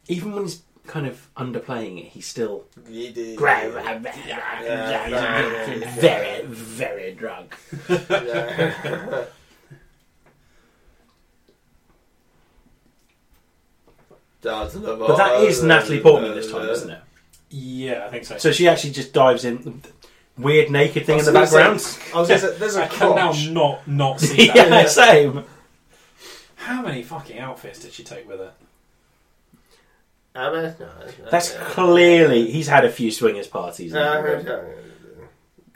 S1: Even when he's kind of underplaying it, he's still
S2: Yeah.
S1: very, very drunk. But that is Natalie Portman this time, isn't it?
S3: Yeah, I think so.
S1: So she actually just dives in. Weird naked thing in the
S2: I was gonna
S1: background.
S2: say- I was going to say, there's a
S3: I can now
S2: crotch.
S3: not not see that.
S1: yeah, same.
S3: How many fucking outfits did she take with her?
S1: That's clearly he's had a few swingers parties. in that room.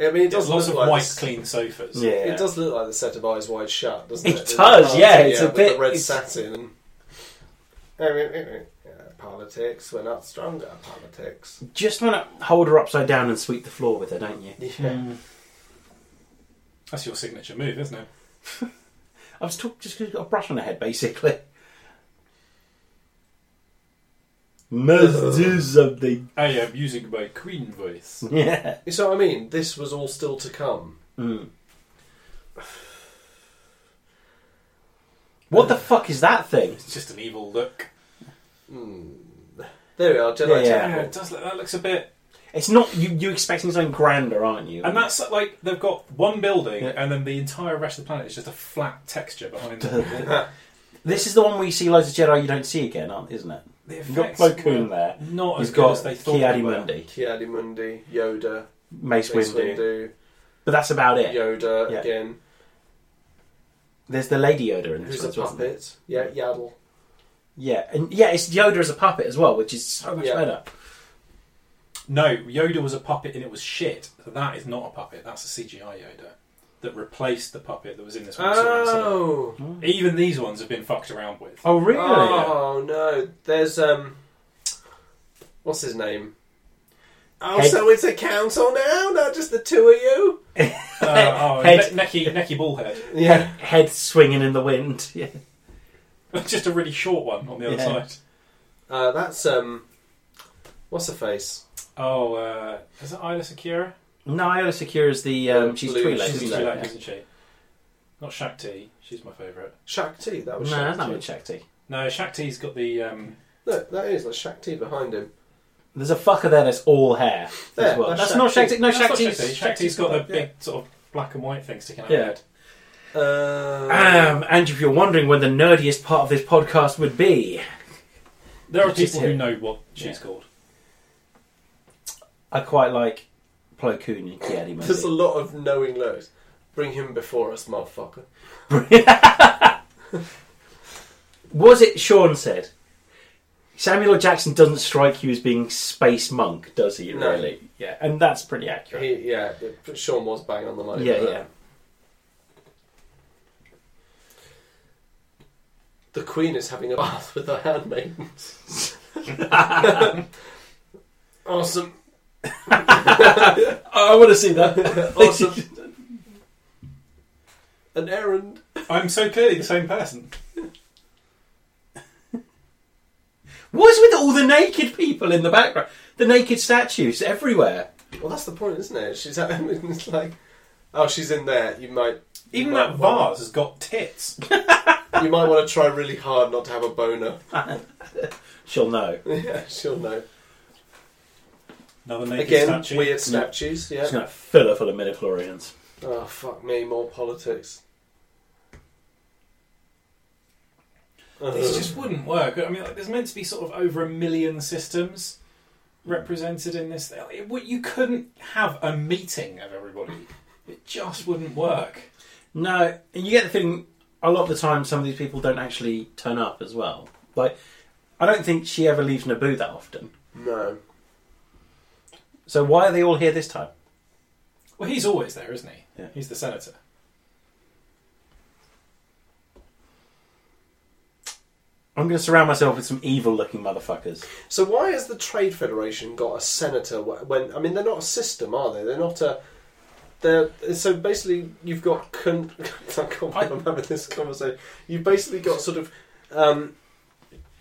S2: I mean, it
S3: There's
S2: does
S3: lots
S2: look
S3: of
S2: like
S3: white,
S2: the-
S3: clean sofas.
S1: yeah,
S2: It does look like the set of eyes wide shut, doesn't
S1: It
S2: it?
S1: does,
S2: Oh,
S1: yeah, it's a
S2: with
S1: bit-
S2: the red
S1: it's-
S2: satin. And... Yeah, Politics, we're not stronger. Politics.
S1: Just want to hold her upside down and sweep the floor with her, don't you?
S2: Yeah.
S3: That's your signature move, isn't it?
S1: I was talking just because she's got a brush on her head, basically. Must do something.
S3: I am using my queen voice.
S1: Mhm. Yeah.
S2: You see what I mean? This was all still to come.
S1: Mm. What the fuck is that thing?
S3: It's just an evil look.
S2: Hmm. There we are, Jedi
S1: Yeah.
S3: Yeah,
S2: Temple.
S3: it does look, that looks a bit.
S1: It's not you. You expecting something grander, aren't you?
S3: And that's like they've got one building,
S1: Yeah.
S3: and then the entire rest of the planet is just a flat texture behind them.
S1: This is the one where you see loads of Jedi you don't see again, aren't, isn't it?
S3: The
S1: You've got
S3: effects
S1: Plo Koon
S3: were
S1: there.
S3: Not as
S1: You've
S3: good
S1: got
S3: as they thought.
S1: Ki Adi
S3: they were.
S1: Mundi,
S2: Ki Adi Mundi, Yoda,
S1: Mace,
S2: Mace
S1: Windu.
S2: Windu,
S1: But that's about it.
S2: Yoda
S1: Yeah.
S2: again.
S1: There's the Lady Yoda in this
S2: Who's
S1: one
S2: a
S1: as well, isn't there?
S2: puppet? Yeah, Yaddle.
S1: Yeah, and yeah, it's Yoda as a puppet as well, which is so much
S2: Yeah.
S1: better.
S3: No, Yoda was a puppet, and it was shit. So that is not a puppet. That's a CGI Yoda that replaced the puppet that was in this one.
S2: Oh,
S3: Even these ones have been fucked around with.
S1: Oh, really?
S2: Oh no, there's um, what's his name? Oh,
S1: Head-
S2: so it's a council now, not just the two of you.
S3: Uh, oh,
S1: Head-
S3: ne- necky, necky ball head.
S2: Yeah,
S1: Head swinging in the wind. Yeah.
S3: Just a really short one on the other
S1: Yeah.
S3: side.
S2: uh, that's um, what's her face?
S3: Oh, uh, is it Ida Sakura?
S1: No, Iola Secure is the um, she's
S2: Blue-
S1: Twi'lek,
S2: she's
S1: isn't
S3: She's
S2: Twi'lek,
S1: it?
S3: Chilak, isn't she? Not Shakti. She's my favourite.
S2: Shakti. That
S1: No,
S2: was
S1: that's
S2: Shakti.
S1: not Shakti.
S3: No, Shakti's got the. Um,
S2: Look, that is that's Shakti behind him.
S1: There's a fucker there that's all hair as
S2: There,
S1: well. That's,
S2: that's
S1: not
S2: Shakti.
S1: Shakti. No,
S3: that's not
S1: Shakti's,
S3: Shakti. Shakti's got the big sort of black and white thing sticking out.
S1: Yeah.
S3: Yeah. Head.
S2: Uh,
S1: Um, and if you're wondering when the nerdiest part of this podcast would be,
S3: There are
S1: Just
S3: people
S1: hit.
S3: who know what she's
S1: Yeah.
S3: called.
S1: I quite like Plo Koon and Ki Adi
S2: there's a
S1: Mundi.
S2: lot of knowing looks. Bring him before us, motherfucker.
S1: Was it Sean said? Samuel L. Jackson doesn't strike you as being space monk, does he?
S2: No.
S1: Really? Yeah, and that's pretty accurate.
S2: He, yeah, but Sean was bang on the money.
S1: yeah,
S2: with that.
S1: yeah.
S2: The Queen is having a bath with her handmaidens. awesome.
S1: I want to see that.
S2: Awesome. An errand.
S3: I'm so clearly the same person.
S1: What is with all the naked people in the background? The naked statues everywhere.
S2: Well, that's the point, isn't it? She's at, it's like, oh, she's in there. You might you
S3: Even
S2: might
S3: that
S2: wanna-
S3: vase has got tits.
S2: You might want to try really hard not to have a boner.
S1: She'll know.
S2: yeah, she'll know.
S3: Another naked
S2: Again,
S3: statue.
S2: weird statues. Yeah.
S1: She's going to fill her full of midichlorians.
S2: Oh fuck me, more politics.
S3: This just wouldn't work. I mean, like, there's meant to be sort of over a million systems represented in this. It, would- you couldn't have a meeting of everybody. It just wouldn't work.
S1: No, and you get the feeling a lot of the time some of these people don't actually turn up as well. Like, I don't think she ever leaves Naboo that often.
S2: no.
S1: So why are they all here this time?
S3: Well, he's always there, isn't he?
S1: Yeah.
S3: He's the senator.
S1: I'm going to surround myself with some evil-looking motherfuckers.
S2: So why has the Trade Federation got a senator wh- when I mean they're not a system, are they? They're not a. They're so basically you've got. Con- I can't believe I'm having this conversation. You've basically got sort of um,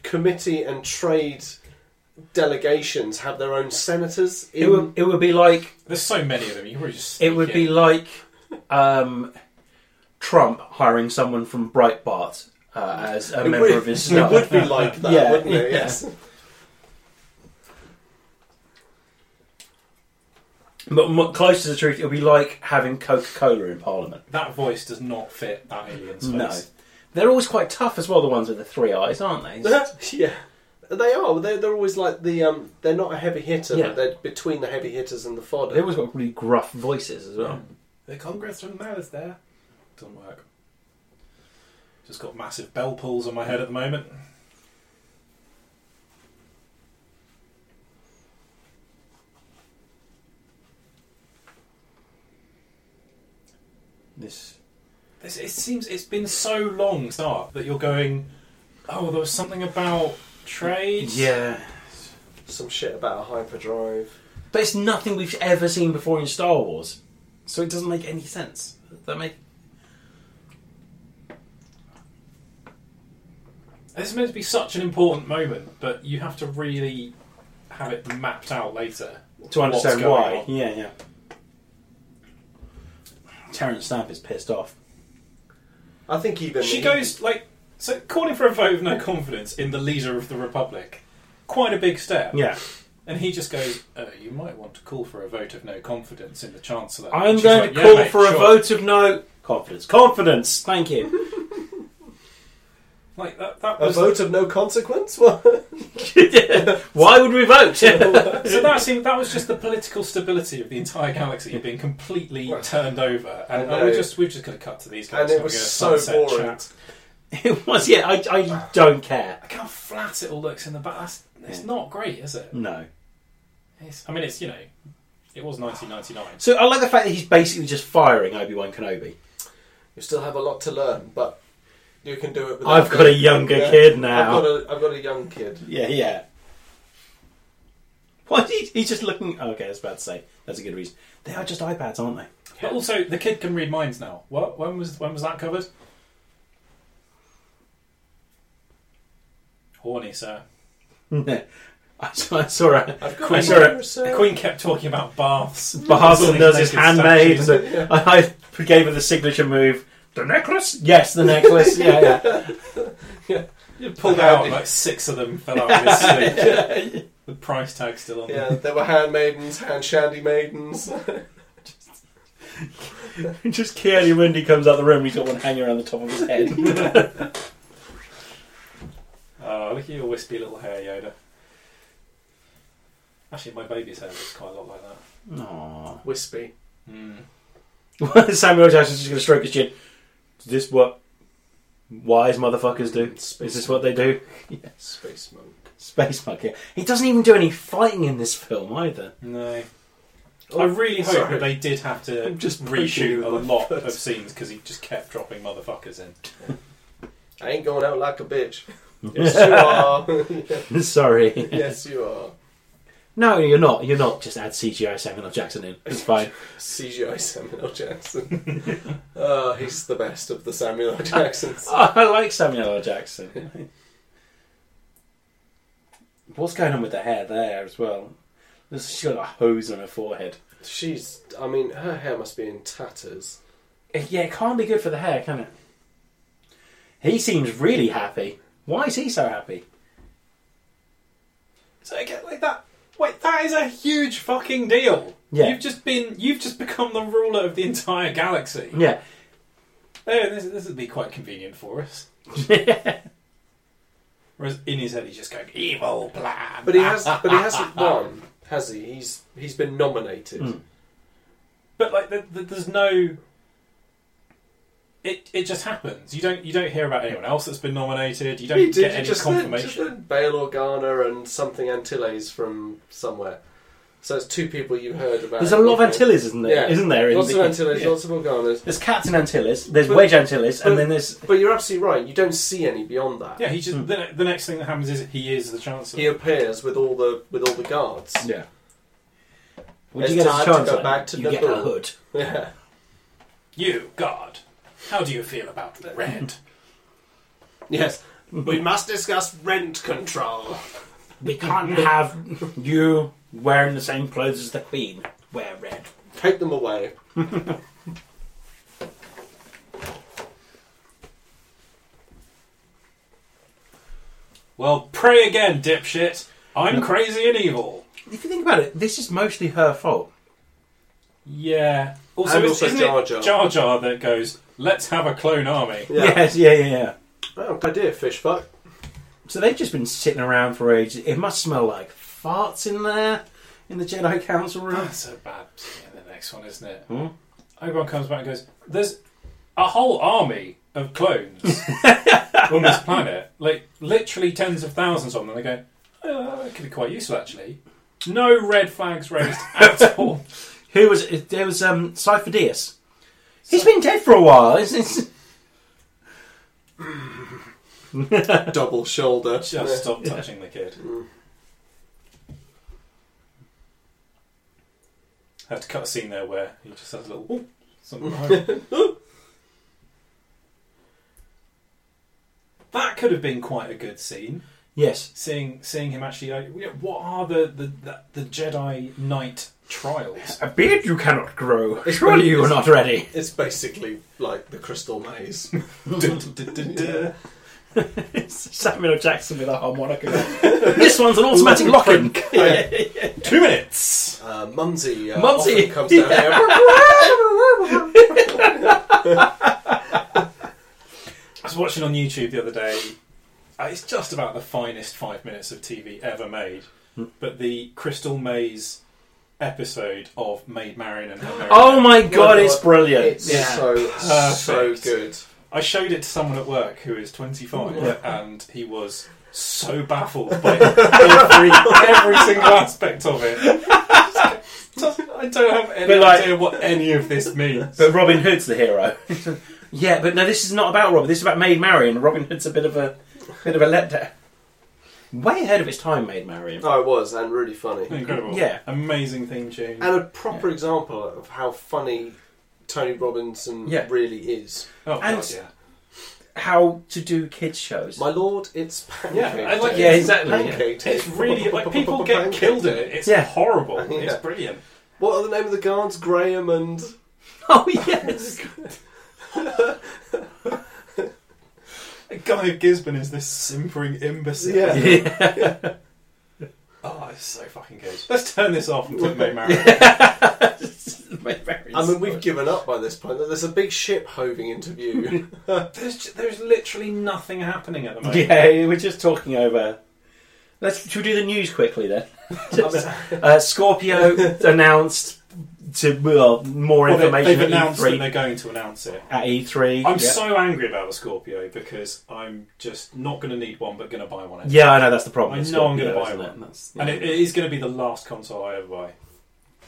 S2: committee and trade delegations have their own senators. In,
S1: It would, it would be like
S3: There's so many of them. You could probably just.
S1: It would be like um, Trump hiring someone from Breitbart uh, as a
S2: It
S1: member
S2: would-
S1: of his
S2: it
S1: staff.
S2: would be like that,
S1: Yeah,
S2: wouldn't it?
S1: yeah.
S2: Yes.
S1: But mo- close to the truth, it would be like having Coca Cola in Parliament.
S3: that voice does not fit that alien's
S1: No.
S3: face.
S1: They're always quite tough as well, the ones with the three eyes, aren't they?
S2: yeah. They are. They're, they're always like the. Um, they're not a heavy hitter,
S1: Yeah.
S2: but they're between the heavy hitters and the
S1: They've
S2: fodder.
S1: always got really gruff voices as well.
S3: The congressman man is there. Doesn't work. Just got massive bell pulls on my head at the moment.
S1: This
S3: This, it seems it's been so long, start that you're going. Oh, there was something about trade.
S1: Yeah.
S2: Some shit about a hyperdrive.
S1: But it's nothing we've ever seen before in Star Wars. So it doesn't make any sense. Does that make
S3: This is meant to be such an important moment, but you have to really have it mapped out later.
S1: to understand
S3: What's going
S1: why.
S3: on.
S1: Yeah, yeah. Terrence Stamp is pissed off.
S2: I think even
S3: She
S2: the-
S3: goes like so, calling for a vote of no confidence in the leader of the republic. Quite a big step.
S1: Yeah.
S3: And he just goes, oh, "You might want to call for a vote of no confidence in the chancellor."
S1: I'm
S3: She's
S1: going
S3: like,
S1: to
S3: "Yeah,
S1: call
S3: mate,
S1: for a
S3: sure."
S1: vote of no confidence. Confidence. Thank you.
S3: Like that. that
S2: a
S3: was
S2: vote of no consequence. What?
S1: Why would we vote?
S3: so that seemed, that was just the political stability of the entire galaxy being completely turned over, and
S2: I
S3: oh, we're
S2: know.
S3: just we're just going to cut to these guys
S2: and it
S3: having a
S2: was so
S3: sunset
S2: boring.
S3: chat.
S1: it was. Yeah, I, I don't care.
S3: Look how flat it all looks in the back. That's, it's not great, is
S2: Mm.
S3: it?
S1: No.
S3: It's, I mean, it's you know, it was 1999.
S1: So I like the fact that he's basically just firing Obi Wan Kenobi.
S2: You still have a lot to learn, but you can do it. Without
S1: I've got a younger
S2: Yeah.
S1: kid
S2: I've
S1: now.
S2: got a, I've got a young kid.
S1: Yeah, yeah. Why is he, he's just looking? Okay, I was about to say that's a good reason. They are just iPads, aren't they?
S3: But also, the kid can read minds now. What? When was when was that covered? Horny, sir.
S1: No. I saw, I saw a
S2: I've
S1: I
S2: got
S1: saw
S2: a
S1: it.
S3: The
S2: so-
S3: Queen kept talking about baths.
S1: Basil does his
S3: Naked
S1: handmaid.
S3: statues.
S1: and I, I gave her the signature move. The necklace? Yes, the necklace. Yeah, yeah.
S3: He Pulled out like six of them fell out of his sleeve. The price tag still on.
S2: Yeah,
S3: Them.
S2: there were handmaidens, hand shandy maidens.
S1: Just Keanu Wendy comes out the room, he's got one hanging around the top of his head.
S3: Oh, look at your wispy little hair, Yoda. Actually, my baby's hair looks quite a lot like that.
S1: Aww.
S2: Wispy. Hmm.
S3: Mm.
S1: Samuel Jackson's just going to stroke his chin. Is this what wise motherfuckers do? Is this what they do?
S2: Space monk.
S1: Space Monkey. He doesn't even do any fighting in this film either.
S3: No. I really hope
S2: Oh, sorry.
S3: that they did have to
S2: I'm just poking you
S3: reshoot
S2: with
S3: a
S2: my
S3: lot
S2: foot.
S3: of scenes because he just kept dropping motherfuckers in.
S2: I ain't going out like a bitch. Yes, you are.
S1: Sorry.
S2: yes, you are.
S1: No, you're not. You're not. Just add CGI Samuel L. Jackson in. It's fine.
S2: CGI Samuel L. Jackson. uh, he's the best of the Samuel L. Jacksons.
S1: Oh, I like Samuel L. Jackson. What's going on with the hair there as well? She's got a hose on her forehead.
S2: She's. I mean, her hair must be in tatters.
S1: Eh, Yeah, it can't be good for the hair, can it? He seems really happy. Why is he so happy?
S3: So again, like that. Wait, that is a huge fucking deal.
S1: Yeah.
S3: You've just been. You've just become the ruler of the entire galaxy.
S2: Mm-hmm.
S1: Yeah.
S3: Oh, this, this would be quite convenient for us. Whereas in his head, he's just going evil plan.
S2: But he has. but he hasn't won, has he? He's he's been nominated.
S1: Mm.
S3: Ah. But like, th th there's no. It it just happens. You don't you don't hear about anyone else that's been nominated. You don't
S2: He did,
S3: get any
S2: just then- just
S3: confirmation.
S2: then Bail Organa and something Antilles from somewhere. So it's two people you heard about.
S1: There's a lot of
S2: You know.
S1: Antilles, isn't there?
S2: Yeah.
S1: Isn't there? in
S2: Lots of
S1: the-
S2: Antilles,
S1: Yeah.
S2: lots of Organas.
S1: There's Captain Antilles, there's
S2: But-
S1: Wedge Antilles,
S2: but-
S1: and then there's.
S2: But you're absolutely right. You don't see any beyond that.
S3: Yeah, he just the, ne- the next thing that happens is he is the chancellor.
S2: Hmm. He appears with all the with all the guards.
S1: Yeah. When
S2: It's
S1: you get a
S2: time to
S1: chance,
S2: go
S1: like,
S2: back to
S1: you get a
S2: Naboo.
S1: hood.
S2: Yeah.
S3: You God, how do you feel about red?
S2: Yes. We must discuss rent control.
S1: We can't have you wearing the same clothes as the Queen. Wear red.
S2: Take them away.
S3: well, pray again, dipshit. I'm crazy and evil.
S1: If you think about it, this is mostly her fault.
S3: Yeah. Also,
S2: And
S3: is
S2: also
S3: isn't
S2: Jar
S3: it
S2: Jar.
S3: Jar Jar that goes, let's have a clone army?
S2: Yeah.
S1: Yes, yeah, yeah, yeah.
S2: Oh, good idea, fish fuck.
S1: So they've just been sitting around for ages. It must smell like farts in there, in the Jedi Council room.
S3: That's a bad yeah, the next one, isn't it?
S1: Hmm?
S3: Obi-Wan comes back and goes, there's a whole army of clones on this planet. Like, literally tens of thousands of them. They go, oh, that could be quite useful, actually. No red flags raised at all.
S1: Who was it? There was um, Cypher Diaz. He's been dead for a while. It's, it's,
S2: Double shoulder.
S3: Just stop touching the kid. Had to cut a scene there where he just has a little "Ooh," something behind him. That could have been quite a good scene.
S1: yes.
S3: Seeing seeing him actually, like, you know, what are the the, the, the Jedi Knight trials?
S1: A beard you cannot grow. Surely you are not ready.
S2: It's basically like the crystal maze.
S3: Duh, duh, duh, duh, duh.
S1: Samuel Jackson with a harmonica. this one's an automatic lock-in.
S2: Yeah.
S3: Two minutes.
S2: Uh, Mumsy. Uh,
S1: Mumsy,
S2: often comes down here.
S3: I was watching on YouTube the other day. uh, It's just about the finest five minutes of TV ever made.
S1: Hmm.
S3: But the Crystal Maze episode of Maid Marian and Her Merry
S1: Oh
S3: Men.
S1: my god, it's brilliant.
S2: It's
S1: yeah.
S2: so so
S3: Perfect.
S2: good.
S3: I showed it to someone at work who is 25,
S1: Oh, Yeah.
S3: and he was so baffled by every, every single aspect of it. I don't have any
S1: But like-
S3: idea what any of this means.
S1: But Robin Hood's the hero. yeah, but no, this is not about Robin. This is about Maid Marian. Robin Hood's a bit of a bit of a letdown. Way ahead of its time, Maid Marian.
S2: Oh, it was and really funny.
S3: Incredible.
S1: Yeah.
S3: Amazing theme tune.
S2: And a proper example of how funny Tony Robinson
S1: Yeah.
S2: really is.
S3: oh,
S1: and-
S3: God, yeah.
S1: How to do kids shows?
S2: My lord, it's pancake.
S3: Yeah, I like-
S2: day.
S1: yeah, exactly, yeah.
S2: Pancake day.
S3: It's really like people get killed in it. It's
S1: Yeah.
S3: horrible.
S2: Yeah.
S3: It's brilliant.
S2: What are the name of the guards? Graham and
S1: Oh yes.
S3: Guy of Gisborne is this simpering imbecile.
S2: Yeah.
S3: Oh, it's so fucking good. Let's turn this off and put May
S1: Maid Marian's
S2: I mean, we've
S1: good.
S2: given up by this point. There's a big ship hoving into view.
S3: There's ju- there's literally nothing happening at the moment.
S1: Yeah, we're just talking over. Let's should we do the news quickly then? uh, Scorpio announced to well, more
S3: Well, they-
S1: information
S3: they've
S1: at
S3: announced that
S1: E3.
S3: they're going to announce it.
S1: At E3,
S3: I'm
S1: yeah.
S3: so angry about the Scorpio because I'm just not going to need one, but going to buy one. anyway.
S1: Yeah, I know that's the problem.
S3: I
S1: It's
S3: know I'm
S1: Scorpio,
S3: going to buy
S1: isn't
S3: one,
S1: it? That's-
S3: and it, it is going to be the last console I ever buy.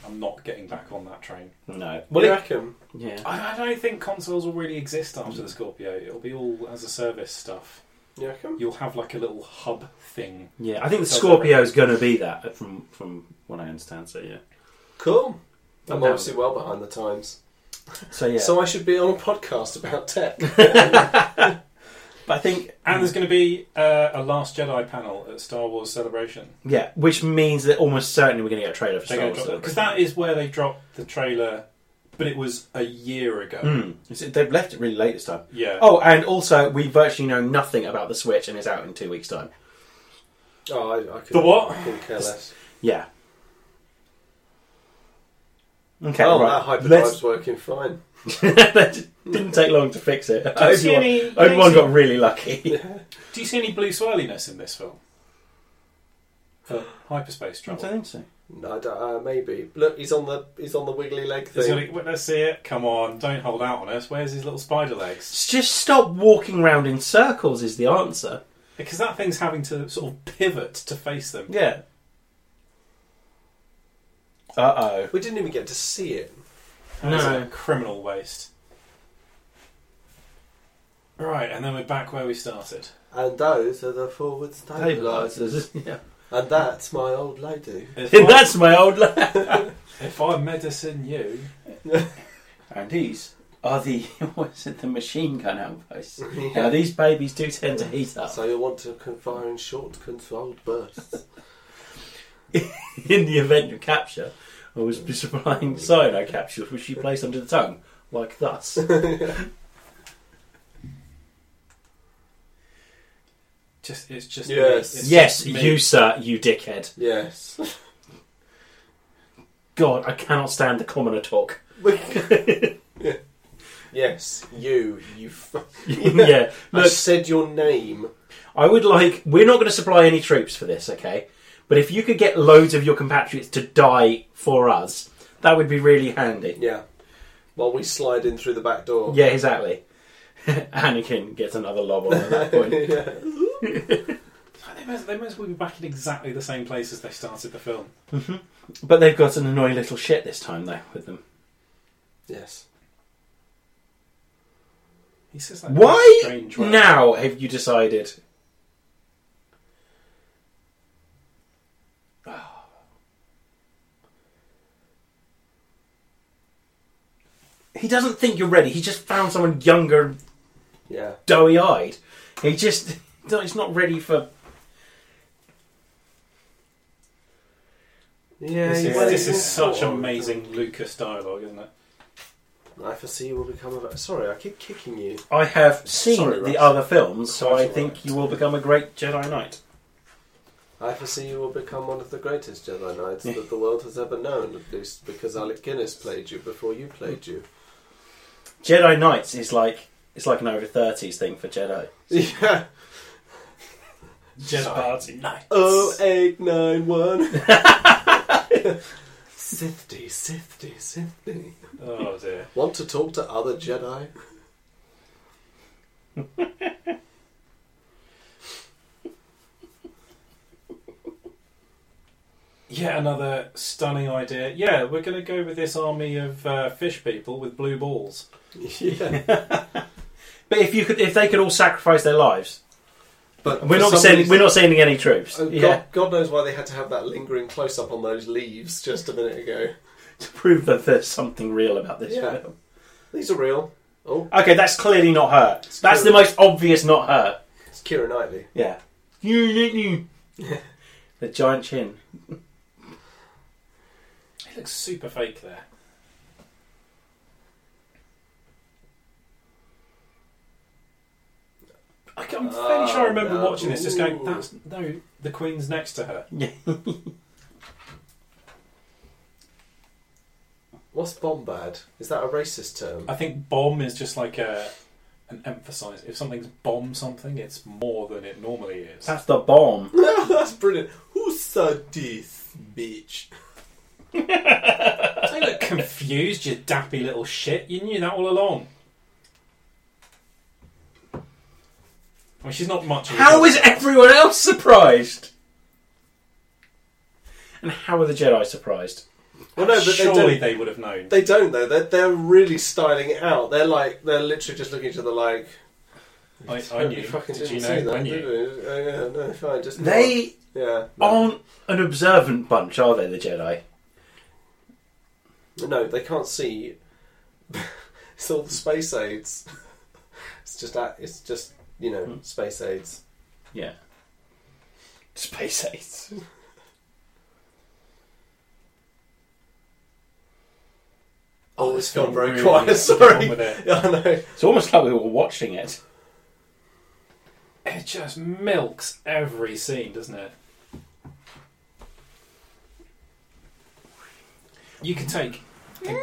S3: I'm not getting back on that train.
S1: No.
S2: What
S1: Well,
S2: do you
S1: it,
S2: reckon?
S1: yeah.
S3: I, I don't think consoles will really exist after the Scorpio. It'll be all as a service stuff.
S2: You reckon?
S3: You'll have like a little hub thing.
S1: Yeah, I think the
S3: Does
S1: Scorpio is going to be that uh, from from what I understand. So yeah,
S2: Cool.
S1: Well
S2: I'm
S1: done.
S2: obviously well behind the times.
S1: so yeah.
S2: So I should be on a podcast about tech.
S1: but I think
S3: And there's going to be uh, a Last Jedi panel at Star Wars Celebration.
S1: yeah, which means that almost certainly we're going to get a trailer for
S3: They're
S1: Star
S3: going to
S1: Wars.
S3: drop because
S1: though.
S3: that is where they dropped the trailer, but it was a year ago.
S1: Mm. It's- They've left it really late this time.
S3: Yeah.
S1: Oh, and also we virtually know nothing about the Switch, and it's out in two weeks' time.
S2: oh, I, I could,
S3: The what?
S2: I couldn't care less.
S1: Yeah. Okay.
S2: Well, Oh, that
S1: right.
S2: hyperdrive's working fine.
S1: that didn't take long to fix it.
S3: Do you see
S1: Obi-Wan,
S3: any? do you
S1: Obi-Wan
S3: see-
S1: got really lucky.
S3: Do you see any blue swirliness in this film? For hyperspace
S1: I
S3: trouble.
S1: think so.
S2: No, I don't- uh, maybe. Look, he's on the he's on the wiggly leg
S3: Is he
S2: thing.
S3: gonna- well, Let's see it. Come on, don't hold out on us. Where's his little spider legs?
S1: Just stop walking round in circles is the answer.
S3: Because that thing's having to sort of pivot to face them.
S1: Yeah. Uh
S2: We didn't even get to see it.
S3: That is
S1: No.
S3: a criminal waste. Right, and then we're back where we started.
S2: And those are the forward
S1: oh.
S2: stabilizers.
S1: Yeah.
S2: And that's my old lady.
S3: If, I,
S1: That's my old life.
S3: if I medicine you,
S1: And these are the what's it, the machine gun outposts. Now these babies do tend to heat up.
S2: So you'll want to fire in short, controlled bursts.
S1: In the event of capture, I was supplying cyanide capsules which you place under the tongue, like thus.
S3: just it's just
S2: Yes.
S3: me. It's
S1: yes,
S3: just me.
S1: you sir, you dickhead.
S2: yes.
S1: God, I cannot stand the commoner talk.
S2: yes, you. You. F-
S1: yeah.
S2: I
S1: Look,
S2: said your name.
S1: I would like. We're not going to supply any troops for this, okay? But if you could get loads of your compatriots to die for us, that would be really handy.
S2: Yeah. While we slide in through the back door.
S1: Yeah, exactly. Anakin gets another lob on at that point.
S2: yeah.
S3: They may, as- they may as well be back in exactly the same place as they started the film.
S1: But they've got an annoying little shit this time, though, with them.
S2: Yes.
S3: He says that. in a
S1: Why
S3: strange way.
S1: now have you decided? He doesn't think you're ready. He just found someone younger and
S2: Yeah.
S1: doughy eyed. He just he's not ready for.
S2: Yeah.
S3: This
S2: you
S3: is,
S2: wait.
S3: this is such
S2: Oh,
S3: amazing Lucas dialogue, isn't it?
S2: I foresee you will become a. Sorry, I keep kicking you.
S1: I have seen
S3: Sorry, Russ.
S1: the other films, so
S3: Quite
S1: I
S3: all
S1: think
S3: right.
S1: you will become a great Jedi Knight.
S2: I foresee you will become one of the greatest Jedi Knights that the world has ever known, at least because Alec Guinness played you before you played you.
S1: Jedi Knights is like it's like an over thirties thing for Jedi.
S2: Yeah.
S3: Jedi Knight.
S2: Oh eight nine one. Sithdy, Sithdy, Sithdy.
S3: Oh dear.
S2: Want to talk to other Jedi?
S3: Yet another stunning idea. Yeah, we're going to go with this army of uh, fish people with blue balls.
S2: Yeah.
S1: But if you could, if they could all sacrifice their lives,
S2: But
S1: we're
S2: for
S1: not
S2: some
S1: sending
S2: reason-
S1: we're not sending any troops.
S2: Oh, God,
S1: yeah,
S2: God knows why they had to have that lingering close up on those leaves just a minute ago.
S1: to prove that there's something real about this
S2: Yeah.
S1: film.
S2: These are real. Oh,
S1: Okay, that's clearly not her.
S2: It's
S1: That's
S2: true.
S1: the most obvious not her.
S2: it's Kira Knightley.
S1: Yeah. the giant chin.
S3: It looks super fake there. I can- I'm fairly sure I remember
S2: Ah, no.
S3: watching this, just going, "That's no, the Queen's next to her."
S2: What's bombad? Is that a racist term?
S3: I think bomb is just like a an emphasize. If something's bomb something, it's more than it normally is.
S1: That's the bomb.
S2: That's brilliant. Who said this, bitch?
S3: Don't look confused, you dappy little shit. You knew that all along. Well, she's not much. of a-
S1: How is everyone else surprised? And how are the Jedi surprised?
S2: Well, no, but they
S3: Surely
S2: don't.
S3: they would have known.
S2: They don't though. They're, they're really styling it out. They're like they're literally just looking at each other like.
S3: I, I
S2: "Oh, we
S3: knew.
S2: Fucking
S3: Did you
S2: didn't see
S3: know? I
S2: that,
S3: knew.
S2: did we? Uh, yeah, no, fine. Just
S1: They
S2: Yeah. No.
S1: aren't an observant bunch, are they, the Jedi?
S2: No, they can't see. it's all the space aids. It's just that. It's just you know
S3: Hmm.
S2: space aids.
S1: Yeah. Space Ace.
S2: Oh, it's gone very
S3: Really
S2: quiet.
S3: what's going on
S2: Sorry.
S3: with it.
S2: Yeah, I know.
S1: It's almost like we were watching it.
S3: It just milks every scene, doesn't it? You could take like,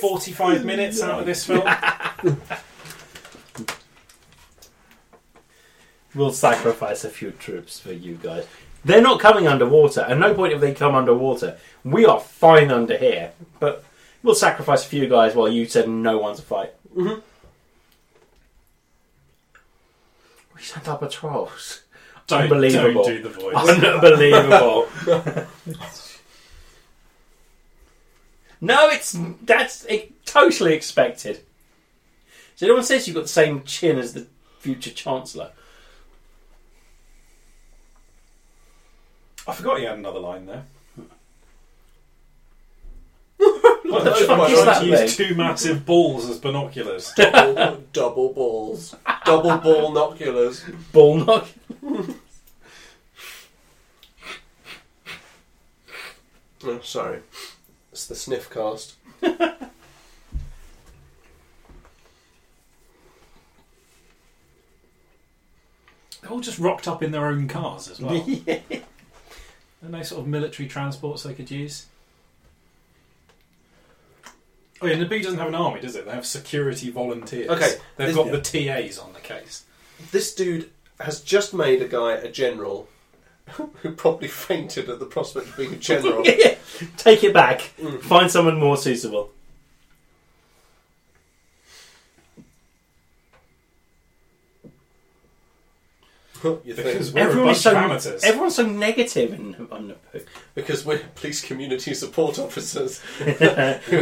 S3: 45 minutes out of this film.
S1: We'll sacrifice a few troops for you guys. They're not coming underwater. At no point have they come underwater. We are fine under here. But we'll sacrifice a few guys while you send no one to fight.
S2: Mhm.
S1: We sent our patrols.
S3: Don't,
S1: Unbelievable.
S3: don't do the voice.
S1: Unbelievable. no, it's that's it, totally expected. So no one says you've got the same chin as the future chancellor.
S3: I forgot you had another line there.
S1: What
S3: What
S1: the fuck
S3: why
S1: is
S3: don't
S1: that
S3: you use
S1: thing?
S3: two massive balls as binoculars.
S2: Double, double balls. Double ball noculars.
S1: Bull knock.
S2: Oh, sorry. It's the sniff cast.
S3: They're all just rocked up in their own cars as well. yeah. There no sort of military transports they could use. Oh yeah, Naboo doesn't have an army, does it? They have security volunteers.
S2: Okay,
S3: They've
S2: this-
S3: got the TAs on the case.
S2: This dude has just made a guy a general who probably fainted at the prospect of being a general.
S1: Take it back.
S3: Mm.
S1: Find someone more suitable.
S2: you
S3: Because
S2: think?
S3: we're a
S1: Everyone
S3: bunch
S1: is so-
S3: of amateurs.
S1: Everyone's so negative in on Naboo.
S2: Because we're police community support officers.
S3: we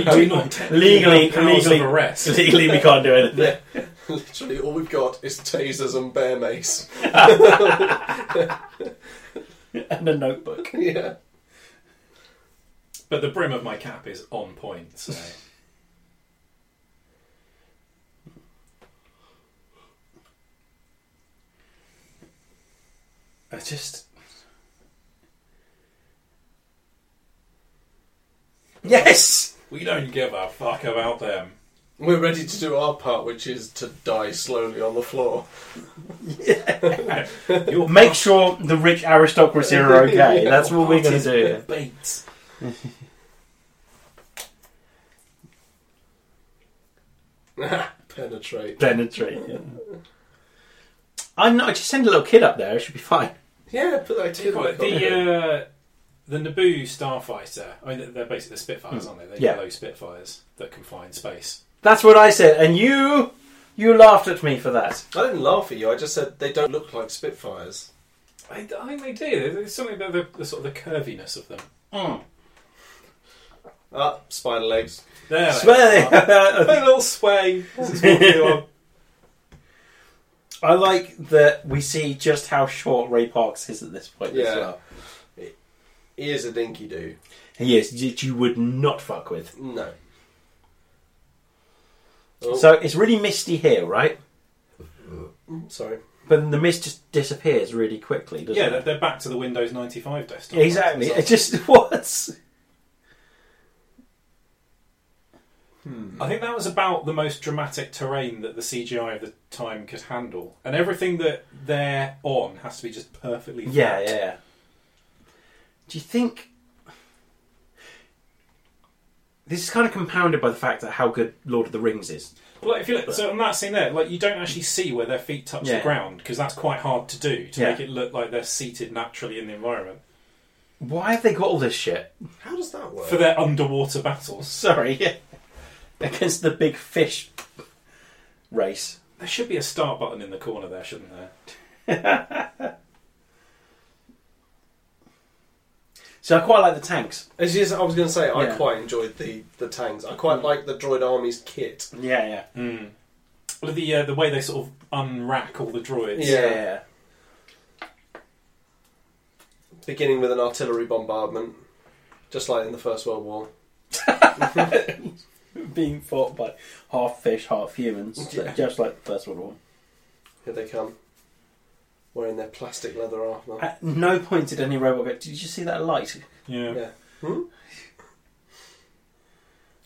S3: do not technically
S1: Legally-
S3: have powers
S1: legally-
S3: of arrest.
S1: Legally, we can't do anything.
S2: Yeah. Literally, all we've got is tasers and bear mace.
S1: And a notebook.
S2: yeah.
S3: But the brim of my cap is on point. So.
S1: I just. Yes.
S3: we don't give a fuck about them.
S2: We're ready to do our part, which is to die slowly on the floor.
S3: Your
S1: Make sure the rich aristocracy are okay. That's what we're going to do.
S3: Bait.
S2: Penetrate.
S1: Penetrate. Yeah. I'm not, I just send a little kid up there. It should be fine.
S2: Yeah, put that kid
S3: Well,
S2: back on.
S3: the uh, the Naboo starfighter. I mean, they're- they're basically the Spitfires, aren't they? They're
S1: Yeah.
S3: yellow Spitfires that can fly in space.
S1: That's what I said, and you, you laughed at me for that.
S2: I didn't laugh at you. I just said they don't look like Spitfires.
S3: I, I think they do. There's something about the, the sort of the curviness of them.
S2: Ah, spider legs.
S3: There, they
S1: Swear
S3: are.
S1: they-
S3: They little sway. as it's walking along.
S1: I like that we see just how short Ray Parks is at this point
S2: Yeah.
S1: as well.
S2: He is a dinky do.
S1: He is that you would not fuck with.
S2: No. Oh,
S1: So it's really misty here, right?
S2: sorry.
S1: But the mist just disappears really quickly, doesn't
S3: yeah,
S1: it?
S3: they're, they're back to the Windows 95 desktop.
S1: Yeah, exactly. It just what?
S3: I think that was about the most dramatic terrain that the CGI of the time could handle, and everything that they're on has to be just perfectly.
S1: Yeah,
S3: flat.
S1: yeah, yeah. Do you think this is kind of compounded by the fact that how good Lord of the Rings is?
S3: Well, like, if you look, so on that scene there, like you don't actually see where their feet touch
S1: Yeah.
S3: the ground because that's quite hard to do to
S1: Yeah.
S3: make it look like they're seated naturally in the environment.
S1: Why have they got all this shit?
S2: How does that work?
S3: for their underwater battles.
S1: Sorry, yeah. Against the big fish race.
S3: There should be a start button in the corner there, shouldn't there?
S1: So I quite like the tanks.
S2: As you- as I was going to say, I
S1: Yeah.
S2: quite enjoyed the the tangs. I quite like the droid army's kit.
S1: Yeah, yeah.
S3: Mm. Well, the uh, the way they sort of unrack all the droids.
S2: Yeah. beginning with an artillery bombardment, just like in the First World War.
S1: yeah. Being fought by half fish, half humans.
S2: Yeah.
S1: Just like the First World War.
S2: Here they come, wearing their plastic leather armour.
S1: At no point did any robot go, Did you see that light?
S3: yeah.
S2: Yeah.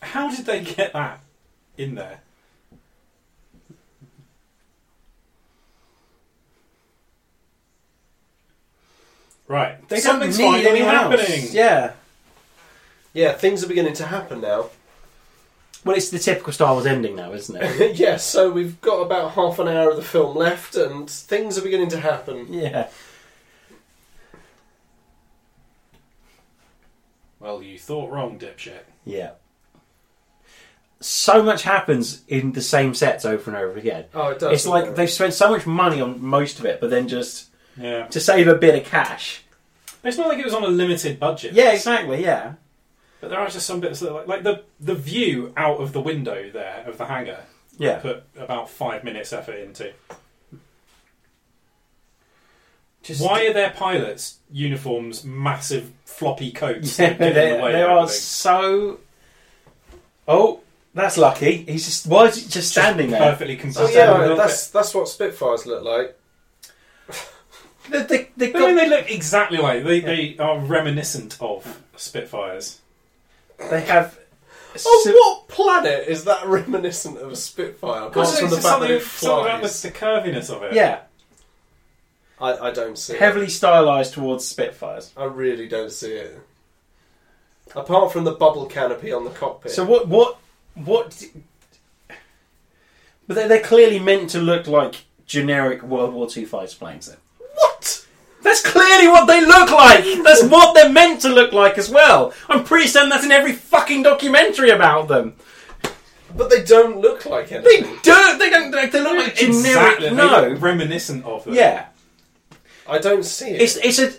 S3: How did they get that in there? Right.
S1: They
S3: Something's
S1: don't need
S3: finally
S1: anyone else.
S3: happening.
S1: Yeah.
S2: Yeah, things are beginning to happen now.
S1: Well, it's the typical Star Wars ending now, isn't it?
S2: yeah, so we've got about half an hour of the film left, and things are beginning to happen.
S1: yeah.
S3: Well, you thought wrong, dipshit.
S1: Yeah. So much happens in the same sets over and over again.
S2: Oh, it does.
S1: it's like
S2: doesn't it?
S1: they've spent so much money on most of it, but then just
S3: Yeah.
S1: to save a bit of cash.
S3: It's not like it was on a limited budget.
S1: Yeah, exactly. Yeah.
S3: But there are just some bits that, are like, like the the view out of the window there of the hangar.
S1: Yeah.
S3: Put about five minutes effort into.
S1: Just
S3: Why are their pilots' uniforms massive floppy coats?
S1: Yeah,
S3: that get in
S1: they,
S3: the way
S1: they
S3: of
S1: are
S3: everything?
S1: so. Oh, that's lucky. He's just. Why is he just standing there?
S3: perfectly
S2: Oh
S3: consistent.
S2: yeah, that's that's what Spitfires look like.
S1: They, they, they
S3: They, mean,
S1: got,
S3: they look exactly like they, they are reminiscent of Spitfires.
S1: they have.
S2: Oh,
S1: si-
S2: what planet is that reminiscent of a Spitfire? Apart
S3: Also,
S2: from
S3: it's
S2: the
S3: just
S2: fact that
S3: something,
S2: it
S3: something about
S2: flies,
S3: the, the curviness of it.
S1: Yeah,
S2: I, I don't see. it.
S1: heavily stylized towards Spitfires.
S2: I really don't see it. Apart from the bubble canopy on the cockpit.
S1: So what? What? What? d- But they're, they're clearly meant to look like generic World War II fighter planes. Then
S2: what?
S1: that's clearly what they look like. That's what they're meant to look like as well. I'm pretty certain that's in every fucking documentary about them.
S2: But they don't look like
S1: They
S2: anything.
S1: don't. They don't. They look like generic.
S3: exactly. they
S1: no.
S3: look reminiscent of them.
S1: Yeah.
S2: I don't see it.
S1: It's it's a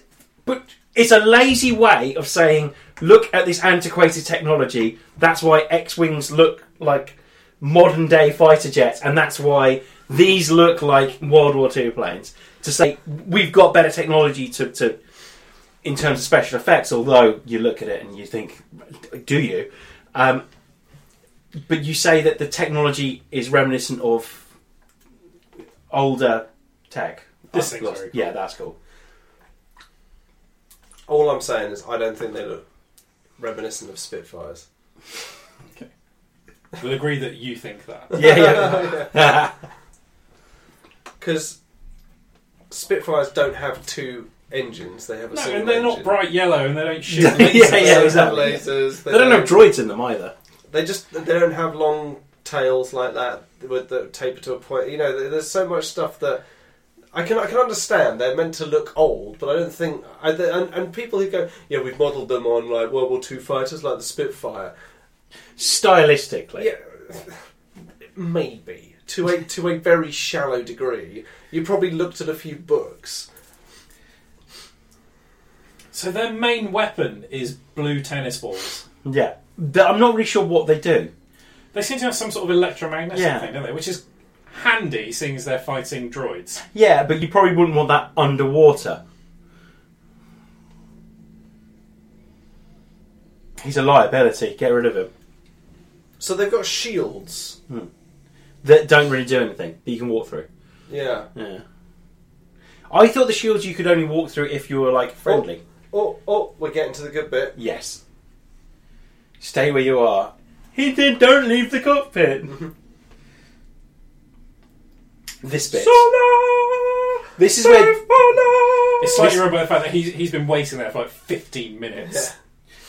S1: but it's a lazy way of saying look at this antiquated technology. That's why X-wings look like modern day fighter jets, and that's why these look like World War II planes. To say we've got better technology to to in terms of special effects, although you look at it and you think, do you? Um, but you say that the technology is reminiscent of older tech.
S3: This thing's
S1: Lost-
S3: very cool.
S1: Yeah, that's cool.
S2: All I'm saying is I don't think they look reminiscent of Spitfires.
S3: We'll agree that you think that.
S1: Yeah, yeah.
S2: Because Spitfires don't have two engines. They have a
S3: No,
S2: single
S3: and they're not
S2: engine.
S3: bright yellow, and they don't shoot.
S1: Yeah,
S3: lasers.
S2: They
S1: yeah,
S2: don't
S1: exactly, yeah.
S2: have lasers.
S1: they don't have droids in them either.
S2: They just they don't have long tails like that with the taper to a point. You know, there- there's so much stuff that I can I can understand. They're meant to look old, but I don't think. I, and, and people who go, yeah, we've modelled them on like World War Two fighters, like the Spitfire.
S1: Stylistically,
S2: Yeah, maybe to a to a very shallow degree. You probably looked at a few books.
S3: So their main weapon is blue tennis balls.
S1: yeah. But I'm not really sure what they do.
S3: They seem to have some sort of electromagnetic
S1: Yeah.
S3: thing, don't they? Which is handy, seeing as they're fighting droids.
S1: Yeah, but you probably wouldn't want that underwater. He's a liability. Get rid of him.
S2: So they've got shields.
S1: That don't really do anything. That you can walk through.
S2: Yeah.
S1: Yeah. I thought the shields you could only walk through if you were like friendly.
S2: Oh, oh, we're getting to the good bit.
S1: Yes. Stay where you are. He did. Don't leave the cockpit. this bit. This is where.
S3: It's slightly
S1: This-
S3: ruined by the fact that he's, he's been waiting there for like 15 minutes.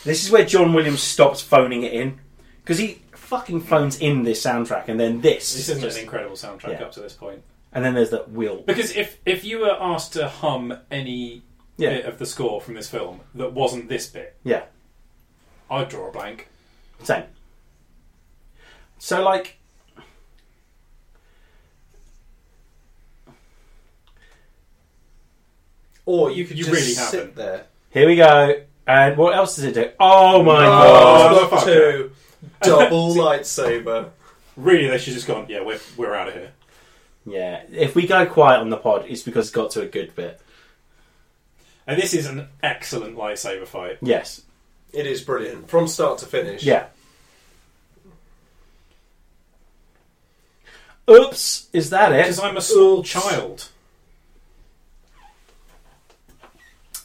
S1: This is where John Williams stops phoning it in because he fucking phones in this soundtrack, and then this,
S3: This isn't
S1: Just-
S3: an incredible soundtrack
S1: Yeah.
S3: up to this point.
S1: and then there's that wheel.
S3: Because if, if you were asked to hum any
S1: Yeah.
S3: bit of the score from this film that wasn't this bit,
S1: Yeah.
S3: I'd draw a blank.
S1: Same. So like
S2: Or
S3: You could- you
S2: just
S3: really
S2: sit
S3: haven't.
S2: there.
S1: here we go. And what else does it do? Oh my god.
S2: Oh,
S3: fuck.
S2: two double lightsaber.
S3: Really, they should just gone. Yeah, we're we're out of here.
S1: Yeah. If we go quiet on the pod, it's because it got to a good bit.
S3: And this is an excellent lightsaber fight.
S1: Yes.
S2: It is brilliant from start to finish.
S1: Yeah. Oops, is that
S3: Because
S1: it?
S3: I'm a small child.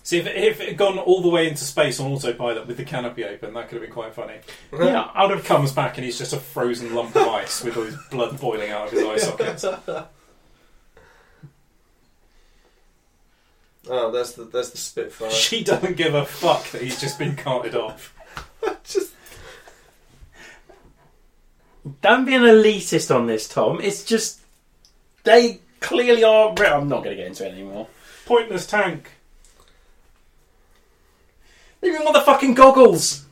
S3: See, if it, if it had gone all the way into space on autopilot with the canopy open, that could have been quite funny.
S1: Yeah.
S3: Aldrin comes back and he's just a frozen lump of ice with all his blood boiling out of his eye sockets.
S2: Oh, that's the that's the Spitfire.
S3: She doesn't give a fuck that he's just been carted off.
S2: Just
S1: Don't be an elitist on this, Tom. It's just they clearly are. I'm not going to get into it anymore.
S3: Pointless tank.
S1: Leave him on the fucking goggles.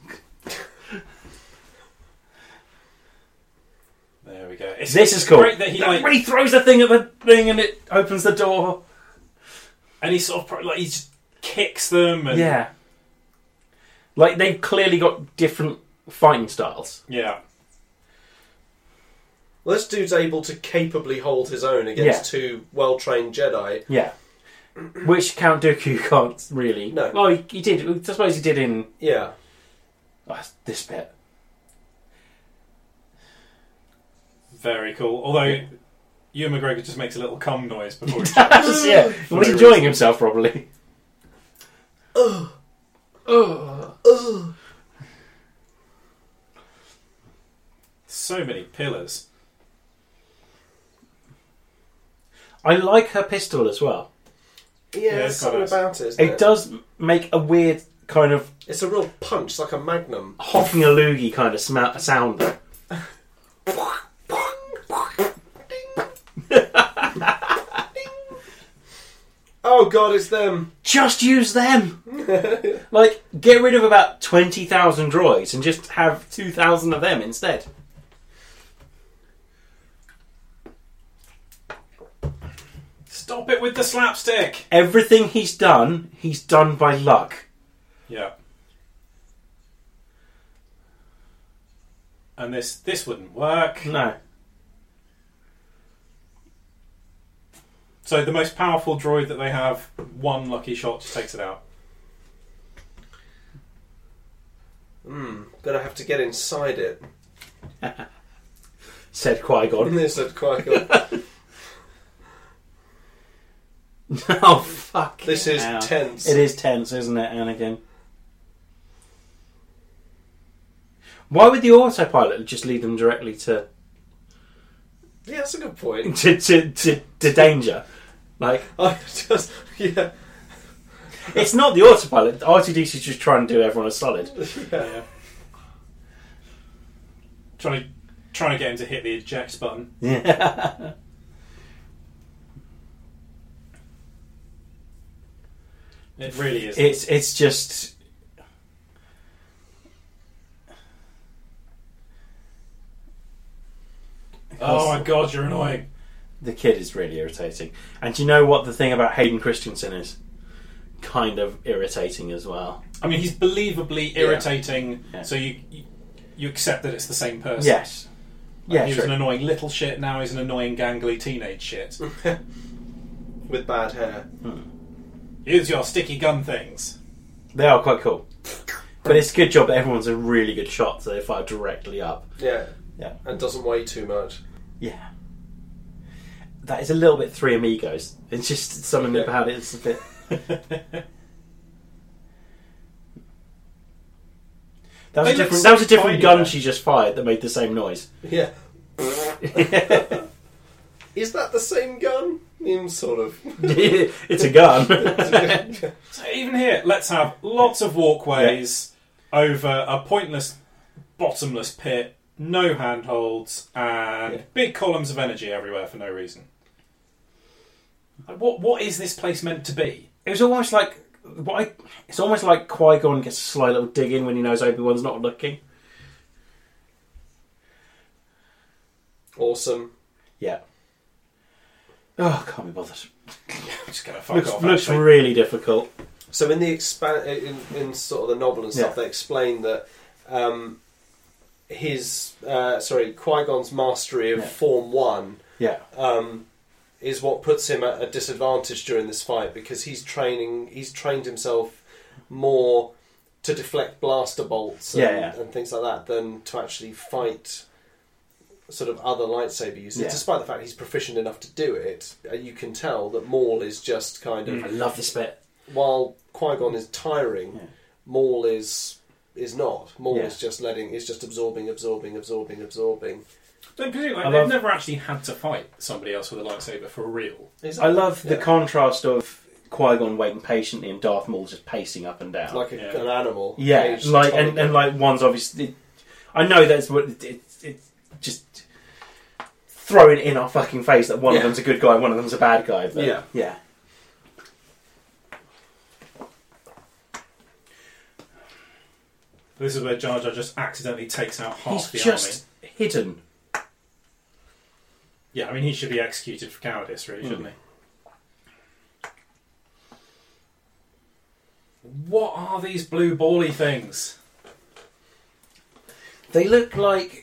S3: There we go. It's,
S1: This
S3: it's
S1: is cool.
S3: Great that he like,
S1: When he throws the thing at the thing and it opens the door.
S3: and he sort of pro- like he just kicks them and
S1: Yeah. Like they've clearly got different fighting styles.
S3: yeah.
S2: well, this dude's able to capably hold his own against two well trained Jedi.
S1: Yeah. Which Count Dooku can't really.
S2: No.
S1: Well, he, he did. I suppose he did in
S2: Yeah,
S1: oh, this bit.
S3: Very cool. Although Ewan McGregor just makes a little cum noise before he
S1: Just, yeah, he was
S3: no
S1: enjoying
S3: reason.
S1: himself probably.
S3: So many pillars.
S1: I like her pistol as well.
S2: yeah.
S3: it's
S2: there's something
S3: nice.
S2: about it. Isn't
S1: It does make a weird kind of
S2: It's a real punch, it's like a magnum.
S1: hopping a loogie kind of sma- sound.
S2: Oh God, it's them.
S1: Just use them. like get rid of about twenty thousand droids and just have two thousand of them instead.
S3: Stop it with the slapstick.
S1: Everything he's done, he's done by luck.
S3: Yeah. And this this wouldn't work.
S1: No.
S3: So the most powerful droid that they have, one lucky shot just takes it out.
S2: Hmm. Gonna have to get inside it.
S1: Said Qui Gon.
S2: This is quite good.
S1: oh fuck.
S2: This is
S1: hell.
S2: tense.
S1: It is tense, isn't it, Anakin? Why would the autopilot just lead them directly to
S2: Yeah, that's a good point.
S1: to, to, to, to danger? Like
S2: I just yeah.
S1: it's not the autopilot. R2D2's just trying to do everyone a solid.
S2: yeah.
S3: Trying to trying to get him to hit the eject button.
S1: Yeah.
S3: It really is.
S1: It's it's just
S3: oh my god, you're annoying.
S1: the kid is really irritating. And do you know what the thing about Hayden Christensen is? Kind of irritating as well.
S3: I mean, he's believably irritating.
S1: Yeah.
S3: So you, you you accept that it's the same person.
S1: Yes.
S3: Like,
S1: Yeah,
S3: he was an
S1: sure.
S3: annoying little shit. Now he's an annoying gangly teenage shit.
S2: With bad hair.
S3: Use your sticky gun things.
S1: They are quite cool. But it's a good job that everyone's a really good shot, so they fire directly up.
S2: Yeah.
S1: Yeah.
S2: And doesn't weigh too much.
S1: Yeah. That is a little bit Three Amigos. It's just something
S2: Yeah.
S1: about it. It's a bit. That was,
S3: They
S1: a
S3: look
S1: different,
S3: so
S1: that was a different
S3: tiny
S1: gun
S3: there.
S1: she just fired that made the same noise.
S2: Yeah.
S1: it's
S2: Is that the same gun? Mm, sort of.
S1: a gun.
S3: So even here, let's have lots of walkways over a pointless, bottomless pit, no handholds, and
S2: Yeah.
S3: big columns of energy everywhere for no reason. Like, what what is this place meant to be?
S1: it was almost like what I, it's almost like Qui Gon gets a sly little dig in when he knows Obi Wan's not looking.
S2: Awesome.
S1: Yeah. Oh, can't be bothered.
S3: just gonna fuck
S1: Looks,
S3: off.
S1: looks
S3: actually.
S1: really difficult.
S2: So in the expand in, in sort of the novel and stuff,
S1: Yeah.
S2: they explain that um, his uh, sorry Qui Gon's mastery of
S1: Yeah.
S2: Form One
S1: Yeah.
S2: um, is what puts him at a disadvantage during this fight because he's training. He's trained himself more to deflect blaster bolts and,
S1: Yeah, yeah.
S2: and things like that than to actually fight sort of other lightsaber users.
S1: Yeah.
S2: Despite the fact he's proficient enough to do it, uh, you can tell that Maul is just kind of
S1: I love this bit.
S2: while Qui Gon is tiring,
S1: Mm. Yeah.
S2: Maul is is not. Maul
S1: Yeah.
S2: is just letting is just absorbing, absorbing, absorbing, absorbing.
S3: Don't presume, like,
S1: I
S3: they've
S1: love-
S3: never actually had to fight somebody else with a lightsaber for real.
S1: I love the
S2: Yeah.
S1: contrast of Qui Gon waiting patiently and Darth Maul just pacing up and down.
S2: like a,
S3: Yeah.
S2: an animal.
S1: yeah,
S2: caged
S1: like
S2: tiger.
S1: and, and like one's obviously. I know that's what it, it, it just throwing in our fucking face that one
S2: Yeah.
S1: of them's a good guy, one of them's a bad guy. But
S2: Yeah.
S1: yeah.
S3: This is where Jar Jar just accidentally takes out half
S1: He's
S3: the army.
S1: just hidden.
S3: Yeah, I mean, he should be executed for cowardice, really,
S1: Hmm.
S3: shouldn't he? What are these blue bally things?
S1: They look like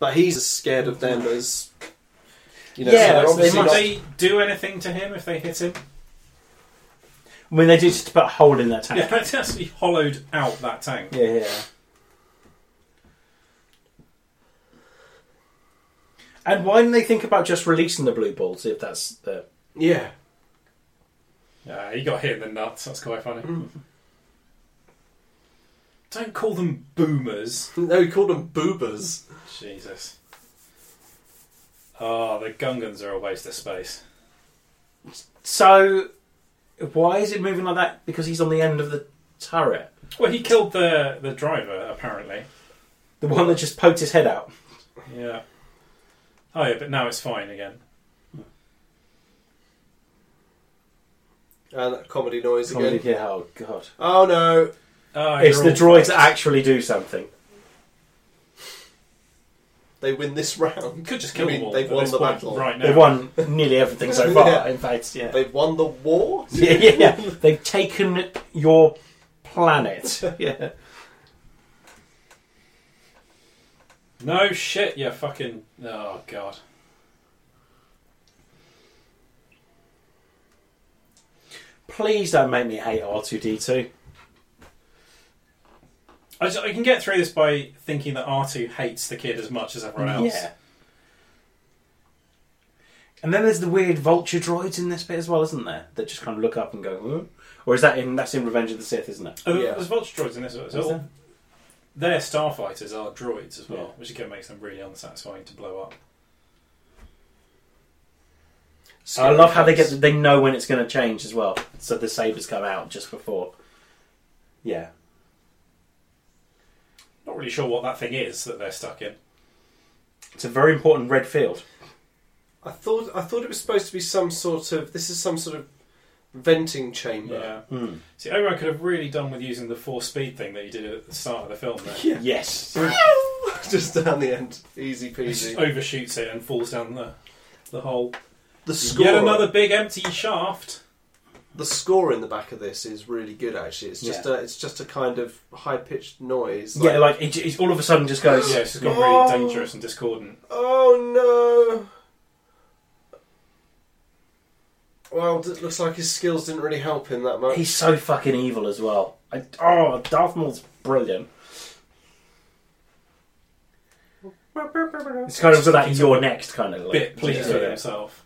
S2: but he's as scared of them as you know.
S1: Yeah,
S2: so they're
S1: so They
S2: obviously
S3: Did
S1: must-
S3: they do anything to him if they hit him?
S1: I mean they do just put a hole in their tank.
S3: Yeah, that's actually hollowed out that tank.
S1: Yeah, yeah. And why didn't they think about just releasing the blue balls if that's the
S2: not- yeah.
S3: Yeah, he got hit in the nuts. That's quite funny.
S1: Hmm.
S3: Don't call them boomers.
S2: No, he called them boobers.
S3: Jesus. Oh, the Gungans are a waste of space.
S1: So why is it moving like that? Because he's on the end of the turret.
S3: Well, he killed the the driver apparently.
S1: The one that just poked his head out.
S3: Yeah. Oh yeah, but now it's fine again.
S2: And Uh, that comedy noise again.
S1: Comedy- yeah, oh god.
S2: Oh no!
S3: Oh,
S1: it's
S3: you're
S1: the
S3: all
S1: droids that
S3: fucked.
S1: actually do something.
S2: They win this
S3: You
S2: round.
S3: could just kill
S2: I mean,
S3: them all.
S2: they've
S3: at
S2: won
S3: this
S2: the
S3: point,
S2: battle.
S3: right now.
S1: They've won nearly everything so far,
S2: Yeah.
S1: in fact, yeah.
S2: They've won the war.
S1: yeah, yeah, yeah. They've taken your planet. Yeah.
S3: No shit, you fucking. Oh god.
S1: Please don't make me hate R2D2.
S3: I, just, I can get through this by thinking that R2 hates the kid as much as everyone else.
S1: Yeah. And then there's the weird vulture droids in this bit as well, isn't there? That just kind of look up and go, "Ooh." or is that in that's in Revenge of the Sith, isn't it?
S3: Oh, there-
S2: Yeah.
S3: There's vulture droids in this as
S1: Is
S3: well.
S1: there?
S3: Their starfighters are droids as well,
S1: Yeah.
S3: which again makes them really unsatisfying to blow up.
S1: I love how they get they know when it's going to change as well, so the sabers come out just before. Yeah,
S3: Not really sure what that thing is that they're stuck in.
S1: it's a very important red field.
S2: I thought I thought it was supposed to be some sort of. This is some sort of venting chamber.
S3: Yeah.
S1: Hmm.
S3: See, Obi could have really done with using the four speed thing that he did at the start of the film. There,
S2: Yeah.
S1: Yes,
S2: just down the end, easy
S3: he
S2: peasy.
S3: just overshoots it and falls down the the hole.
S2: The score,
S3: Yet another big empty shaft.
S2: the score in the back of this is really good. Actually, it's just
S1: Yeah.
S2: a, it's just a kind of high pitched noise.
S1: yeah, like it, it all of a sudden just goes.
S3: Yeah, it's just got
S2: Oh.
S3: really dangerous and discordant.
S2: oh no. Well, it looks like his skills didn't really help him that much.
S1: He's so fucking evil as well. I, oh, Darth Maul's brilliant. It's kind of that
S3: He's
S1: you're next kind of like,
S3: Bit pleased
S1: Yeah.
S3: with himself.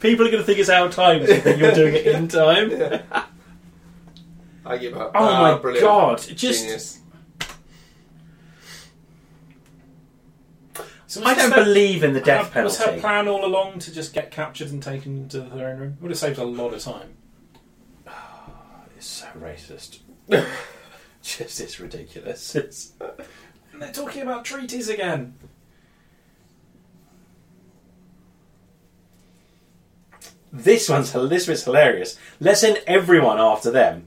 S1: People are going to think it's out of time. so You're doing it in time.
S2: I give up.
S1: Oh
S2: Ah,
S1: my
S2: brilliant.
S1: god! Just
S2: Genius.
S3: So
S1: I
S3: was
S1: don't
S3: her-
S1: believe in the death
S3: Was
S1: penalty.
S3: her plan all along to just get captured and taken to the throne room? Would have saved a lot of time.
S1: It's so racist. just it's ridiculous. It's,
S3: And they're talking about treaties again.
S1: this one's this was hilarious. Let's send everyone after them.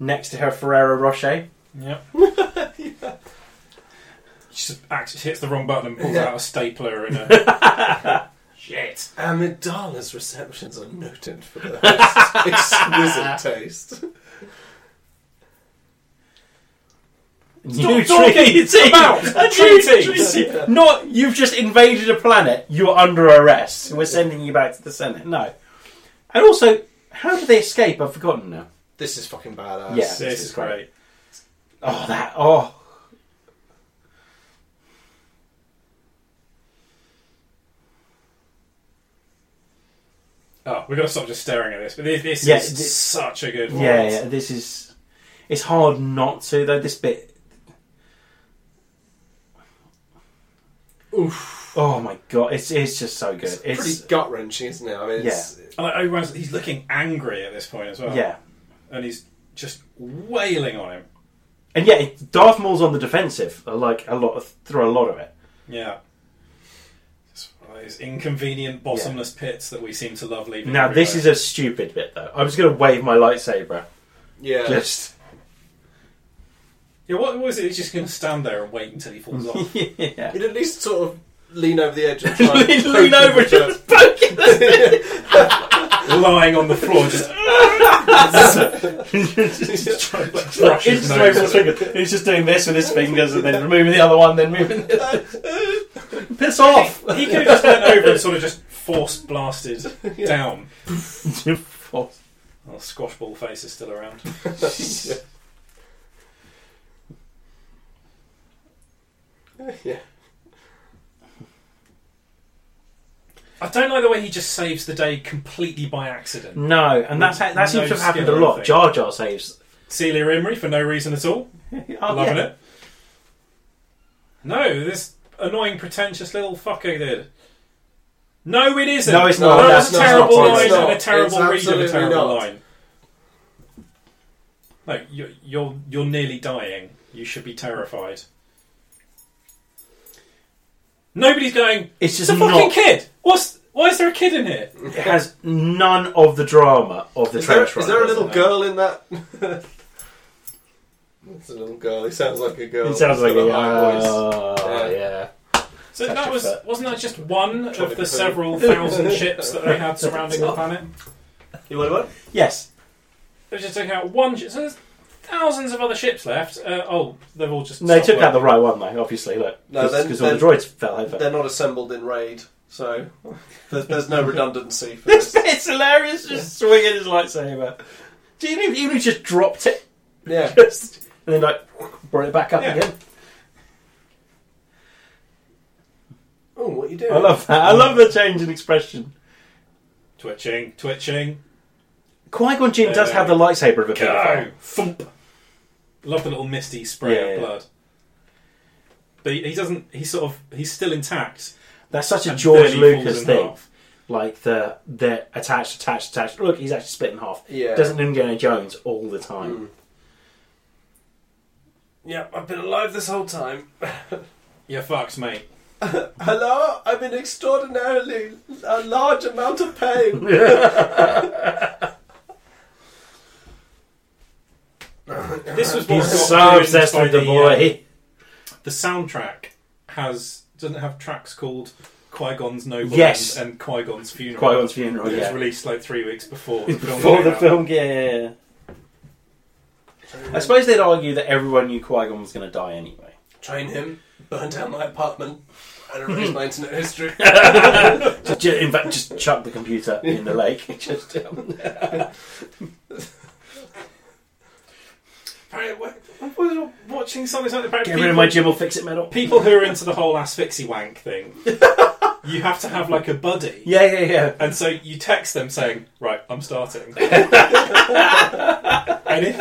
S1: Next to her, Ferrero Rocher.
S3: Yep. She just acts, hits the wrong button and pulls out a stapler and a. Shit.
S2: Amidala's receptions are noted for their most exquisite taste.
S1: New
S3: talking
S1: treaty
S3: about
S1: A new
S3: treaties.
S1: treaty. Not you've just invaded a planet. You're under arrest. We're sending you back to the Senate. No. And also, how did they escape? I've forgotten now.
S2: This is fucking badass.
S1: Yeah.
S3: This is great.
S1: Oh, that. Oh.
S3: Oh, we've got to stop just staring at this. But this, this
S1: Yeah,
S3: is
S1: thi-
S3: such a good one.
S1: Yeah, yeah, this is. It's hard not to though. This bit. Oof! Oh my god, it's it's just so good.
S2: It's,
S1: It's,
S2: pretty gut wrenching, isn't it? I mean, it's,
S3: And like, everyone's, he's looking angry at this point as well.
S1: yeah,
S3: And he's just wailing on him.
S1: and yeah, it- Darth Maul's on the defensive. uh, Like a lot of, through a lot of it.
S3: Yeah. It's one of those inconvenient bottomless pits that we seem to love leaving.
S1: Now this is
S3: everywhere.
S1: a stupid bit though. I was gonna wave my lightsaber.
S2: yeah.
S1: Just
S3: Yeah, what was it? He's just going to stand there and wait until he falls off.
S1: yeah.
S2: You'd at least sort of lean over the edge and try and
S1: lean,
S2: poke
S1: lean
S2: him
S1: over and
S2: with a-
S1: just poke it.
S3: lying on the floor, just
S1: Just
S3: trying to
S1: like,
S3: crush
S1: he's
S3: his
S1: just waving his
S3: nose.
S1: finger. He's just doing this with his fingers, and then removing the other one, then moving. The other. Piss off!
S3: He could have just went over and sort of just force blasted down. Oh, squash ball face is still around.
S2: yeah.
S3: I don't like the way he just saves the day completely by accident.
S1: no, and that's ha- that seems
S3: No
S1: to have happened a
S3: skill, I
S1: lot.
S3: think.
S1: Jar Jar saves.
S3: Celia Imrie for no reason at all.
S1: Oh,
S3: Loving it. No, this annoying, pretentious little fucker did. No, it isn't.
S1: No, it's not.
S3: That
S1: Oh, That's
S3: was a
S1: not-
S3: terrible
S1: it's
S3: line
S1: not.
S3: and a
S2: It's
S3: terrible read of a
S2: absolutely
S3: terrible
S2: not.
S3: line. No, you're, you're you're nearly dying. You should be terrified. Nobody's going.
S1: It's
S3: It's
S1: just
S3: a fucking
S1: not.
S3: kid. What's why is there a kid in here?
S1: It has none of the drama of the
S2: Is there,
S1: trench
S2: is there a
S1: run,
S2: little
S1: doesn't it?
S2: girl in that? It's a little girl. He sounds like a girl.
S1: It sounds
S2: He's
S1: like
S2: got
S1: a
S2: high voice.
S1: Ah,
S2: Yeah.
S1: yeah.
S3: So
S1: Such
S3: that
S1: a
S3: was
S1: fit.
S3: wasn't that just one
S2: Trolley
S3: of the
S2: poo.
S3: several thousand ships that they had surrounding the planet?
S2: You want one?
S1: Yes.
S3: They're just taking out one ship. So there's thousands of other ships left. Uh, oh, they've all just.
S1: No, they took
S3: stopped
S1: out the right one though. Obviously, look,
S2: No, then-
S1: because all the
S2: then-
S1: droids fell over.
S2: They're not assembled in raid, so there's, there's no redundancy for
S1: This
S2: this.
S1: bit's hilarious. Just swinging his lightsaber. Do you even even just dropped it?
S2: Yeah.
S1: Just and then like brought it back up
S3: Yeah.
S1: again.
S2: Oh, what you doing?
S1: I love that. I love the change in expression.
S3: Twitching, twitching.
S1: Qui Gon Jinn does
S3: Uh,
S1: have the lightsaber of a
S3: Go.
S1: pedophile.
S3: Thump. Love the little misty spray
S1: Yeah,
S3: of
S1: yeah.
S3: blood. But he, he doesn't. He's sort of. He's still intact.
S1: That's such a
S3: and
S1: George
S3: then he falls
S1: Lucas
S3: in
S1: thing.
S3: half.
S1: Like the the attached, attached, attached. Look, he's actually split in half.
S2: Yeah.
S1: Doesn't Indiana Jones all the time.
S2: Yeah, I've been alive this whole time.
S3: You're fucked, mate.
S2: Hello, I'm in extraordinarily a large amount of pain.
S3: This was Mm. what
S1: He's
S3: got
S1: so
S3: ruined
S1: obsessed
S3: by
S1: with the
S3: uh,
S1: boy.
S3: the soundtrack has doesn't it have tracks called Qui Gon's Noble
S1: Yes.
S3: and, and Qui Gon's Funeral.
S1: Qui Gon's funeral.
S3: It was
S1: Yeah.
S3: released like three weeks before the film.
S1: Before the
S3: came out.
S1: film, yeah, yeah, yeah. I suppose they'd argue that everyone knew Qui Gon was going to die anyway.
S2: Train him, burn down my apartment, and erase my internet history.
S1: Just- ju- in fact, just chuck the computer in the lake. Just um,
S3: Right, we're- we're Watching something like that,
S1: get rid of my Jim will fix it medal.
S3: people who are into the whole asphyxie wank thing, you have to have like a buddy.
S1: Yeah, yeah, yeah.
S3: And so you text them saying, "Right, I'm starting." and if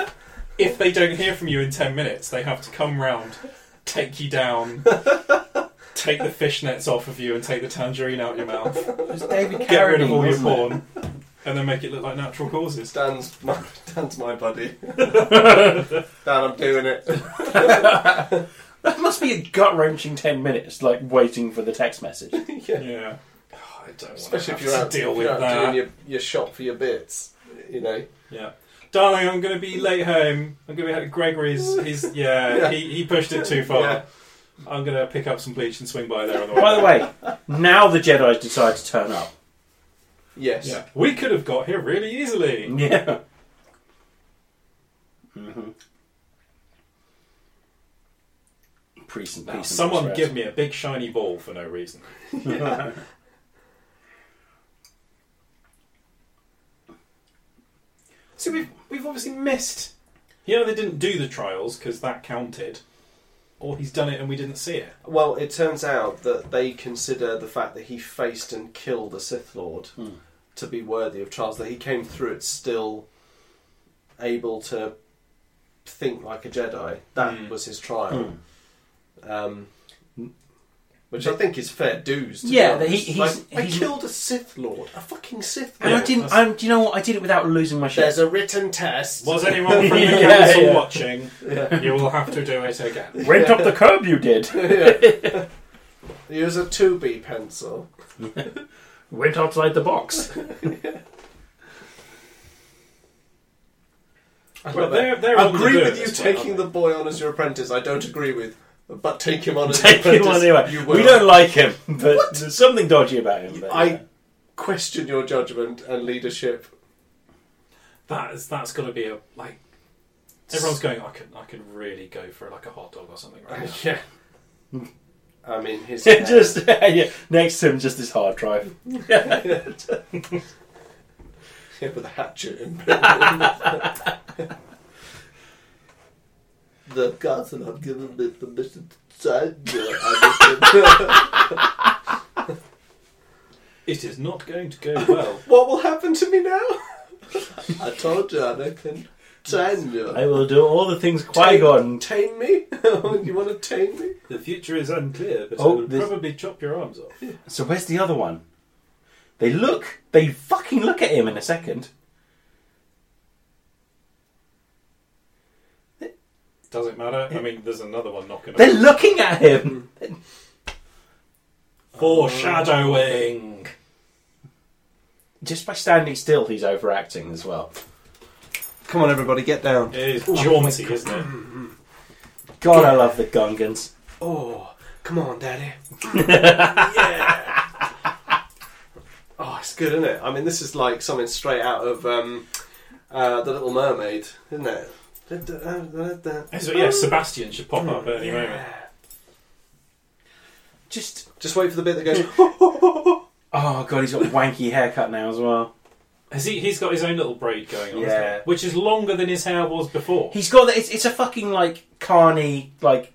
S3: if they don't hear from you in ten minutes, they have to come round, take you down, take the fishnets off of you, and take the tangerine out your mouth,
S1: It was David
S3: get rid
S1: Carradine.
S3: of all your
S1: wasn't it?
S3: porn. and then make it look like natural causes.
S2: Dan's my, Dan's my buddy. Dan, I'm doing it.
S1: That must be a gut wrenching 10 minutes, like waiting for the text message.
S2: yeah.
S3: Yeah. Oh,
S2: I don't Especially if
S3: have
S2: you're
S3: to
S2: out,
S3: deal
S2: if
S3: with
S2: you're out
S3: that.
S2: doing your, your shop for your bits. You know,
S3: Yeah. Darling, I'm going to be late home. I'm going to be at Gregory's. He's yeah,
S2: Yeah.
S3: He, he pushed it too far.
S2: Yeah.
S3: I'm going to pick up some bleach and swing by there on the way.
S1: By the way, now the Jedi's decide to turn up.
S2: yes.
S3: yeah. We could have got here really easily.
S1: Yeah. Mm-hmm. Priest and
S3: Now,
S1: peace and
S3: someone
S1: peace,
S3: give me a big shiny ball for no reason.
S6: So we've we've obviously missed.
S3: You know they didn't do the trials because that counted, or he's done it and we didn't see it.
S2: Well, it turns out that they consider the fact that he faced and killed a Sith Lord
S3: Hmm.
S2: to be worthy of trials. That he came through it still able to think like a Jedi. That
S3: Mm.
S2: was his trial.
S3: Hmm.
S2: Um, which I think is fair dues. To
S1: Yeah,
S2: be
S1: that he-
S2: honest.
S1: he's-
S2: Like, I
S1: he's-
S2: killed a Sith Lord, a fucking Sith
S1: And
S2: Lord.
S1: I didn't. I, do you know what? I did it without losing my shit.
S2: There's a written test.
S3: Was anyone from the
S1: Yeah,
S3: council
S1: yeah.
S3: watching? You will have to do it again.
S1: Went up the curb, you did.
S2: Yeah. Use a two B pencil.
S1: Went outside the box.
S3: Well, they're, they're
S2: I
S3: all
S2: agree
S3: gonna do
S2: with
S3: it
S2: you
S3: this way,
S2: taking
S3: aren't
S2: the boy on as your apprentice. I don't agree with, but take him on as
S1: Take
S2: your
S1: him on
S2: apprentice.
S1: anyway.
S2: You will.
S1: We don't like him, but there's something dodgy about him. but,
S2: I
S1: yeah.
S2: question your judgment and leadership.
S3: they? That is that's got to be a like. Everyone's going. I can I can really go for like a hot dog or something right now.
S2: yeah. I mean, his
S1: just yeah, next to him, just this hard drive.
S2: yeah, with a hatchet. In. the council have given me permission to sign your
S3: It is not going to go well.
S2: What will happen to me now? I told you, Anakin. Sign your.
S1: I will do all the things Qui Gon.
S2: Tame me? you want to tame me?
S3: The future is unclear, but
S1: Oh,
S3: I will
S1: this-
S3: probably chop your arms off.
S1: So where's the other one? They look. They fucking look at him in a second.
S3: Doesn't matter. I mean, there's another one knocking.
S1: They're looking at him.
S3: Foreshadowing.
S1: Just by standing still, he's overacting as well.
S2: Come on, everybody, get down.
S3: It is jaunty, isn't it?
S1: God, I love the Gungans.
S2: Oh, come on, Daddy. yeah. Oh, it's good, isn't it? I mean, this is like something straight out of um, uh, The Little Mermaid, isn't it?
S3: So yeah, Sebastian should pop up at any moment.
S2: Yeah.
S1: Just
S2: Just wait for the bit that goes.
S1: oh god, he's got a wanky haircut now as well.
S3: Has he? He's got his own little braid going on,
S1: Yeah.
S3: hasn't he? which is longer than his hair was before.
S1: He's got the, it's, it's a fucking like carny like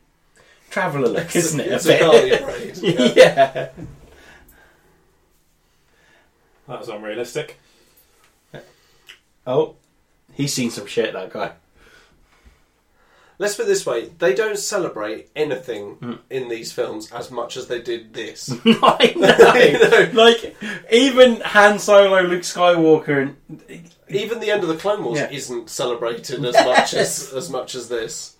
S1: traveller look, isn't it?
S2: It's
S1: a
S2: a
S1: bit.
S2: Carly braid. Yeah.
S1: yeah.
S3: That was unrealistic.
S1: Oh, he's seen some shit. That guy.
S2: Let's put it this way: they don't celebrate anything in these films as much as they did this.
S1: I know. Like even Han Solo, Luke Skywalker, and
S2: Even the end of the Clone Wars
S1: Yeah.
S2: isn't celebrated as much as as much as this.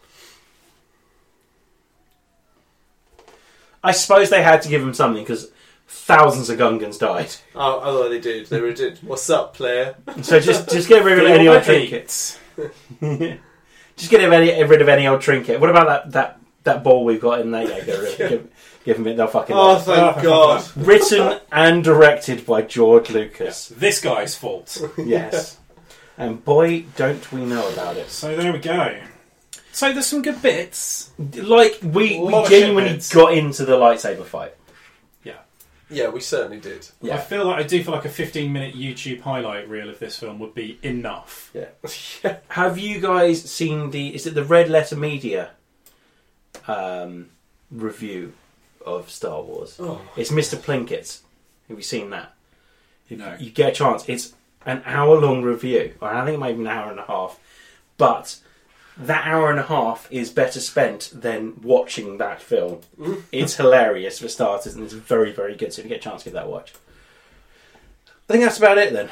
S1: I suppose they had to give him something because thousands of Gungans died.
S2: Oh, although they did, they really did. What's up, player?
S1: So just just get rid of any old trinket. Just get rid of, rid of any old trinket. What about that that that ball we've got in there? Yeah, get rid of it. Give, give him it. They'll fucking.
S2: Oh,
S1: love it.
S2: thank God!
S1: Written and directed by George Lucas.
S3: This guy's fault.
S1: Yes. And boy, don't we know about it.
S3: So there we go. So there's some good bits.
S1: Like, we, we
S3: Lot of
S1: genuinely
S3: shitbits.
S1: got into the lightsaber fight.
S2: Yeah, we certainly did.
S1: Yeah.
S3: I feel like I do feel like a 15 minute YouTube highlight reel of this film would be enough.
S1: Have you guys seen the? Is it the Red Letter Media um, review of Star Wars?
S2: Oh.
S1: It's Mr. Plinkett. Have you seen that? If
S3: No.
S1: You get a chance. It's an hour long review, or I think maybe an hour and a half. But that hour and a half is better spent than watching that film. it's hilarious for starters, and it's very, very good. So if you get a chance, give that a watch. I think that's about it then.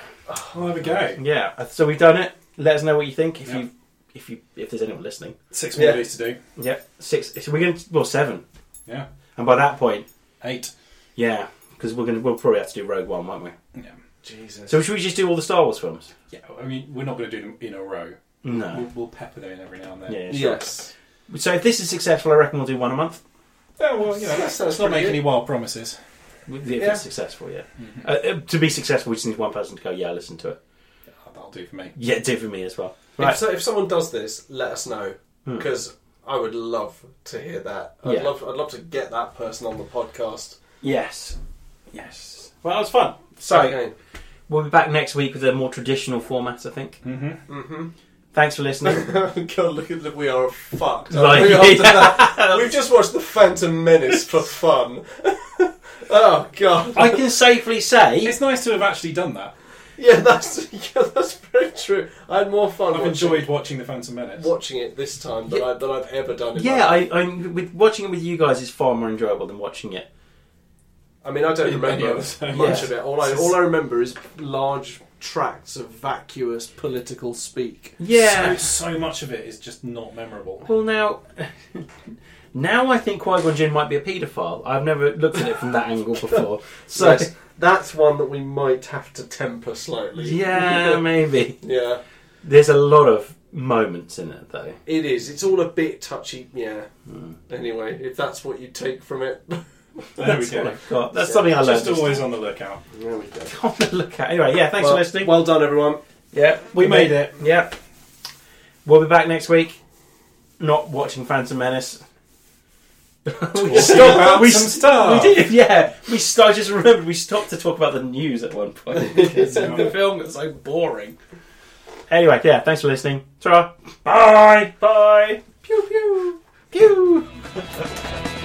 S3: Well, there we go.
S1: Yeah. So we've done it. Let us know what you think. If
S3: Yeah.
S1: you, if you, if there's anyone listening.
S3: Six
S2: Yeah.
S3: movies to do.
S1: Yep. Six. So we're going to well seven,
S3: Yeah.
S1: and by that point,
S3: Eight.
S1: yeah, because we're going to we'll probably have to do Rogue One, won't we?
S3: Yeah.
S2: Jesus.
S1: So should we just do all the Star Wars films?
S3: Yeah. I mean, we're not going to do them in a row. We'll,
S1: No.
S3: we'll pepper them in every now and then.
S1: Yeah. Sure.
S2: yes.
S1: So if this is successful, I reckon we'll do one a month.
S3: Yeah, well, you know,
S2: That
S3: let's,
S2: sounds
S3: let's not
S2: pretty
S3: make
S2: good.
S3: any wild promises.
S1: If
S2: Yeah.
S1: it's successful, yeah.
S2: Mm-hmm.
S1: Uh, Uh, to be successful, we just need one person to go. Yeah, listen to it.
S3: That'll do for me.
S1: Yeah, do for me as well. Right.
S2: If, so, if someone does this, let us know
S3: Hmm.
S2: because I would love to hear that. I'd
S1: Yeah.
S2: love. I'd love to get that person on the podcast.
S1: Yes. Yes. Well, that was fun. So
S2: Okay.
S1: we'll be back next week with a more traditional format, I think.
S3: Mm-hmm.
S1: Thanks for listening.
S2: God, look at we are fucked.
S1: Like-
S2: aren't we, after that? We've just watched the Phantom Menace for fun. oh God.
S1: I can safely say
S3: It's nice to have actually done that.
S2: Yeah, that's yeah, that's very true. I had more fun.
S3: I've
S2: watching,
S3: enjoyed watching The Phantom Menace.
S2: watching it this time than, I, than I've ever done. In my
S1: Yeah, I, I with watching it with you guys is far more enjoyable than watching it.
S2: I mean, I don't
S3: In many
S2: remember much
S3: others, yeah.
S2: of it. All I all I remember is large tracts of vacuous political speak.
S1: Yeah.
S3: So, so much of it is just not memorable.
S1: well, now, now I think Qui Gon Jinn might be a paedophile. I've never looked at it from that angle before. So
S2: Yes, that's one that we might have to temper slightly.
S1: yeah, maybe
S2: yeah,
S1: there's a lot of moments in it though.
S2: it is. It's all a bit touchy. Yeah. Anyway, if that's what you take from it,
S3: There we
S1: That's all
S3: go.
S1: I've got. That's something I learned.
S3: Just
S1: Just
S3: always on the lookout.
S2: there we go.
S1: on the lookout. Anyway, yeah. Thanks
S2: well,
S1: for listening.
S2: well done, everyone.
S1: yeah,
S3: We made it.
S1: Yeah, we'll be back next week. Not watching Phantom Menace. we
S3: Talk about
S1: we
S3: some
S1: s-
S3: stuff.
S1: We did, yeah. We st- I just remembered we stopped to talk about the news at one point. because the film got so boring. Anyway, yeah, thanks for listening. ta
S3: Bye.
S1: Bye. Pew pew. Pew.